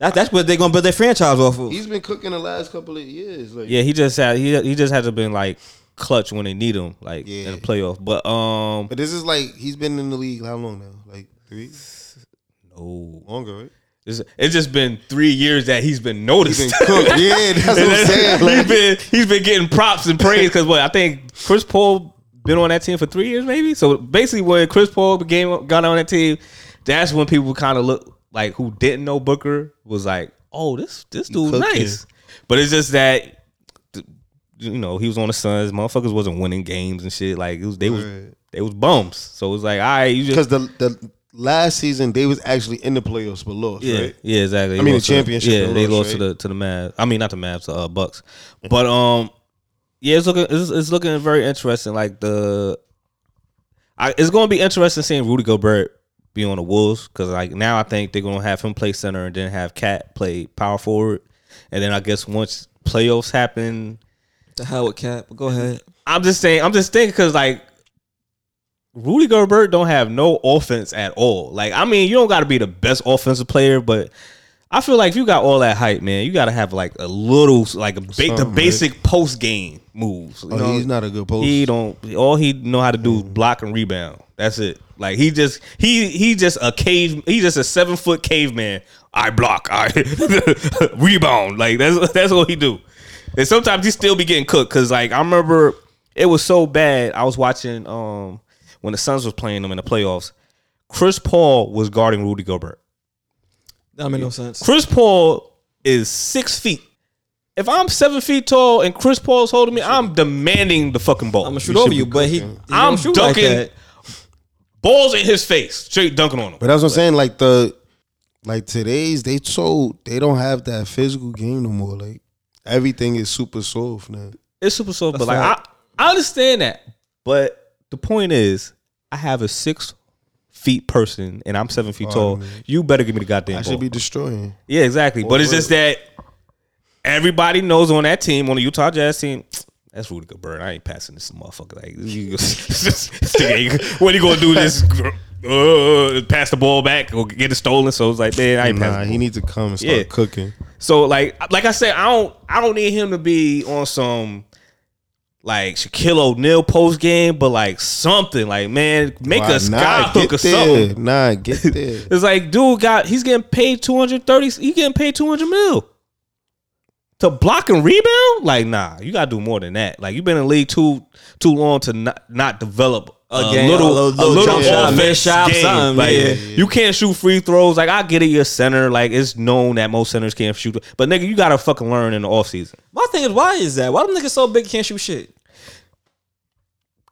that, that's what they're gonna build their franchise off of. He's been cooking the last couple of years. Like, Yeah, he just had he he just hasn't been like clutch when they need him, like Yeah. in the playoff. But um, But this is like he's been in the league how long now? Like three no, longer, right? it's, it's just been three years that he's been He's noticed. been cooked. yeah, that's what And I'm then saying. Like, he's been he's been getting props and praise because what I think Chris Paul been on that team for three years maybe. So basically, when Chris Paul became got on that team, that's when people kind of look like who didn't know Booker was like, oh, this this dude's Cooking. nice. But it's just that th- you know he was on the Suns. Motherfuckers wasn't winning games and shit. Like it was they was Right. they was bums. So it was like, all right, you just because the the last season they was actually in the playoffs but lost, Yeah, right? yeah, exactly. I mean, the lost to- championship yeah, they they lost, lost to the to the Mavs. I mean, not the Mavs, the uh, Bucks. But um, yeah, it's looking it's, it's looking very interesting. Like the, I, it's going to be interesting seeing Rudy Gobert be on the Wolves because like now I think they're going to have him play center and then have Cat play power forward, and then I guess once playoffs happen, The hell with Cap. But go ahead. I'm just saying. I'm just thinking because like Rudy Gobert don't have no offense at all. Like I mean, you don't got to be the best offensive player, but I feel like if you got all that hype, man, you got to have like a little like a ba- the Something, basic post game moves. You Oh, know? he's not a good post. He don't. All he know how to do is Mm. block and rebound. That's it. Like he just he he just a cave. He just a seven foot caveman. I block. I rebound. Like that's that's what he do. And sometimes he still be getting cooked because like I remember it was so bad. I was watching um when the Suns was playing them in the playoffs. Chris Paul was guarding Rudy Gobert. That made no sense. Chris Paul is six feet. If I'm seven feet tall and Chris Paul's holding me, I'm demanding the fucking ball. I'm gonna shoot over you, but he, he I'm don't shoot dunking. like that. balls in his face, straight dunking on him. But that's what I'm saying. Like the like today's they so they don't have that physical game no more. Like everything is super soft now. It's super soft, but like right. I, I understand that. But the point is, I have a six feet person and I'm seven feet tall. You better give me the goddamn Oh, I ball. should be destroying. yeah, exactly. But it's just that everybody knows on that team, on the Utah Jazz team. That's Rudy Gobert. I ain't passing this motherfucker. Like, you- this nigga ain't- what are you gonna do? This uh, pass the ball back or get it stolen? So it's like, man, I ain't passing. Nah, he needs to come and start Yeah. cooking. So like like I said, I don't I don't need him to be on some like Shaquille O'Neal post game, but like something like man, make Why a sky not? hook or Get there. something. Nah, get there. It's like dude got he's getting paid two hundred thirty. He getting paid two hundred mil to block and rebound. Like nah, you gotta do more than that. Like you've been in the league too too long to not not develop. A, game, little, a a little little, jump shot, offense mid shot, game. something, Like, yeah. you can't shoot free throws. Like I get it, you're center. Like it's known that most centers can't shoot. But nigga, you gotta fucking learn in the offseason. My thing is, why is that? Why them niggas so big can't shoot shit?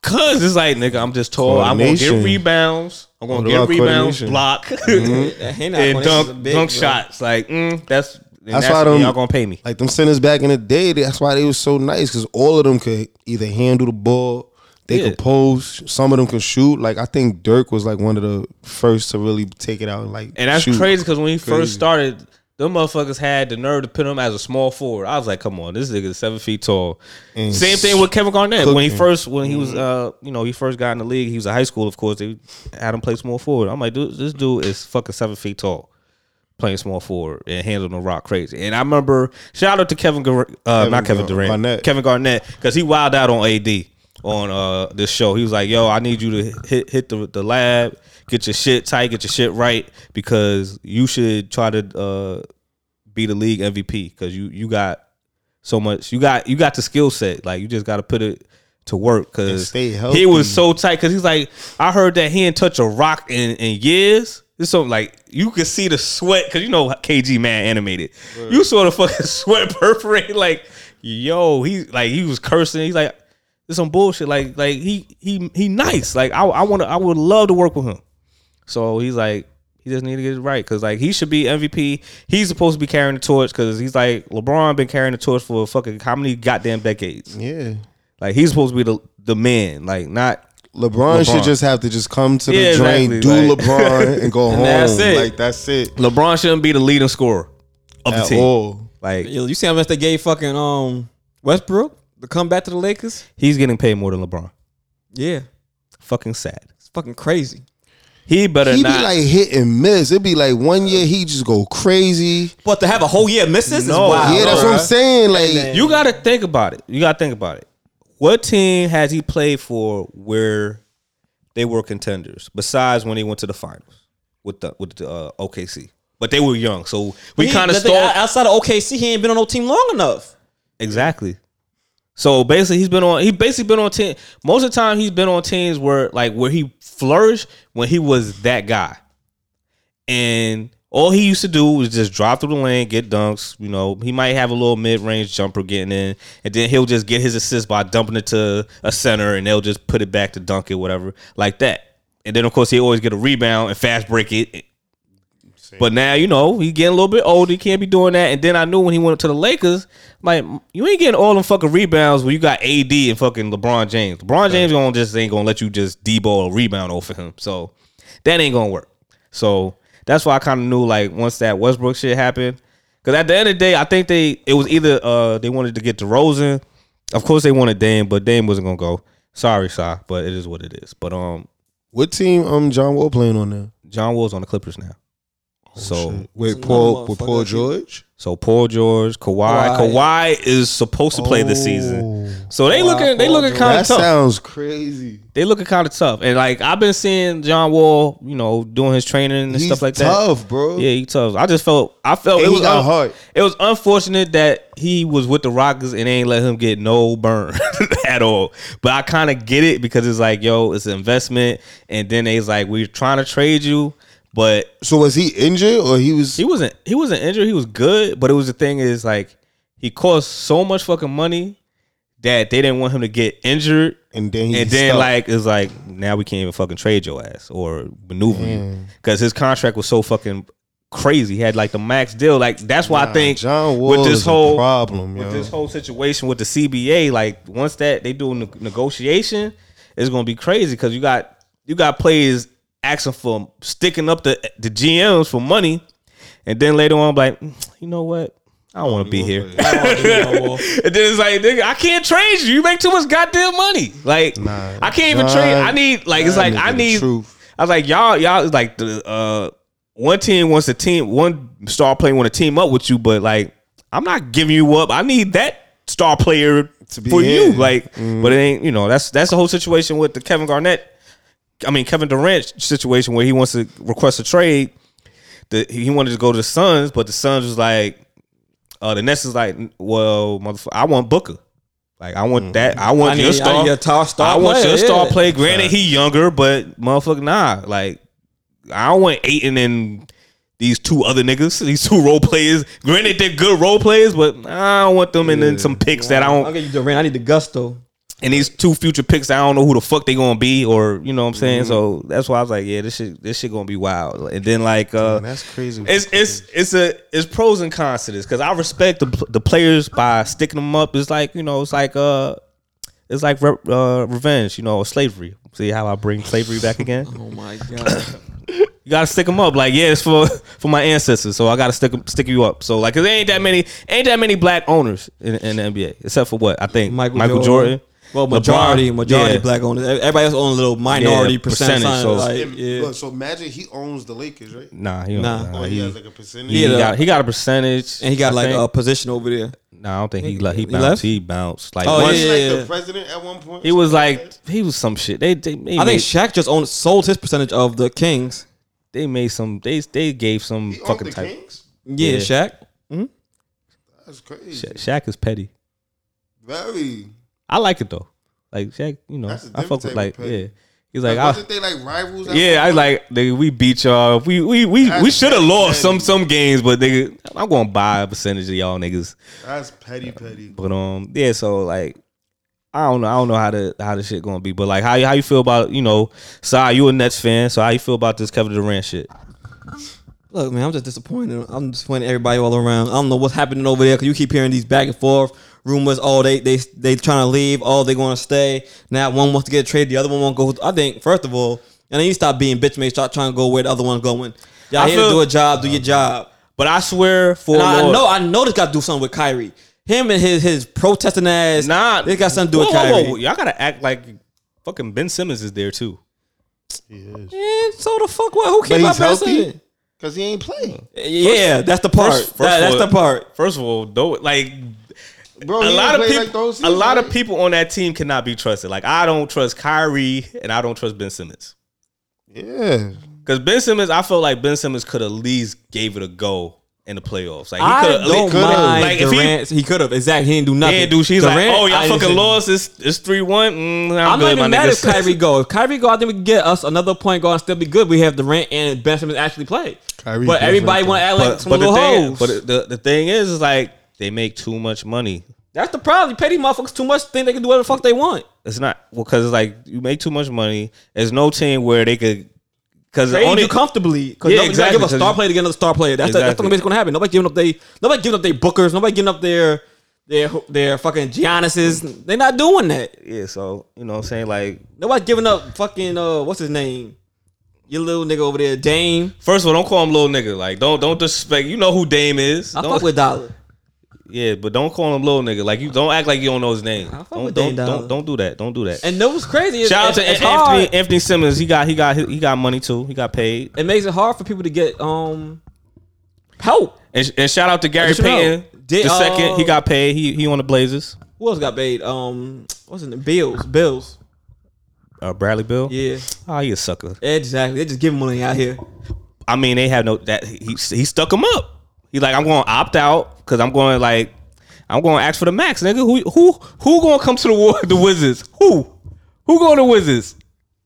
Cause it's like nigga, I'm just tall. I'm gonna get Coordination. rebounds. I'm gonna What get about rebounds, coordination? block, That hand eye and coordination's dunk big, dunk bro. shots. Like mm, that's That's that's, why why them- y'all gonna pay me. Like them centers back in the day, that's why they was so nice because all of them could either handle the ball, they Yeah. could pose. Some of them could shoot. Like I think Dirk was like one of the first to really take it out and like. And that's shoot. crazy because when he first started, the Them motherfuckers had the nerve to put him as a small forward. I was like, come on, this nigga's seven feet tall. Same thing with Kevin Garnett. When he first, when he was, uh, you know, he first got in the league, he was a high school, of course. They had him play small forward. I'm like, dude, this dude is fucking seven feet tall, playing small forward and handling the rock crazy. And I remember, shout out to Kevin, Gar- uh, not Kevin Gar- Durant, Garnett. Kevin Garnett, because he wilded out on AD on uh this show. He was like, "Yo, I need you to hit hit the the lab, get your shit tight, get your shit right, because you should try to uh be the league MVP because you you got so much. You got you got the skill set. Like you just got to put it." To work because stay he healthy. was so tight. Because he's like, I heard that he ain't touch a rock in, in years. It's something like you could see the sweat because you know KG man animated. You saw the fucking sweat perforate. Like, yo, he like he was cursing. He's like, this some bullshit. Like like he he he nice. Like I I want to I would love to work with him. So he's like he just need to get it right because like he should be MVP. He's supposed to be carrying the torch because he's like LeBron been carrying the torch for fucking how many goddamn decades. Yeah. Like he's supposed to be the the man. Like not LeBron, should just have to just come to the Yeah, drain, exactly, do like- LeBron, and go home. that's it. Like that's it. LeBron shouldn't be the leading scorer of the At team. all. Like Yo, you see how much they gave fucking um Westbrook to come back to the Lakers? he's getting paid more than LeBron. Yeah, Fucking sad. it's fucking crazy. He better He be not. like hit and miss. It'd be like one year he just go crazy. But to have a whole year miss this No. is wild. yeah, that's bro. what I'm saying. Like you got to think about it. You got to think about it. What team has he played for where they were contenders? Besides when he went to the finals with the with the uh, OKC, but they were young, so we He- kind of the thing, stalled. outside of OKC. He ain't been on no team long enough. Exactly. So basically, he's been on. He basically been on team. Most of the time, he's been on teams where like where he flourished when he was that guy, and all he used to do was just drive through the lane, get dunks. You know, he might have a little mid range jumper getting in, and then he'll just get his assist by dumping it to a center, and they'll just put it back to dunk it, whatever, like that. And then of course he always get a rebound and fast break it. But now you know he getting a little bit older. He can't be doing that. And then I knew when he went to the Lakers, like you ain't getting all them fucking rebounds when you got AD and fucking LeBron James. LeBron James gonna just ain't gonna let you just d ball a rebound off of him. So that ain't gonna work. So that's why I kind of knew like once that Westbrook shit happened, because at the end of the day, I think they it was either uh they wanted to get DeRozan. Of course they wanted Dame, but Dame wasn't gonna go. Sorry, Si, but it is what it is. But um, what team? Um, John Wall playing on there? John Wall's on the Clippers now. so. With Some Paul, other with motherfucker Paul that you- George. So Paul George, Kawhi, Kawhi, Kawhi. is supposed to play this Oh, season. So they looking, they Paul looking George. kind That of tough. sounds crazy. they looking kind of tough. And like I've been seeing John Wall, you know, doing his training and He's stuff like that. tough, bro. Yeah, he tough. I just felt, I felt And it he was got heart. It was unfortunate that he was with the Rockets and they ain't let him get no burn at all. But I kind of get it because it's like, yo, it's an investment, and then they's like, we're trying to trade you, but So was he injured or he was? he wasn't he wasn't injured. He was good, but it was the thing is like he cost so much fucking money that they didn't want him to get injured. and then he And then stuck. like it's like now we can't even fucking trade your ass or maneuver you because his contract was so fucking crazy. He had like the max deal. Like that's why I think John Wall with this is a whole problem, yo. with this whole situation with the CBA, like once that they do a neg- negotiation, it's gonna be crazy because you got you got players asking for sticking up the the GMs for money, and then later on, like you know what, I don't want to be here. Oh, and then it's like nigga, I can't trade you. You make too much goddamn money. Like I can't even Nah, trade. I need like it's nah, like nigga, I the need. truth. I was like y'all y'all it's like the uh one team wants to team one star player want to team up with you, but like I'm not giving you up. I need that star player be for you. in. Mm-hmm. Like, but it ain't you know that's that's the whole situation with the Kevin Garnett. I mean Kevin Durant situation where he wants to request a trade. The, he wanted to go to the Suns, but the Suns was like, uh, the Nets is like, well, motherfucker, I want Booker. Like I want that. I want I need- I your star. need your tar- star I want player, your star yeah. player. Granted, he younger, but motherfucker, nah. Like I don't want Aiton and these two other niggas, these two role players. Granted, they're good role players, but I don't want them and then some picks that I I'll don't. get you Durant. I need the gusto. And these two future picks, I don't know who the fuck they gonna be, or you know what I'm saying. So that's why I was like, yeah, this shit, this shit gonna be wild. And then like, uh, That's crazy. it's it's it's a it's pros and cons to this because I respect the pl- the players by sticking them up. It's like you know, it's like uh, it's like re- uh, revenge, you know, slavery. See how I bring slavery back again? Oh my god. You gotta stick them up. Like, yeah, it's for for my ancestors, so I gotta stick 'em- stick you up. So like, 'cause there ain't that many, ain't that many black owners in, in the NBA, except for what I think Michael, Jordan. Well, LeBron. majority, majority Yeah. black owners. Everybody else owns a little minority Yeah, percentage. percentage, so- like, Him- yeah. Look, so Magic, he owns the Lakers, right? Nah, he don't, Nah. nah. Oh, he, he, has like a percentage. he Yeah. got he got a percentage, And he got I like think. a position over there. Nah, I don't think he left. He he bounced. left? He bounced. Like Oh, once, Wasn't he, Yeah. like the president at one point. he was like he was some shit. They they, I they made, think Shaq just owned sold his percentage of the Kings. they made some they they gave some he owned fucking the type. Kings. Yeah, Yeah. Shaq. That's crazy. Sha- Shaq is petty. Very. I like it though. Like Shaq, you know, That's a I fuck different with type like of petty. yeah. He's like I, Wasn't they like rivals? at yeah. I one like nigga. We beat y'all. We we we, we That's should have petty. lost some some games, but nigga, I'm gonna buy a percentage of y'all niggas. point? That's petty, petty. But um, yeah. So like, I don't know. I don't know how the how the shit gonna be. But like, how you- how you feel about you know, Si, you a Nets fan? So how you feel about this Kevin Durant shit? Look, man, I'm just disappointed. I'm disappointed everybody all around. I don't know what's happening over there because you keep hearing these back and forth rumors. Oh, they they they trying to leave. Oh, they going to stay. Now one wants to get traded, the other one won't go. I think first of all, and then you stop being bitch made. Start trying to go where the other one's going. Y'all I here to feel- do a job. Do your job. But I swear for And I Lord- know I know this got to do something with Kyrie. Him and his his protesting ass. Nah, this got something to do with whoa, whoa, Kyrie. whoa, Y'all gotta act like fucking Ben Simmons is there too. Man, so the fuck what? Who But keep he's my healthy person? because he ain't playing. Yeah, that's the part. First- first That- that's of the all- part. First of all, though, like Bro, a Oh, he lot ain't of played, people, like, the whole season, a lot of right? people on that team cannot be trusted. Like I don't trust Kyrie and I don't trust Ben Simmons Yeah. because Ben Simmons, I felt like Ben Simmons could at least gave it a go in the playoffs. Like he could I at least don't could've. mind Like, if he- Durant. He, could have. Exactly. He didn't do nothing. Yeah, dude, she's Durant, like, oh, y'all I fucking didn't- lost. It's it's three one. Mm, I'm, I'm good, not even my mad if niggas. Kyrie go. If Kyrie go, I think we can get us another point guard and still be good. We have Durant and Ben Simmons actually play. Kyrie but does everybody like want to act like But, some but the little thing, hoes. but the, the thing is, is like they make too much money. that's the problem. You pay these motherfuckers too much. Think they can do whatever the fuck they want. It's not because it's like you make too much money. There's no team where they could because the Trade only you comfortably. Cause nobody- Yeah, you gotta exactly, Give a 'cause star you- player to get another star player. That's the, that's the Exactly. only way it's gonna happen. Nobody giving up they. Nobody giving up their bookers. Nobody giving up their their their fucking Giannis's. They're not doing that. yeah. So you know, what I'm saying like Nobody giving up fucking uh what's his name. Your little nigga over there, Dame. first of all, don't call him little nigga. Like don't don't disrespect. You know who Dame is. I Don't- fuck with Dollar. yeah, but don't call him little nigga. Like you don't act like you don't know his name. fuck Don't with don't, Dame don't Dollar. don't do that. Don't do that. And that was crazy. It's, Shout out it's, to it's An- hard. Anthony Anthony Simmons. He got he got he got money too. He got paid. It makes it hard for people to get um help. And, and shout out to Gary What you know? Payton. Did- the second he uh, got paid, he he on the Blazers. Who else got paid? Um, what's his name? Bills. Bills. Uh, Bradley Bill. Yeah, Oh, he a sucker. exactly. They just giving money out here. I mean, they have no that he he stuck him up. He like I'm going to opt out because I'm going like I'm going to ask for the max, nigga. Who who who going to come to the war the Wizards? Who who going to Wizards?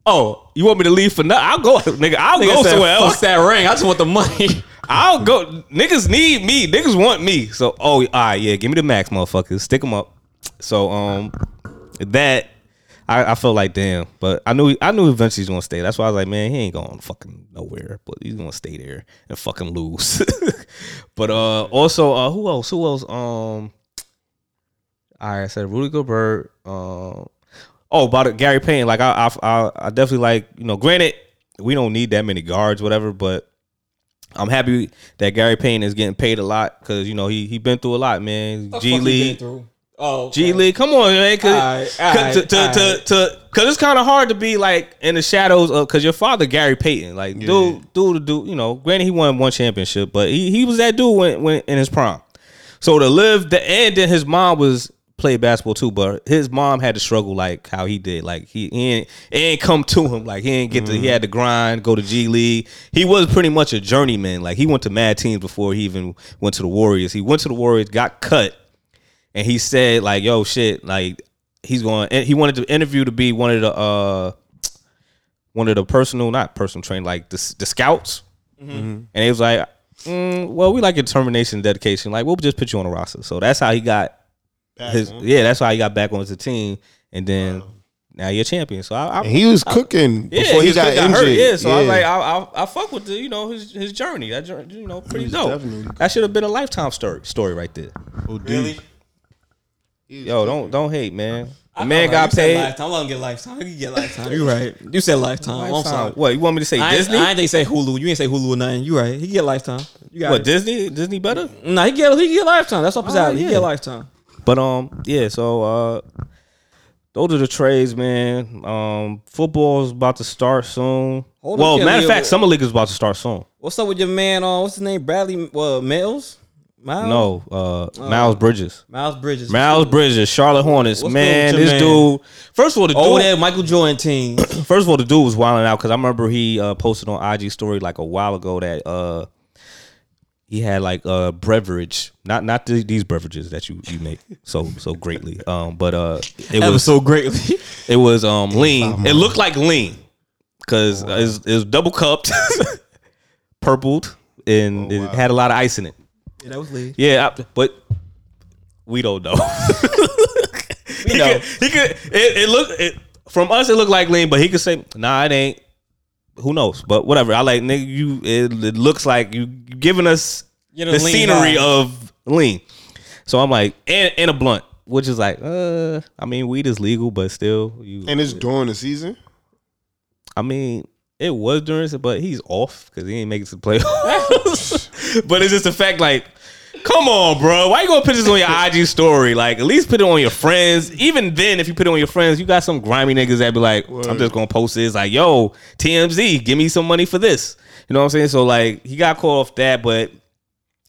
Oh, you want me to leave for nothing? I'll go, nigga. I'll Nigga go said, somewhere Fuck else. that ring. I just want the money. I'll go. Niggas need me. Niggas want me. So, oh, all right, yeah. Give me the max, motherfuckers. Stick them up. So, um, that I, I felt like damn, but I knew I knew eventually he's gonna stay. That's why I was like, man, he ain't going fucking nowhere. But he's gonna stay there and fucking lose. but uh, also, uh, who else? Who else? Um, all right, I said Rudy Gobert. Um, oh, about it, Gary Payne. Like, I, I, I, I definitely like you know. Granted, we don't need that many guards, whatever, but. I'm happy that Gary Payne is getting paid a lot because you know he he been through a lot, man. G League, Oh, G League, come on, man. Cause, Alright, cause alright, to, to, to, alright. to- cause it's kind of hard to be like in the shadows of because your father Gary Payton, like dude, dude, dude, you know. Granted, he won one championship, but he, he was that dude when, when in his prime. So to live the and then his mom was played basketball too, but his mom had to struggle like how he did. Like he, he ain't it ain't come to him. Like he ain't get to he had to grind, go to G League. He was pretty much a journeyman. Like he went to mad teams before he even went to the Warriors. He went to the Warriors, got cut and he said like yo shit like he's going and he wanted to interview to be one of the uh one of the personal not personal train like the, the scouts Mm-hmm. and he was like mm, well we like your determination and dedication like we'll just put you on the roster so that's how he got his yeah that's how he got back onto the team and then now you're a champion so i, I And he was cooking yeah, before he, his got, kid injured. Yeah, so I was like, I, I, I fuck with the, you know, his his journey. That journey, you know, pretty dope. definitely That should have been a Oh, lifetime story story right there. really? Yo, don't don't hate, man. I man thought, got you said paid. Lifetime. I'm gonna get lifetime. You get lifetime. You right. You said lifetime. I'm sorry. What you want me to say? I ain't, Disney? I ain't they say Hulu. You ain't say Hulu or nothing. You right. He get lifetime. You got what it. Disney? Disney better? Nah, he get he get lifetime. That's up his alley. He yeah. get lifetime. But um, yeah. So uh, those are the trades, man. Um, football's about to start soon. Hold on, well, matter of Kelly. fact, summer league is about to start soon. What's up with your man? On what's his name? Bradley uh, Mills. Miles? No, Oh. uh, Miles Bridges. Miles Bridges. Miles Bridges, Charlotte Hornets. What's man, good with this your man? dude. First of all, the dude. Oh, that Michael Jordan team. First of all, the dude was wilding out because I remember he uh, posted on IG story like a while ago that uh, he had like a beverage, not not th- these beverages that you you make so so greatly, um, but uh, it Ever was so greatly. it was um lean. It looked like lean because it, was, it was double cupped, purpled, and it had a lot of ice in it. yeah, that was Lee. Yeah, I, but we don't know. he know. could. He could it, it looked it, from us. It looked like lean, but he could say, "Nah, it ain't." Who knows? But whatever. I like nigga. You. It, it looks like you giving us You know, the lean scenery vibe. of lean. So I'm like, and, and a blunt, which is like, uh, I mean, weed is legal, but still, you. And it's during the season. I mean, it was during, but he's off because he ain't make it to the playoffs. but it's just the fact, like, come on, bro, why you gonna put this on your IG story? Like, at least put it on your friends. Even then, if you put it on your friends, you got some grimy niggas that be like, I'm just gonna post this. Like, yo, TMZ, give me some money for this. You know what I'm saying? So like, he got caught off that, but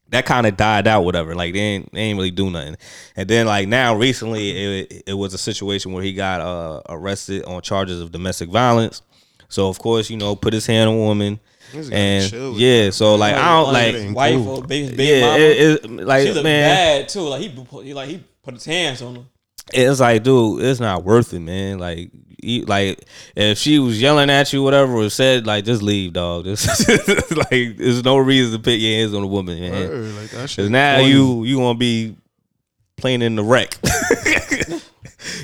that kind of died out, whatever. Like they ain't, they ain't really do nothing. And then like now recently, it, it was a situation where he got uh, arrested on charges of domestic violence. So of course, you know, put his hand on a woman, and chill with yeah. So like I don't like. wife or baby's baby Yeah, mama. it, it, like she looked man, bad too. Like he, bu- he like he put his hands on her. it's like, dude, it's not worth it, man. Like, you, like if she was yelling at you, whatever was said, like just leave, dog. Just like, there's no reason to put your hands on a woman, man. Word, like that shit Cause now corny. you you gonna be playing in the wreck.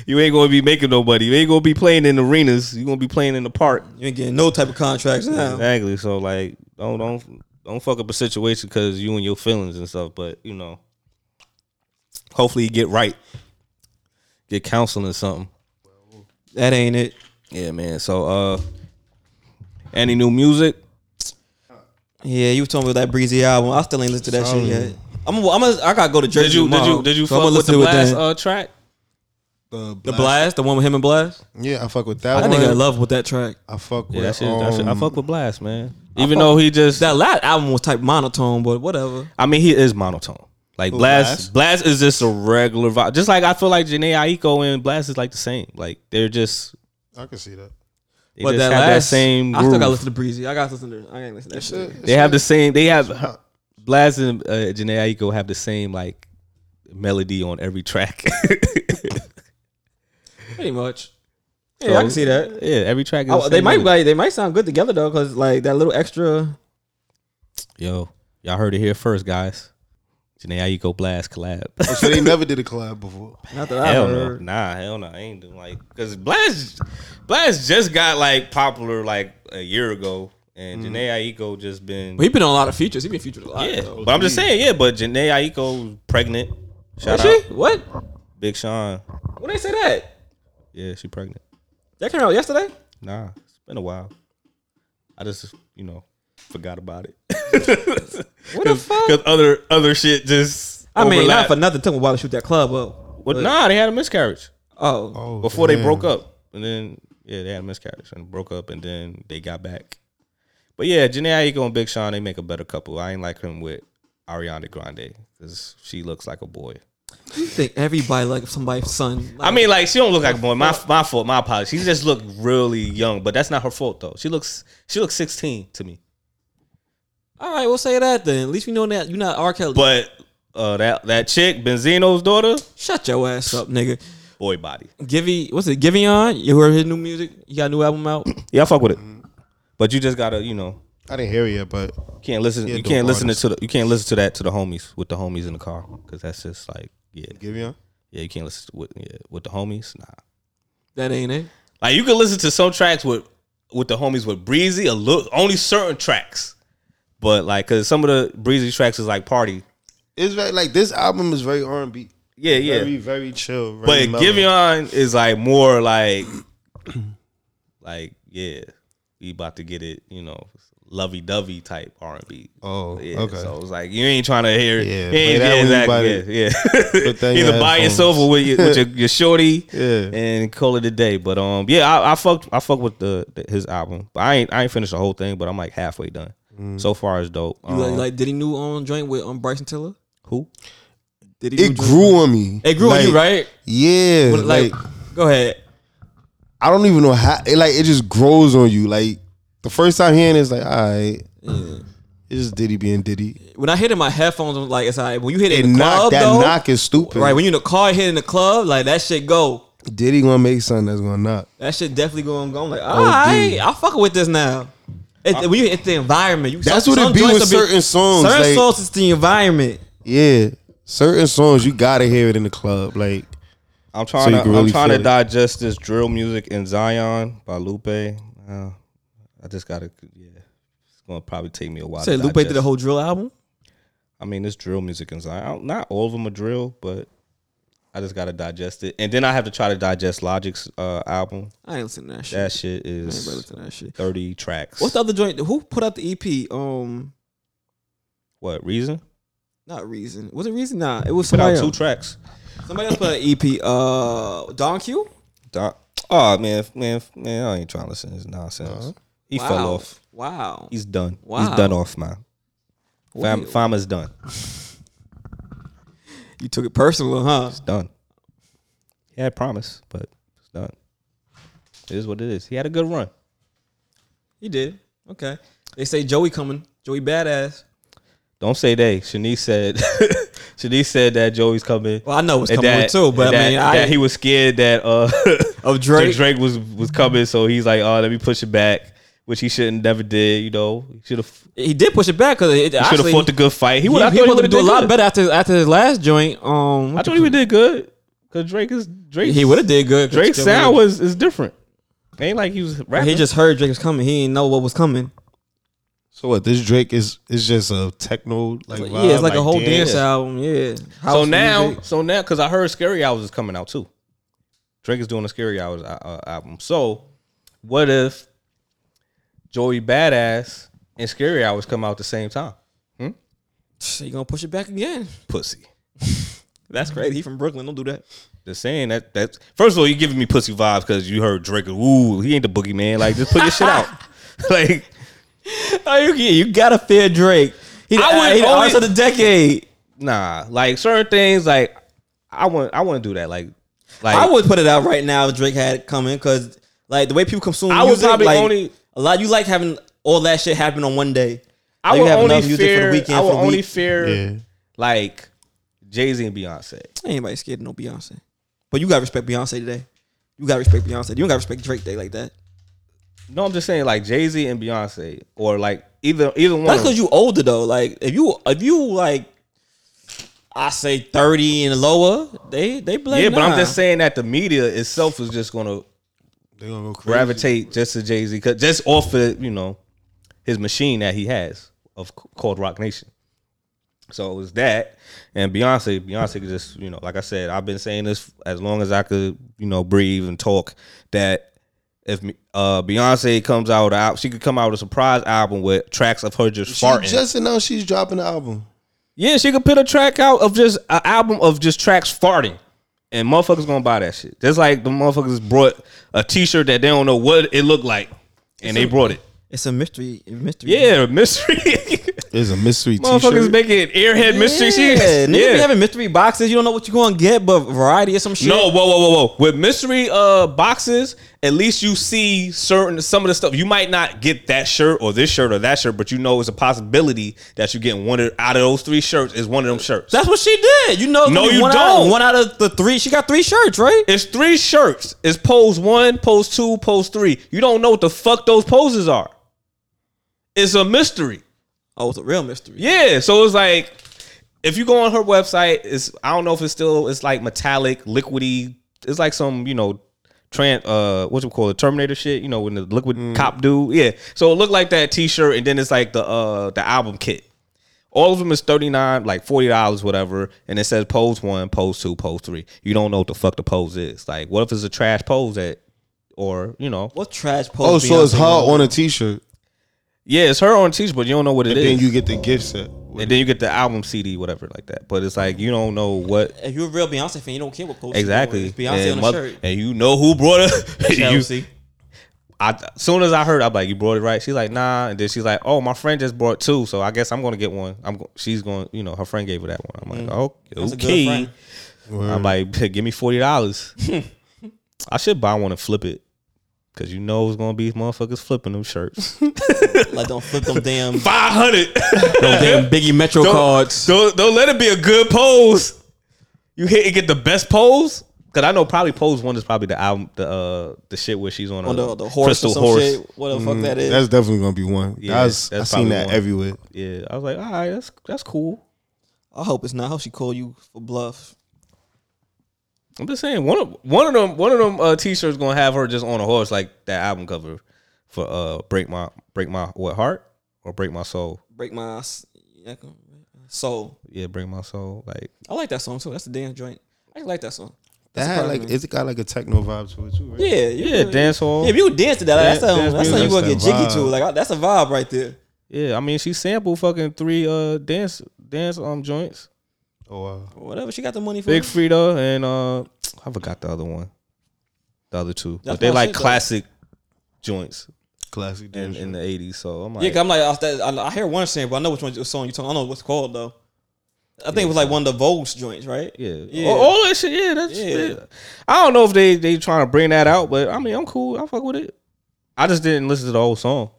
you ain't gonna be making nobody. You ain't gonna be playing in arenas. You gonna be playing in the park. You ain't getting no type of contracts now. Exactly. So like, don't don't don't fuck up a situation because you and your feelings and stuff. But you know, hopefully you get right, get counseling or something. That ain't it. Yeah, man. So uh, any new music? Yeah, you told me about that breezy album. I still ain't listened to that shit yet. I'm, I'm a, I gotta go to Jersey Did you did tomorrow, you did you so fuck I'ma with the uh, listen to it last then. uh, track? The the blast, the one with him and Blast. Yeah, I fuck with that I one. think I love with that track. I fuck with. Yeah, that shit, um, that shit, I fuck with Blast, man. Even though he just That last album was type monotone, but whatever. I mean, he is monotone. Like Blast, Blast is just a regular vibe. Just like I feel like Janae Aiko and Blast is like the same. Like they're just, I can see that. they But just that have last that same. I still groove. gotta listen to breezy. I gotta listen to. I ain't listen to that shit. Shit, They have the same. They have Blast and uh, Janae Aiko have the same like melody on every track. Pretty much. Yeah, I can see that. yeah, every track. Is Oh, the they same might melody. like they might sound good together though, cause like that little extra. Yo, y'all heard it here first, guys. Janae Aiko Blast collab. So they never did a collab before. Not that I Hell no, heard. nah, hell no, I ain't doing like because Blast, Blast just got like popular like a year ago, and Janae Aiko just been But he been on a lot of features. He been featured a lot. Mm-hmm. yeah. though. But I'm just saying, yeah. But Janae Aiko pregnant. Shout Is out she? What? Big Sean. When they say that? Yeah, she pregnant. That came out yesterday. Nah, it's been a while. I just you know forgot about it. What the fuck? Because other other shit just I mean, overlapped. not for nothing. Took him a while to shoot that club up. But nah, they had a miscarriage. Oh, before they broke up, and then yeah, they had a miscarriage and broke up, and then they got back. But yeah, Janae Aiko and Big Sean they make a better couple. I ain't like him with Ariana Grande because she looks like a boy. you think everybody like somebody's son? I mean, like she don't look like a boy. My my fault, my apologies. She just looked really young, but that's not her fault though. She looks she looks sixteen to me. all right, we'll say that then. At least we know that you're not R. Kelly. But uh, that that chick Benzino's daughter, Shut your ass up, nigga. boy body. Givy, what's it? Giveon, you heard his new music? You got a new album out? Yeah, I fuck with it. But you just gotta you know I didn't hear it yet, but can't listen. you dope can't listen artist. to the. You can't listen to that to the homies with the homies in the car because that's just like yeah, give you. yeah. You can't listen to with yeah, with the homies. Nah, That ain't it. like you can listen to some tracks with with the homies with breezy. A look only certain tracks, but like because some of the breezy tracks is like party. It's very, like this album is very R and B. yeah, yeah. Very, very chill. but Very mellow. Giveon is like more like, like yeah, we about to get it. You know, lovey dovey type R and B. Oh, yeah. okay. So it's like you ain't trying to hear. Yeah, Yeah, play that when you yeah, exactly. Yeah, that yeah. in your Either by headphones. yourself or with your, with your, your shorty. Yeah. and call it a day. But um, yeah, I, I fucked I fucked with the, the- his album. But I ain't I ain't finished the whole thing. But I'm like halfway done. Mm. So far, it's dope. You like, Uh-huh. Um, like did he new on joint with um Bryson Tiller? who? Did he? It grew on me. It grew on you, Like, right? Yeah. But, like, like, go ahead. I don't even know how. It, like it just grows on you. Like the first time hearing it, it's like, all right, it's just Diddy being Diddy. When I hit it in my headphones, I'm like, it's like when you hit it in And the knock club, that though, knock is stupid. right? When you in the car, hit in the club, like that shit go. Diddy gonna make something that's gonna knock. That shit definitely going go. I'm like, all right, I'm fucking with this now. It, when you hit the environment, you That's what it be joints with will certain songs, Certain like- songs, it's the environment. Yeah. Certain songs you gotta hear it in the club. Like I'm So trying you to can really I'm trying feel to it. digest this drill music in Zion by Lupe. Uh, I just gotta yeah. It's gonna probably take me a while. Say to Lupe did digest. the whole drill album. I mean, this drill music in Zion. I don't- Not all of them are drill, but I just gotta digest it, and then I have to try to digest Logic's uh, album. I ain't listening to that shit. That shit I ain't really is listening to that shit. thirty tracks. What's the other joint? Who put out the EP? Um, what reason? not Reason. Was it Reason? Nah, it was Put somebody out two else. tracks. somebody else put out an EP. Uh, Don Q. Doc- Oh man, f- man, f- man! I ain't trying to listen to this nonsense. He fell off. Wow. He's done. Wow. He's done off, man. Fam- Wow. Fama's done. you took it personal, huh? done. He had promise, but it's done. It is what it is. He had a good run. You did. Okay. They say Joey coming. Joey badass. Don't say they. Shanice said. Shanice said that Joey's coming. Well, I know it's and coming that- too, but and I that, mean, I that he was scared that uh, of Drake. Drake was was coming, so he's like, "Oh, let me push it back," which he shouldn't never did. You know, he should have He did push it back because it should have actually fought the good fight. He he, would. I he, thought he was would gonna have do a lot good. better after after his last joint. Um, I thought he would did good because Drake is Drake. he would have did good. 'cause Drake's Joey- sound was is different. Ain't like he was rapping. He just heard Drake was coming. He didn't know what was coming. so what? This Drake is is just a techno But like vibe, yeah, it's like a whole dance, out. album. Yeah. so House now, music. so now, because I heard Scary Hours is coming out too. Drake is doing a Scary Hours uh, uh, album. So, what if Joey Badass and Scary Hours come out the same time? you gonna push it back again? Pussy. That's crazy. He from Brooklyn. Don't do that. Just saying that. That's first of all, you giving me pussy vibes because you heard Drake. Ooh, he ain't the boogeyman. Like, just put your shit out. Like, Oh, you, you gotta fear Drake. He, I would he the always- artist of the decade. nah. Like certain things, like I want, I want to do that. Like, like I would put it out right now if Drake had it coming because like the way people consume I would music, probably like, only- a lot. You like having all that shit happen on one day. I Like, you would have only enough music for the fear. weekend, I for would the only week. fear Yeah. like Jay Z and Beyonce. Ain't nobody scared of no Beyonce, but you gotta respect Beyonce today. You gotta respect Beyonce. You don't gotta respect Drake Day like that. No, I'm just saying like Jay Z and Beyonce, or like either either one. That's of them. because you older though. Like if you if you like, I say thirty and lower, they they blame. yeah, but I'm just saying that the media itself is just gonna They gonna go crazy. gravitate just to Jay Z, just off of you know his machine that he has of called Rock Nation. So it was that, and Beyonce, Beyonce could just you know, like I said, I've been saying this as long as I could, you know, breathe and talk. That if uh Beyonce comes out, with a al- she could come out with a surprise album with tracks of her just She farting. just announced she's dropping the album. Yeah, she could put a track out of just an album of just tracks farting. And motherfuckers gonna buy that shit. Just like the motherfuckers brought a t shirt that they don't know what it looked like. And they brought it. it's a mystery. Mystery. Yeah, mystery. There's a mystery motherfuckers t-shirt. making airhead mystery shit. Yeah, niggas be Yeah. having mystery boxes. You don't know what you're gonna get, but variety or some shit. No, whoa, whoa, whoa, whoa. With mystery uh boxes, at least you see certain some of the stuff. You might not get that shirt or this shirt or that shirt, but you know it's a possibility that you're getting one of, out of those three shirts is one of them shirts. That's what she did. You know, No, one you Out of, don't. one out of the three, she got three shirts, right? It's three shirts. It's pose one, pose two, pose three. You don't know what the fuck those poses are. It's a mystery. Oh, it's a real mystery. Yeah. So it's like if you go on her website, it's I don't know if it's still it's like metallic, liquidy. It's like some you know, tran uh what you call it Terminator shit. You know when the Mm. liquid cop do. Yeah. So it looked like that T-shirt, and then it's like the uh the album kit. All of them is thirty nine, like forty dollars, whatever. And it says pose one, pose two, pose three. You don't know what the fuck the pose is. Like, what if it's a trash pose that, or you know, What trash post? Oh, so it's Beyonce her was? on a T-shirt, yeah, it's her on t shirt, but you don't know what it and is. then you get the gift set. and then you get the album CD, whatever, like that. But it's like you don't know what If you're a real Beyonce fan, you don't care what post. exactly. It's Beyonce and on a mother- shirt. and you know who brought it. you, Chelsea. I soon as I heard, I'm like, you brought it right. She's like, nah, and then she's like, oh, my friend just brought two, so I guess I'm gonna get one. I'm go- she's going, to you know, her friend gave her that one. I'm like, oh, Mm. That's a good okay. friend. I'm like, give me forty dollars. I should buy one and flip it, cause you know it's gonna be motherfuckers flipping them shirts. like don't flip them damn them Five hundred. damn Biggie Metro cards. Don't don't let it be a good pose. You hit and get the best pose. Cause I know probably pose one is probably the album the uh the shit where she's on, uh, on a the, the horse or some shit. What the fuck that is? Mm-hmm. That's definitely gonna be one. Yeah, that's, that's I seen probably that one. everywhere. Yeah, I was like, all right, that's that's cool. I hope it's not. I hope she call you for bluff. I'm just saying one of one of them one of them uh, t-shirts gonna have her just on a horse like that album cover for uh break my break my what heart or break my soul. Break my s- soul. Yeah, break my soul. Like I like that song too. That's the dance joint. I like that song. That That's had a part like of me. it's got like a techno vibe to it too, right? yeah, you yeah, could- dance hall. Yeah, if you would dance to that, that's Dance- something. dance That's something you music. gonna get That's jiggy to. the vibe. Like I- that's a vibe right there. yeah, I mean she sampled fucking three uh dance dance um joints. Oh wow. Whatever she got the money for. Big Frida and uh I forgot the other one. The other two. That's but they my like shit, though. classic joints Classic in, dance. in the 80s. So I'm yeah, like 'cause I'm like I, was that- I, I hear one saying, but I know which one what song you talking. I don't know what's called though. I think it was like one of the Vogue's joints, right? Yeah. Yeah. All, all that shit. Yeah, that's Yeah. yeah. I don't know if they they trying to bring that out, but I mean, I'm cool. I fuck with it. I just didn't listen to the whole song.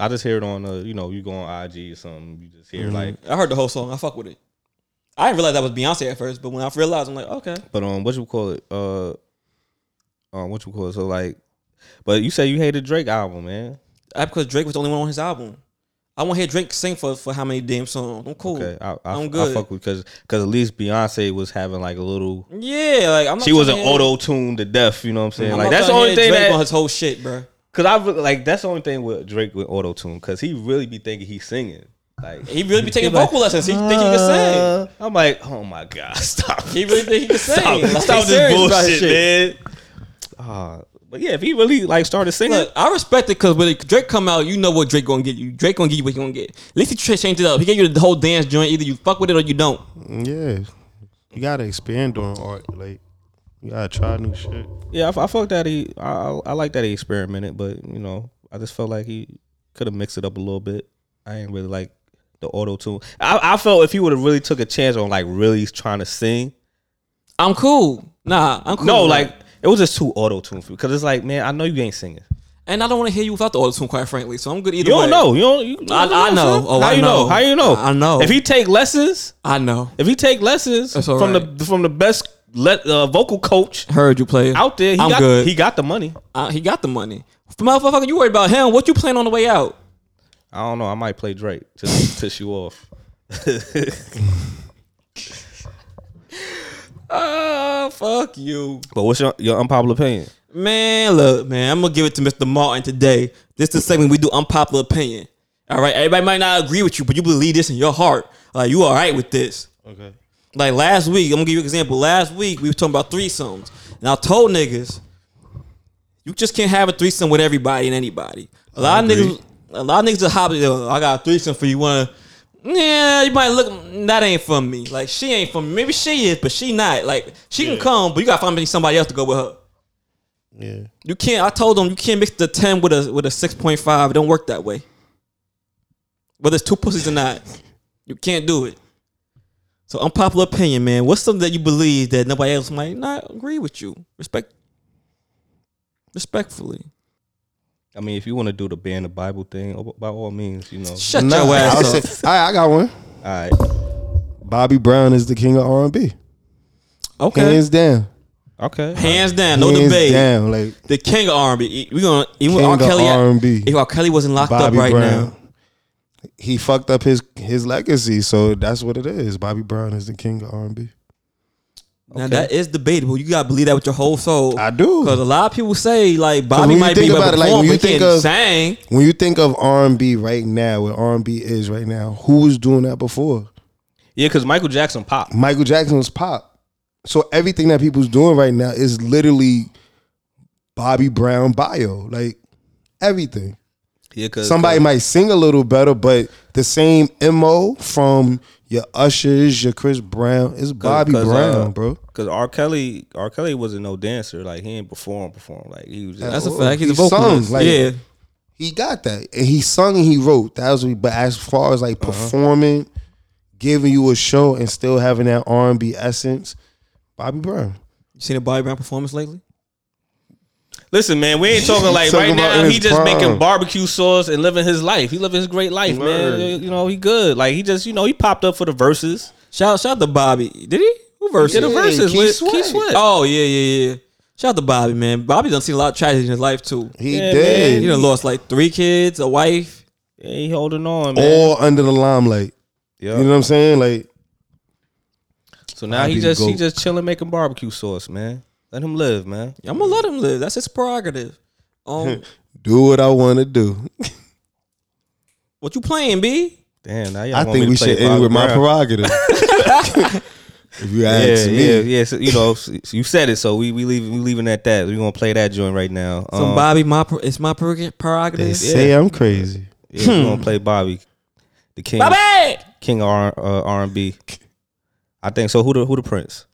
I just hear it on uh, you know, you go on IG or something, you just hear like I heard the whole song. I fuck with it. I didn't realize that was Beyonce at first, but when I realized, I'm like, okay. but um what you call it? Uh um what you call it? So like but you say you hated Drake album, man. I, because Drake was the only one on his album. I want to hear Drake sing for, for how many damn songs. I'm cool. Okay, I, I, I'm am good. good. I fuck with because because at least Beyonce was having like a little. Yeah, like I'm. Not She was an trying to hear- auto tuned to death. You know what I'm saying? I'm like not that's the trying to only hear thing Drake that on his whole shit, bro. Cause I really, like that's the only thing with Drake with auto tune, cause he really be thinking he's singing. Like He really be taking like, vocal lessons. He think he can sing. uh, I'm like, oh my god, stop! He really think he can sing. stop, Like, he's stop this serious about his bullshit, shit. man. Uh, but yeah, if he really like started singing, Look, I respect it because when Drake come out, you know what Drake gonna get you. Drake gonna get you what he gonna get. At least he tra- changed it up. He gave you the whole dance joint. Either you fuck with it or you don't. Yeah. You gotta expand on art. Like you gotta try new shit. yeah, I, I fuck that he. I, I I like that he experimented, but you know, I just felt like he could have mixed it up a little bit. I ain't really like the auto tune. I, I felt if he would have really took a chance on like really trying to sing, I'm cool. Nah, I'm cool. no, with like that. it was just too auto tune for because it's like, man, I know you ain't singing. and I don't want to hear you without the auto tune, quite frankly. So I'm good either You way. don't know. You don't. You, I- you don't I know. son. Oh, How I you know. How you know? I know. If he take lessons, I know. if he take lessons That's all from right. the from the best let, uh, vocal coach Heard you play out there, he I'm got good. he got the money. Uh, he got the money. Motherfucker, you worried about him? What you playing on the way out? I don't know. I might play Drake to piss you off. Ah, fuck you. But what's your, your unpopular opinion? Man, look, man, I'm gonna give it to Mr. Martin today. This is the segment we do unpopular opinion. All right, everybody might not agree with you, but you believe this in your heart. Like you all right with this. Okay. Like last week, I'm gonna give you an example. Last week we were talking about threesomes, and I told niggas, you just can't have a threesome with everybody and anybody. A lot of niggas, a lot of niggas are hopping. "Yo, I got a threesome for you. Wanna? Yeah, you might look. "Mm, That ain't for me. Like she ain't for me. Maybe she is, but she not. Like she can come, but you gotta find me somebody else to go with her. Yeah. You can't. I told them you can't mix the ten with a with a six point five. It don't work that way. Whether it's two pussies or not, you can't do it. So unpopular opinion, man. What's something that you believe that nobody else might not agree with you? Respect, respectfully. I mean, if you want to do the ban the Bible thing, oh, by all means, you know. All Shut Nah, your ass I'll up. say- all right, I got one. right. Bobby Brown is the king of R and B. okay, hands, Hands down. Okay. down, no Hands debate. down. Like The king of R&B. E, We gonna even with King R. of Kelly. R&B. If R. Kelly wasn't locked Bobby up right Brown. now, He fucked up his his legacy, so that's what it is. Bobby Brown is the king of R and B. Now that is debatable. You gotta believe that with your whole soul. I do. because a lot of people say like when Bobby you might think be about about it, like, when perform, but you you think think of- of sang. When you think of R and B right now, where R and B is right now, who was doing that before? Yeah, because Michael Jackson pop. Michael Jackson was pop. So everything that people's doing right now is literally Bobby Brown bio, like everything. Yeah, because Somebody might sing a little better, but the same mo from your Ushers, your Chris Brown is Bobby cause, Brown, uh, bro. Because R. Kelly, R. Kelly wasn't no dancer. Like he didn't perform, perform. Like he was just. That's a Oh, fact. He's a he sung, vocalist. like- yeah, He got that, and he sung and he wrote. That was, but as far as Uh-huh. like performing, giving you a show, and still having that R and B essence, Bobby Brown. you seen a Bobby Brown performance lately? Listen, man, we ain't talking like Talking right about now. in He his just prime. making barbecue sauce and living his life. He living his great life, man. You know, he good. Like he just, you know, he popped up for the verses. Shout shout out to Bobby. Did he? Who versed? Did the it? verses Keith with Sweat. Keith Sweat. Oh yeah, yeah, yeah. Shout out to Bobby, man. Bobby done seen a lot of tragedy in his life too. He Yeah, did man. He done lost like three kids, a wife. Yeah, he holding on, man. all under the limelight. Yeah. You know what I'm saying? Like so now he Bobby's just, he goat. just chilling making barbecue sauce, man. Let him live, man. I'm gonna let him live. That's his prerogative. Um, do what I want to do. what you playing, B? Damn, now y'all I want think me to we play should end Bobby with my Brown. prerogative. if you Yeah, ask yeah, me, yeah. So, you know, s- you said it, so we we leave we leaving at that. We gonna play that joint right now. Some Um, Bobby, my pre- it's my pre- prerogative. they Yeah. say I'm crazy. yeah, we gonna play Bobby, the king, Bobby. king of R and B. I think so. Who the who the prince?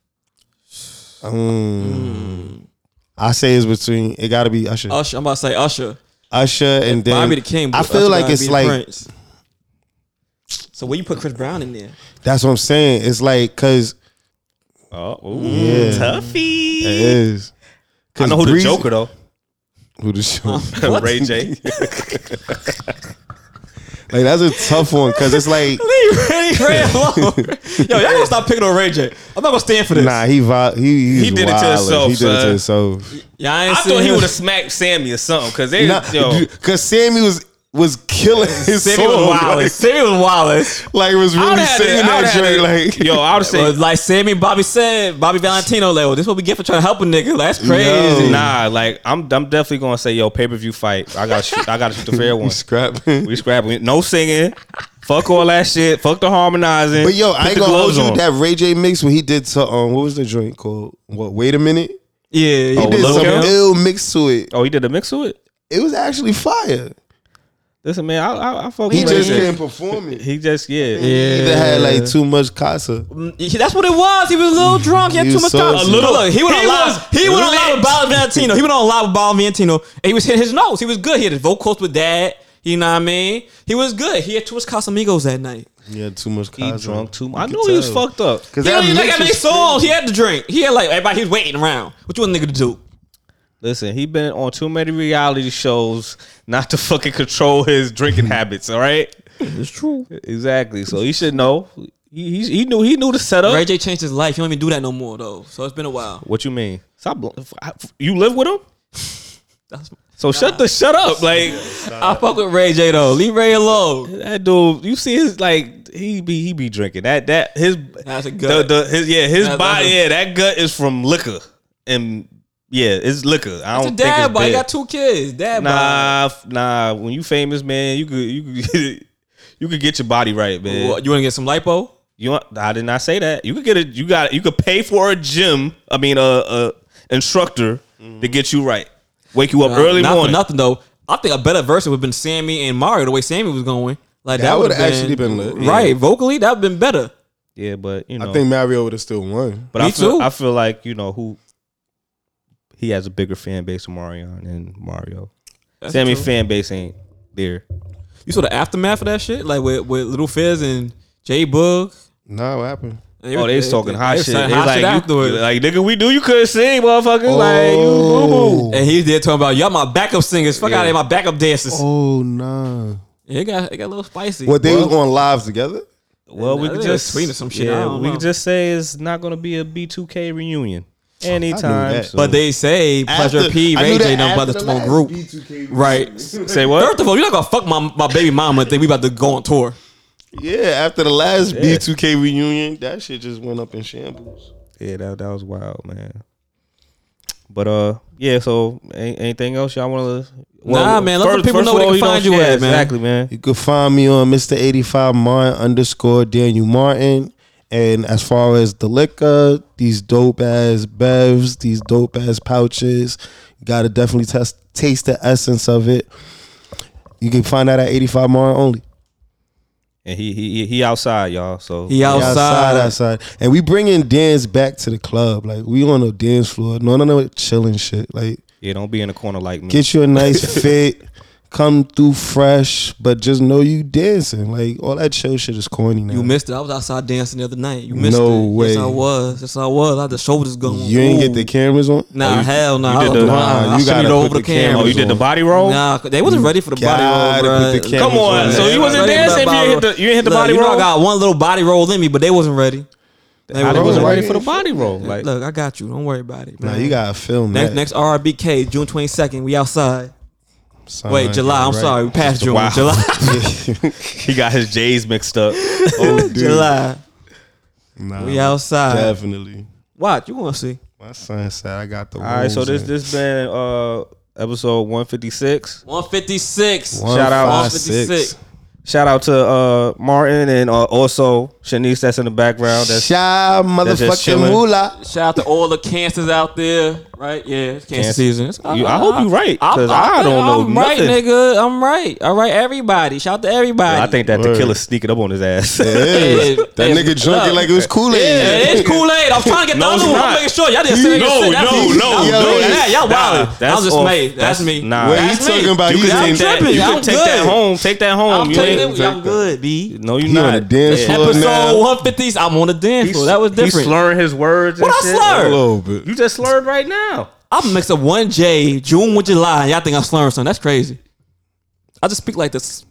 Um, I say it's between it got to be Usher, Usher. I'm about to say Usher. Usher, and then Oh. Bobby the King. but I feel Usher like gotta be it's the like Prince. So where you put Chris Brown in there? that's what I'm saying. It's like because Oh, Yeah. Tuffy. it is. I 'Cause know who Breezy- the Joker though. Who the Joker? What? Ray J. like that's a tough one because it's like Leave Ray, Ray alone. Yo, y'all gonna stop picking on Ray J. I'm not gonna stand for this. nah he vi- he He did it to wild. himself, He did it to son. himself. Y'all I ain't seen thought he him. would have smacked Sammy or something because they yo, because Sammy was was killing his Sammy was song, wild. like, Sammy was wild. like was I really would've had singing it- I that joint. would've had Like it. yo, I would have But said like Sammy and Bobby said, Bobby Valentino level. This what we get for trying to help a nigga. Like, that's crazy. Yo. nah. Like I'm, I'm definitely gonna say yo, pay per view fight. I got, shoot, I got to shoot the fair one. scrapping. We scrapping. No singing. Fuck all that shit. Fuck the harmonizing. But yo, Put I ain't the gonna hold gloves you on. that Ray J mix when he did to um what was the joint called? What? Wait a minute. Yeah, yeah. He did Oh, Lil some Kim? ill mix to it. Oh, he did a mix of it. It was actually fire. Listen, man, I, I, I fuck He with just Ray J. can't perform it. He just yeah. He either had like too much casa. Yeah, That's what it was. He was a little drunk. He had He too was much so time. drunk. Look, look, he went He on live. was He went on live lit. with Bobby Valentino. He went on live with Bobby Valentino, and he was hitting his notes. He was good. He had his vocals with dad. You know what I mean? He was good. He had two of his Casamigos that night. He had too much He casa. drunk too much. I You knew could he was tell. fucked up. He Cause don't that even like mix that many was- songs. He had to drink. He had like everybody. He was waiting around. What you want a nigga to do? Listen, he been on too many reality shows not to fucking control his drinking habits. All right, It's true. exactly. So he should know. He, he, he knew he knew the setup. Uh, Ray J changed his life. He don't even do that no more though. So it's been a while. What you mean? Stop. bl- You live with him, That's, so shut the shut up. Like I fuck with Ray J though. Leave Ray alone. that dude. You see his like he be he be drinking that that his That's a gut. The, the, his yeah his That's- body that's a- yeah that gut is from liquor and yeah it's liquor. I It's a don't think dad it's bod. He beer. got two kids. Dad bod. Nah, f- nah. When you famous, man, you could you could you could get your body right, man. What, You want to get some lipo? You want, I did not say that. You could get a you got you could pay for a gym. I mean, a, a instructor to get you right. Wake you up early Mm-hmm. Uh, not for morning. nothing though. I think a better version would have been Sammy and Mario the way Sammy was going. Like that, That would would've have actually been lit. right vocally. That would have been better. Yeah, but you know, I think Mario would have still won. but Me I feel too. I feel like you know who he has a bigger fan base of Mario than Mario. Sammy true. fan base ain't there. You saw the aftermath of that shit, like with with Little Fizz and J Bug. Nah, what happened? and Oh, they was everything. talking hot was shit. saying They was hot shit like, you, afterwards. like nigga, we do. You couldn't sing, motherfucker. Like you boo boo. Oh, and he did talking about y'all my backup singers. Fuck out of here, my backup dancers. oh nah. Yeah, it got it got a little spicy. What they was on live together? Well, we I could think it's just sweet or some shit. I don't we know. could just say it's not going to be a B2K reunion Oh, anytime. that. soon. but they say Pleasure After- P, I Ray knew J, that no after mother the small last group. B2K Right. say what? First of all, you're not gonna fuck my, my baby mama and think we about to go on tour. Yeah, after the last B2K reunion, that shit just went up in shambles. yeah, that that was wild, man. But uh, yeah. So any- anything else y'all want to? Nah, man, let the people know where they can find you at, man. Exactly, man. You can find me on Mr. 85 Martin underscore Daniel Martin. And as far as the liquor, these dope ass bevs, these dope ass pouches, you gotta definitely test taste the essence of it. You can find that at 85 Martin only. And he he he outside, y'all. So He Yeah, outside. outside, outside. And we bringing dance back to the club. Like we on the dance floor. No, no, no, chilling shit. Like yeah, don't be in the corner like me. get you a nice fit, come through fresh, but just know you dancing. Like all that show shit is corny now. You missed it. I was outside dancing the other night. You missed No it. way. Yes, I was. Yes, I was. I had the shoulders going. You ain't get the cameras on. Oh, Nah, hell no. Nah. did I the- was- Nah, nah, I you should've gotta did over put the the cameras camera. oh, you did the body roll. Nah, they wasn't ready for the body gotta roll, put bruh. the cameras Come on, on so that. you wasn't Ready for the dancing. You body didn't hit roll. the, you didn't hit the Look, body you Know roll. I got one little body roll in me, but they wasn't ready. They I wasn't wasn't ready. ready for the body roll. Like Look, I got you. Don't worry about it. Nah, man. you gotta film next that. next RBK June twenty second. We outside. Son, Wait, July. I'm right. sorry. We passed June. Wow. July. he got his J's mixed up. Oh, dude. July. Nah, We outside. Definitely. Watch. You gonna see? My son said I got the. All right, so rules this in. this been uh episode one fifty six. One fifty six. One, shout out five, 156. six. Shout out to uh Martin and uh, also Shanice that's in the Oh, background. That's Shy just motherfucking chilling. moolah. Shout out to all the cancers out there, right? Yeah, it's cancer Cancer. season. It's- You- I hope you right, 'cause I think don't know I'm right, nothing. nigga. I'm right. All right, everybody. Shout out to everybody. I think that the Word. killer sneaking up on his ass. Hey, Yeah, that nigga drunk it look. like it was Kool Aid. Yeah, it's Kool Aid. I was trying to get the No, other it's one. I'm not. making sure y'all didn't say No, that. no, That's- no, I'm no, doing it's- that. Y'all nah, wild. that's I'm just off- made. That's, that's- me. nah. Wait, that's he's talking about You he's can can I'm take in. that, tripping. you I'm can take good. that home. Take that home. I'm you taking ain't, it. I'm good, B. no, you He on not. the dance floor now. Episode 150. I'm on the dance floor. That was He's different. slurring his words. and What I shit. slurred? A little bit. You just slurred right now. I'm mixed up one J, June with July, and y'all think I'm slurring something. That's crazy. I just speak like this.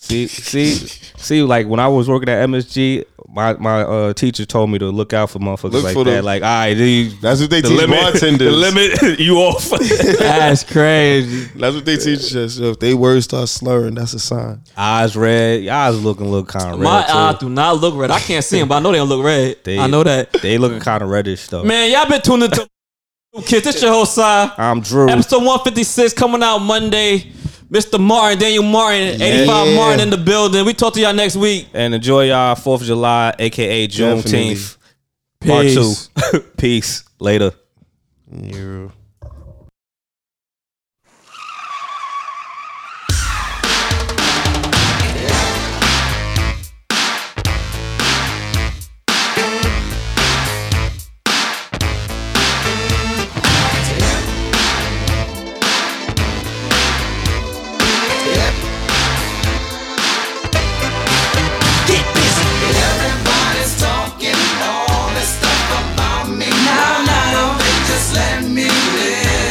See, see, see. Like when I was working at MSG, my my uh, teacher told me to look out for motherfuckers Look like for that. the- like, all right, these, That's what they the teach limit, bartenders. the limit, you off. That's crazy. That's what they teach us. So if they words start slurring, that's a sign. eyes red, your eyes looking a little kind of red. My too. eyes do not look red. I can't see them, but I know they don't look red. They- I know that. They looking kind of reddish though. Man, y'all been tuning to Kids. This your host, side. I'm Drew. Episode 156 coming out Monday. Mr. Martin, Daniel Martin, 85 Yeah. Martin in the building. We talk to y'all next week. and enjoy y'all Fourth of July, aka Juneteenth, part Peace. two. Peace. Later. Yeah. get busy. Everybody's talking all this stuff about me. Now, now, they just let me live.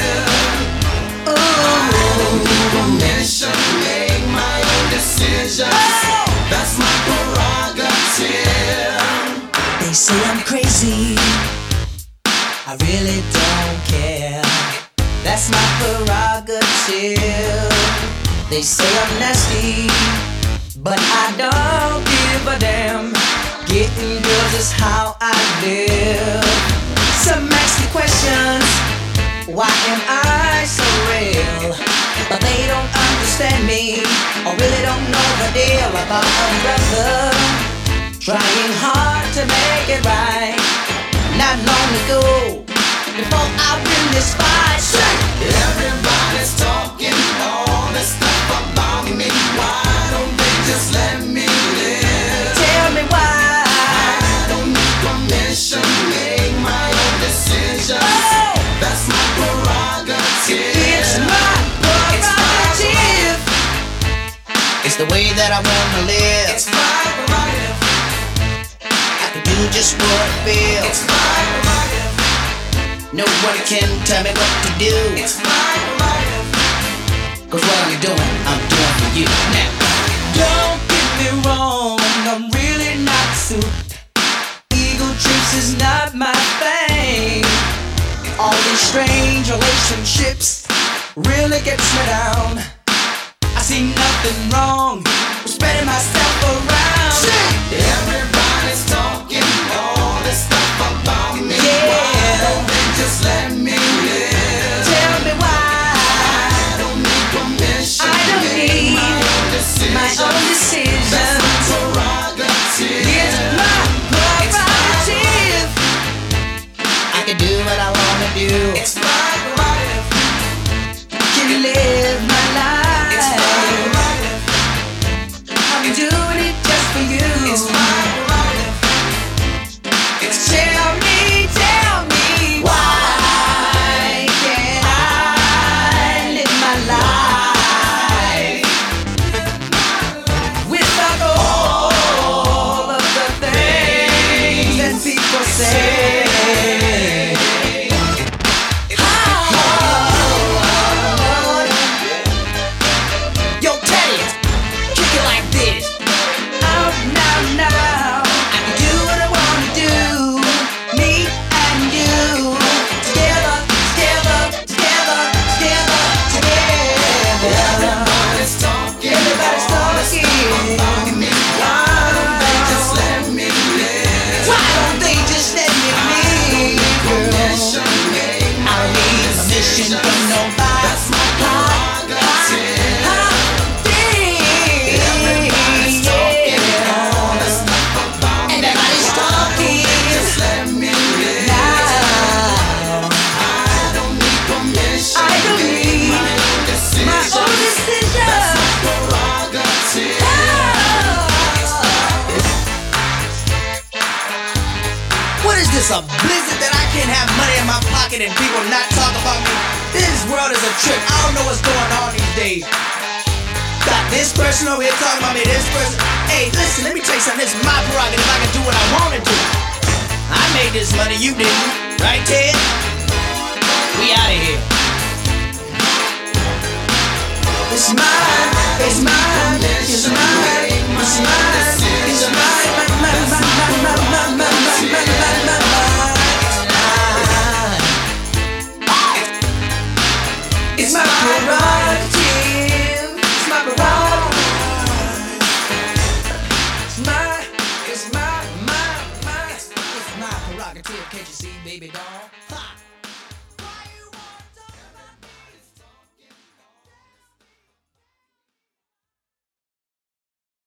Mission, make my own decisions. That's my prerogative. They say I'm crazy. I really don't care. That's my prerogative. They say I'm nasty, but I don't give a damn. Getting girls is how I live. Some ask me questions. Why am I so real? But they don't understand me, or really don't know the deal about umbrella. Trying hard to make it right. Not long ago, before I win this fight, say, Everybody's talking all this stuff about me. Why don't they just let me live? tell me why. I don't need permission, make my own decisions. That's my prerogative. It's my prerogative. It's the way that I wanna live. It's my prerogative. I can do just what I feel. It's my prerogative. Nobody can tell me what to do. It's my prerogative. Cause what I'm doing, I'm doing for you now. Don't get me wrong, I'm really not suited. Eagle trips is not my thing. All these strange relationships really gets me down. I see nothing wrong with spreading myself around. Everybody's talking all this stuff about me. Yeah. don't they just let me live? Tell me why I don't need permission. I don't need my own decision. It's my prerogative. I can do what I wanna do. It's can live my life. I'm doing it just for you. Tell me, tell me why can't I live my life without all of the things that people say? How? Yo, Teddy, kick it like this. Oh no no, I can do what I wanna do. Me and you, together, together, together, together, together. Everybody's talking. Why don't they just let me be, girl? I don't need permission from nobody. That's my Everybody's talking. Everybody's talking. Just let me live. I don't need permission. I don't need my own decision. What is this, a blizzard that I can't have money in my pocket and people not talk about me? This world is a trip. I don't know what's going on these days. Got this person over here talking about me, this person. Hey, listen, let me tell you something. This is my prerogative. I can do what I want to do. I made this money, you didn't. Right, Ted? We out of here. It's mine, it's mine, it's mine, it's mine, it's mine, mine, mine, mine, mine, mine, mine, mine, mine, mine, mine, mine. It's my prerogative. It's my prerogative. It's my, it's my, my, my, it's my prerogative. Can't you see, baby doll? Ha!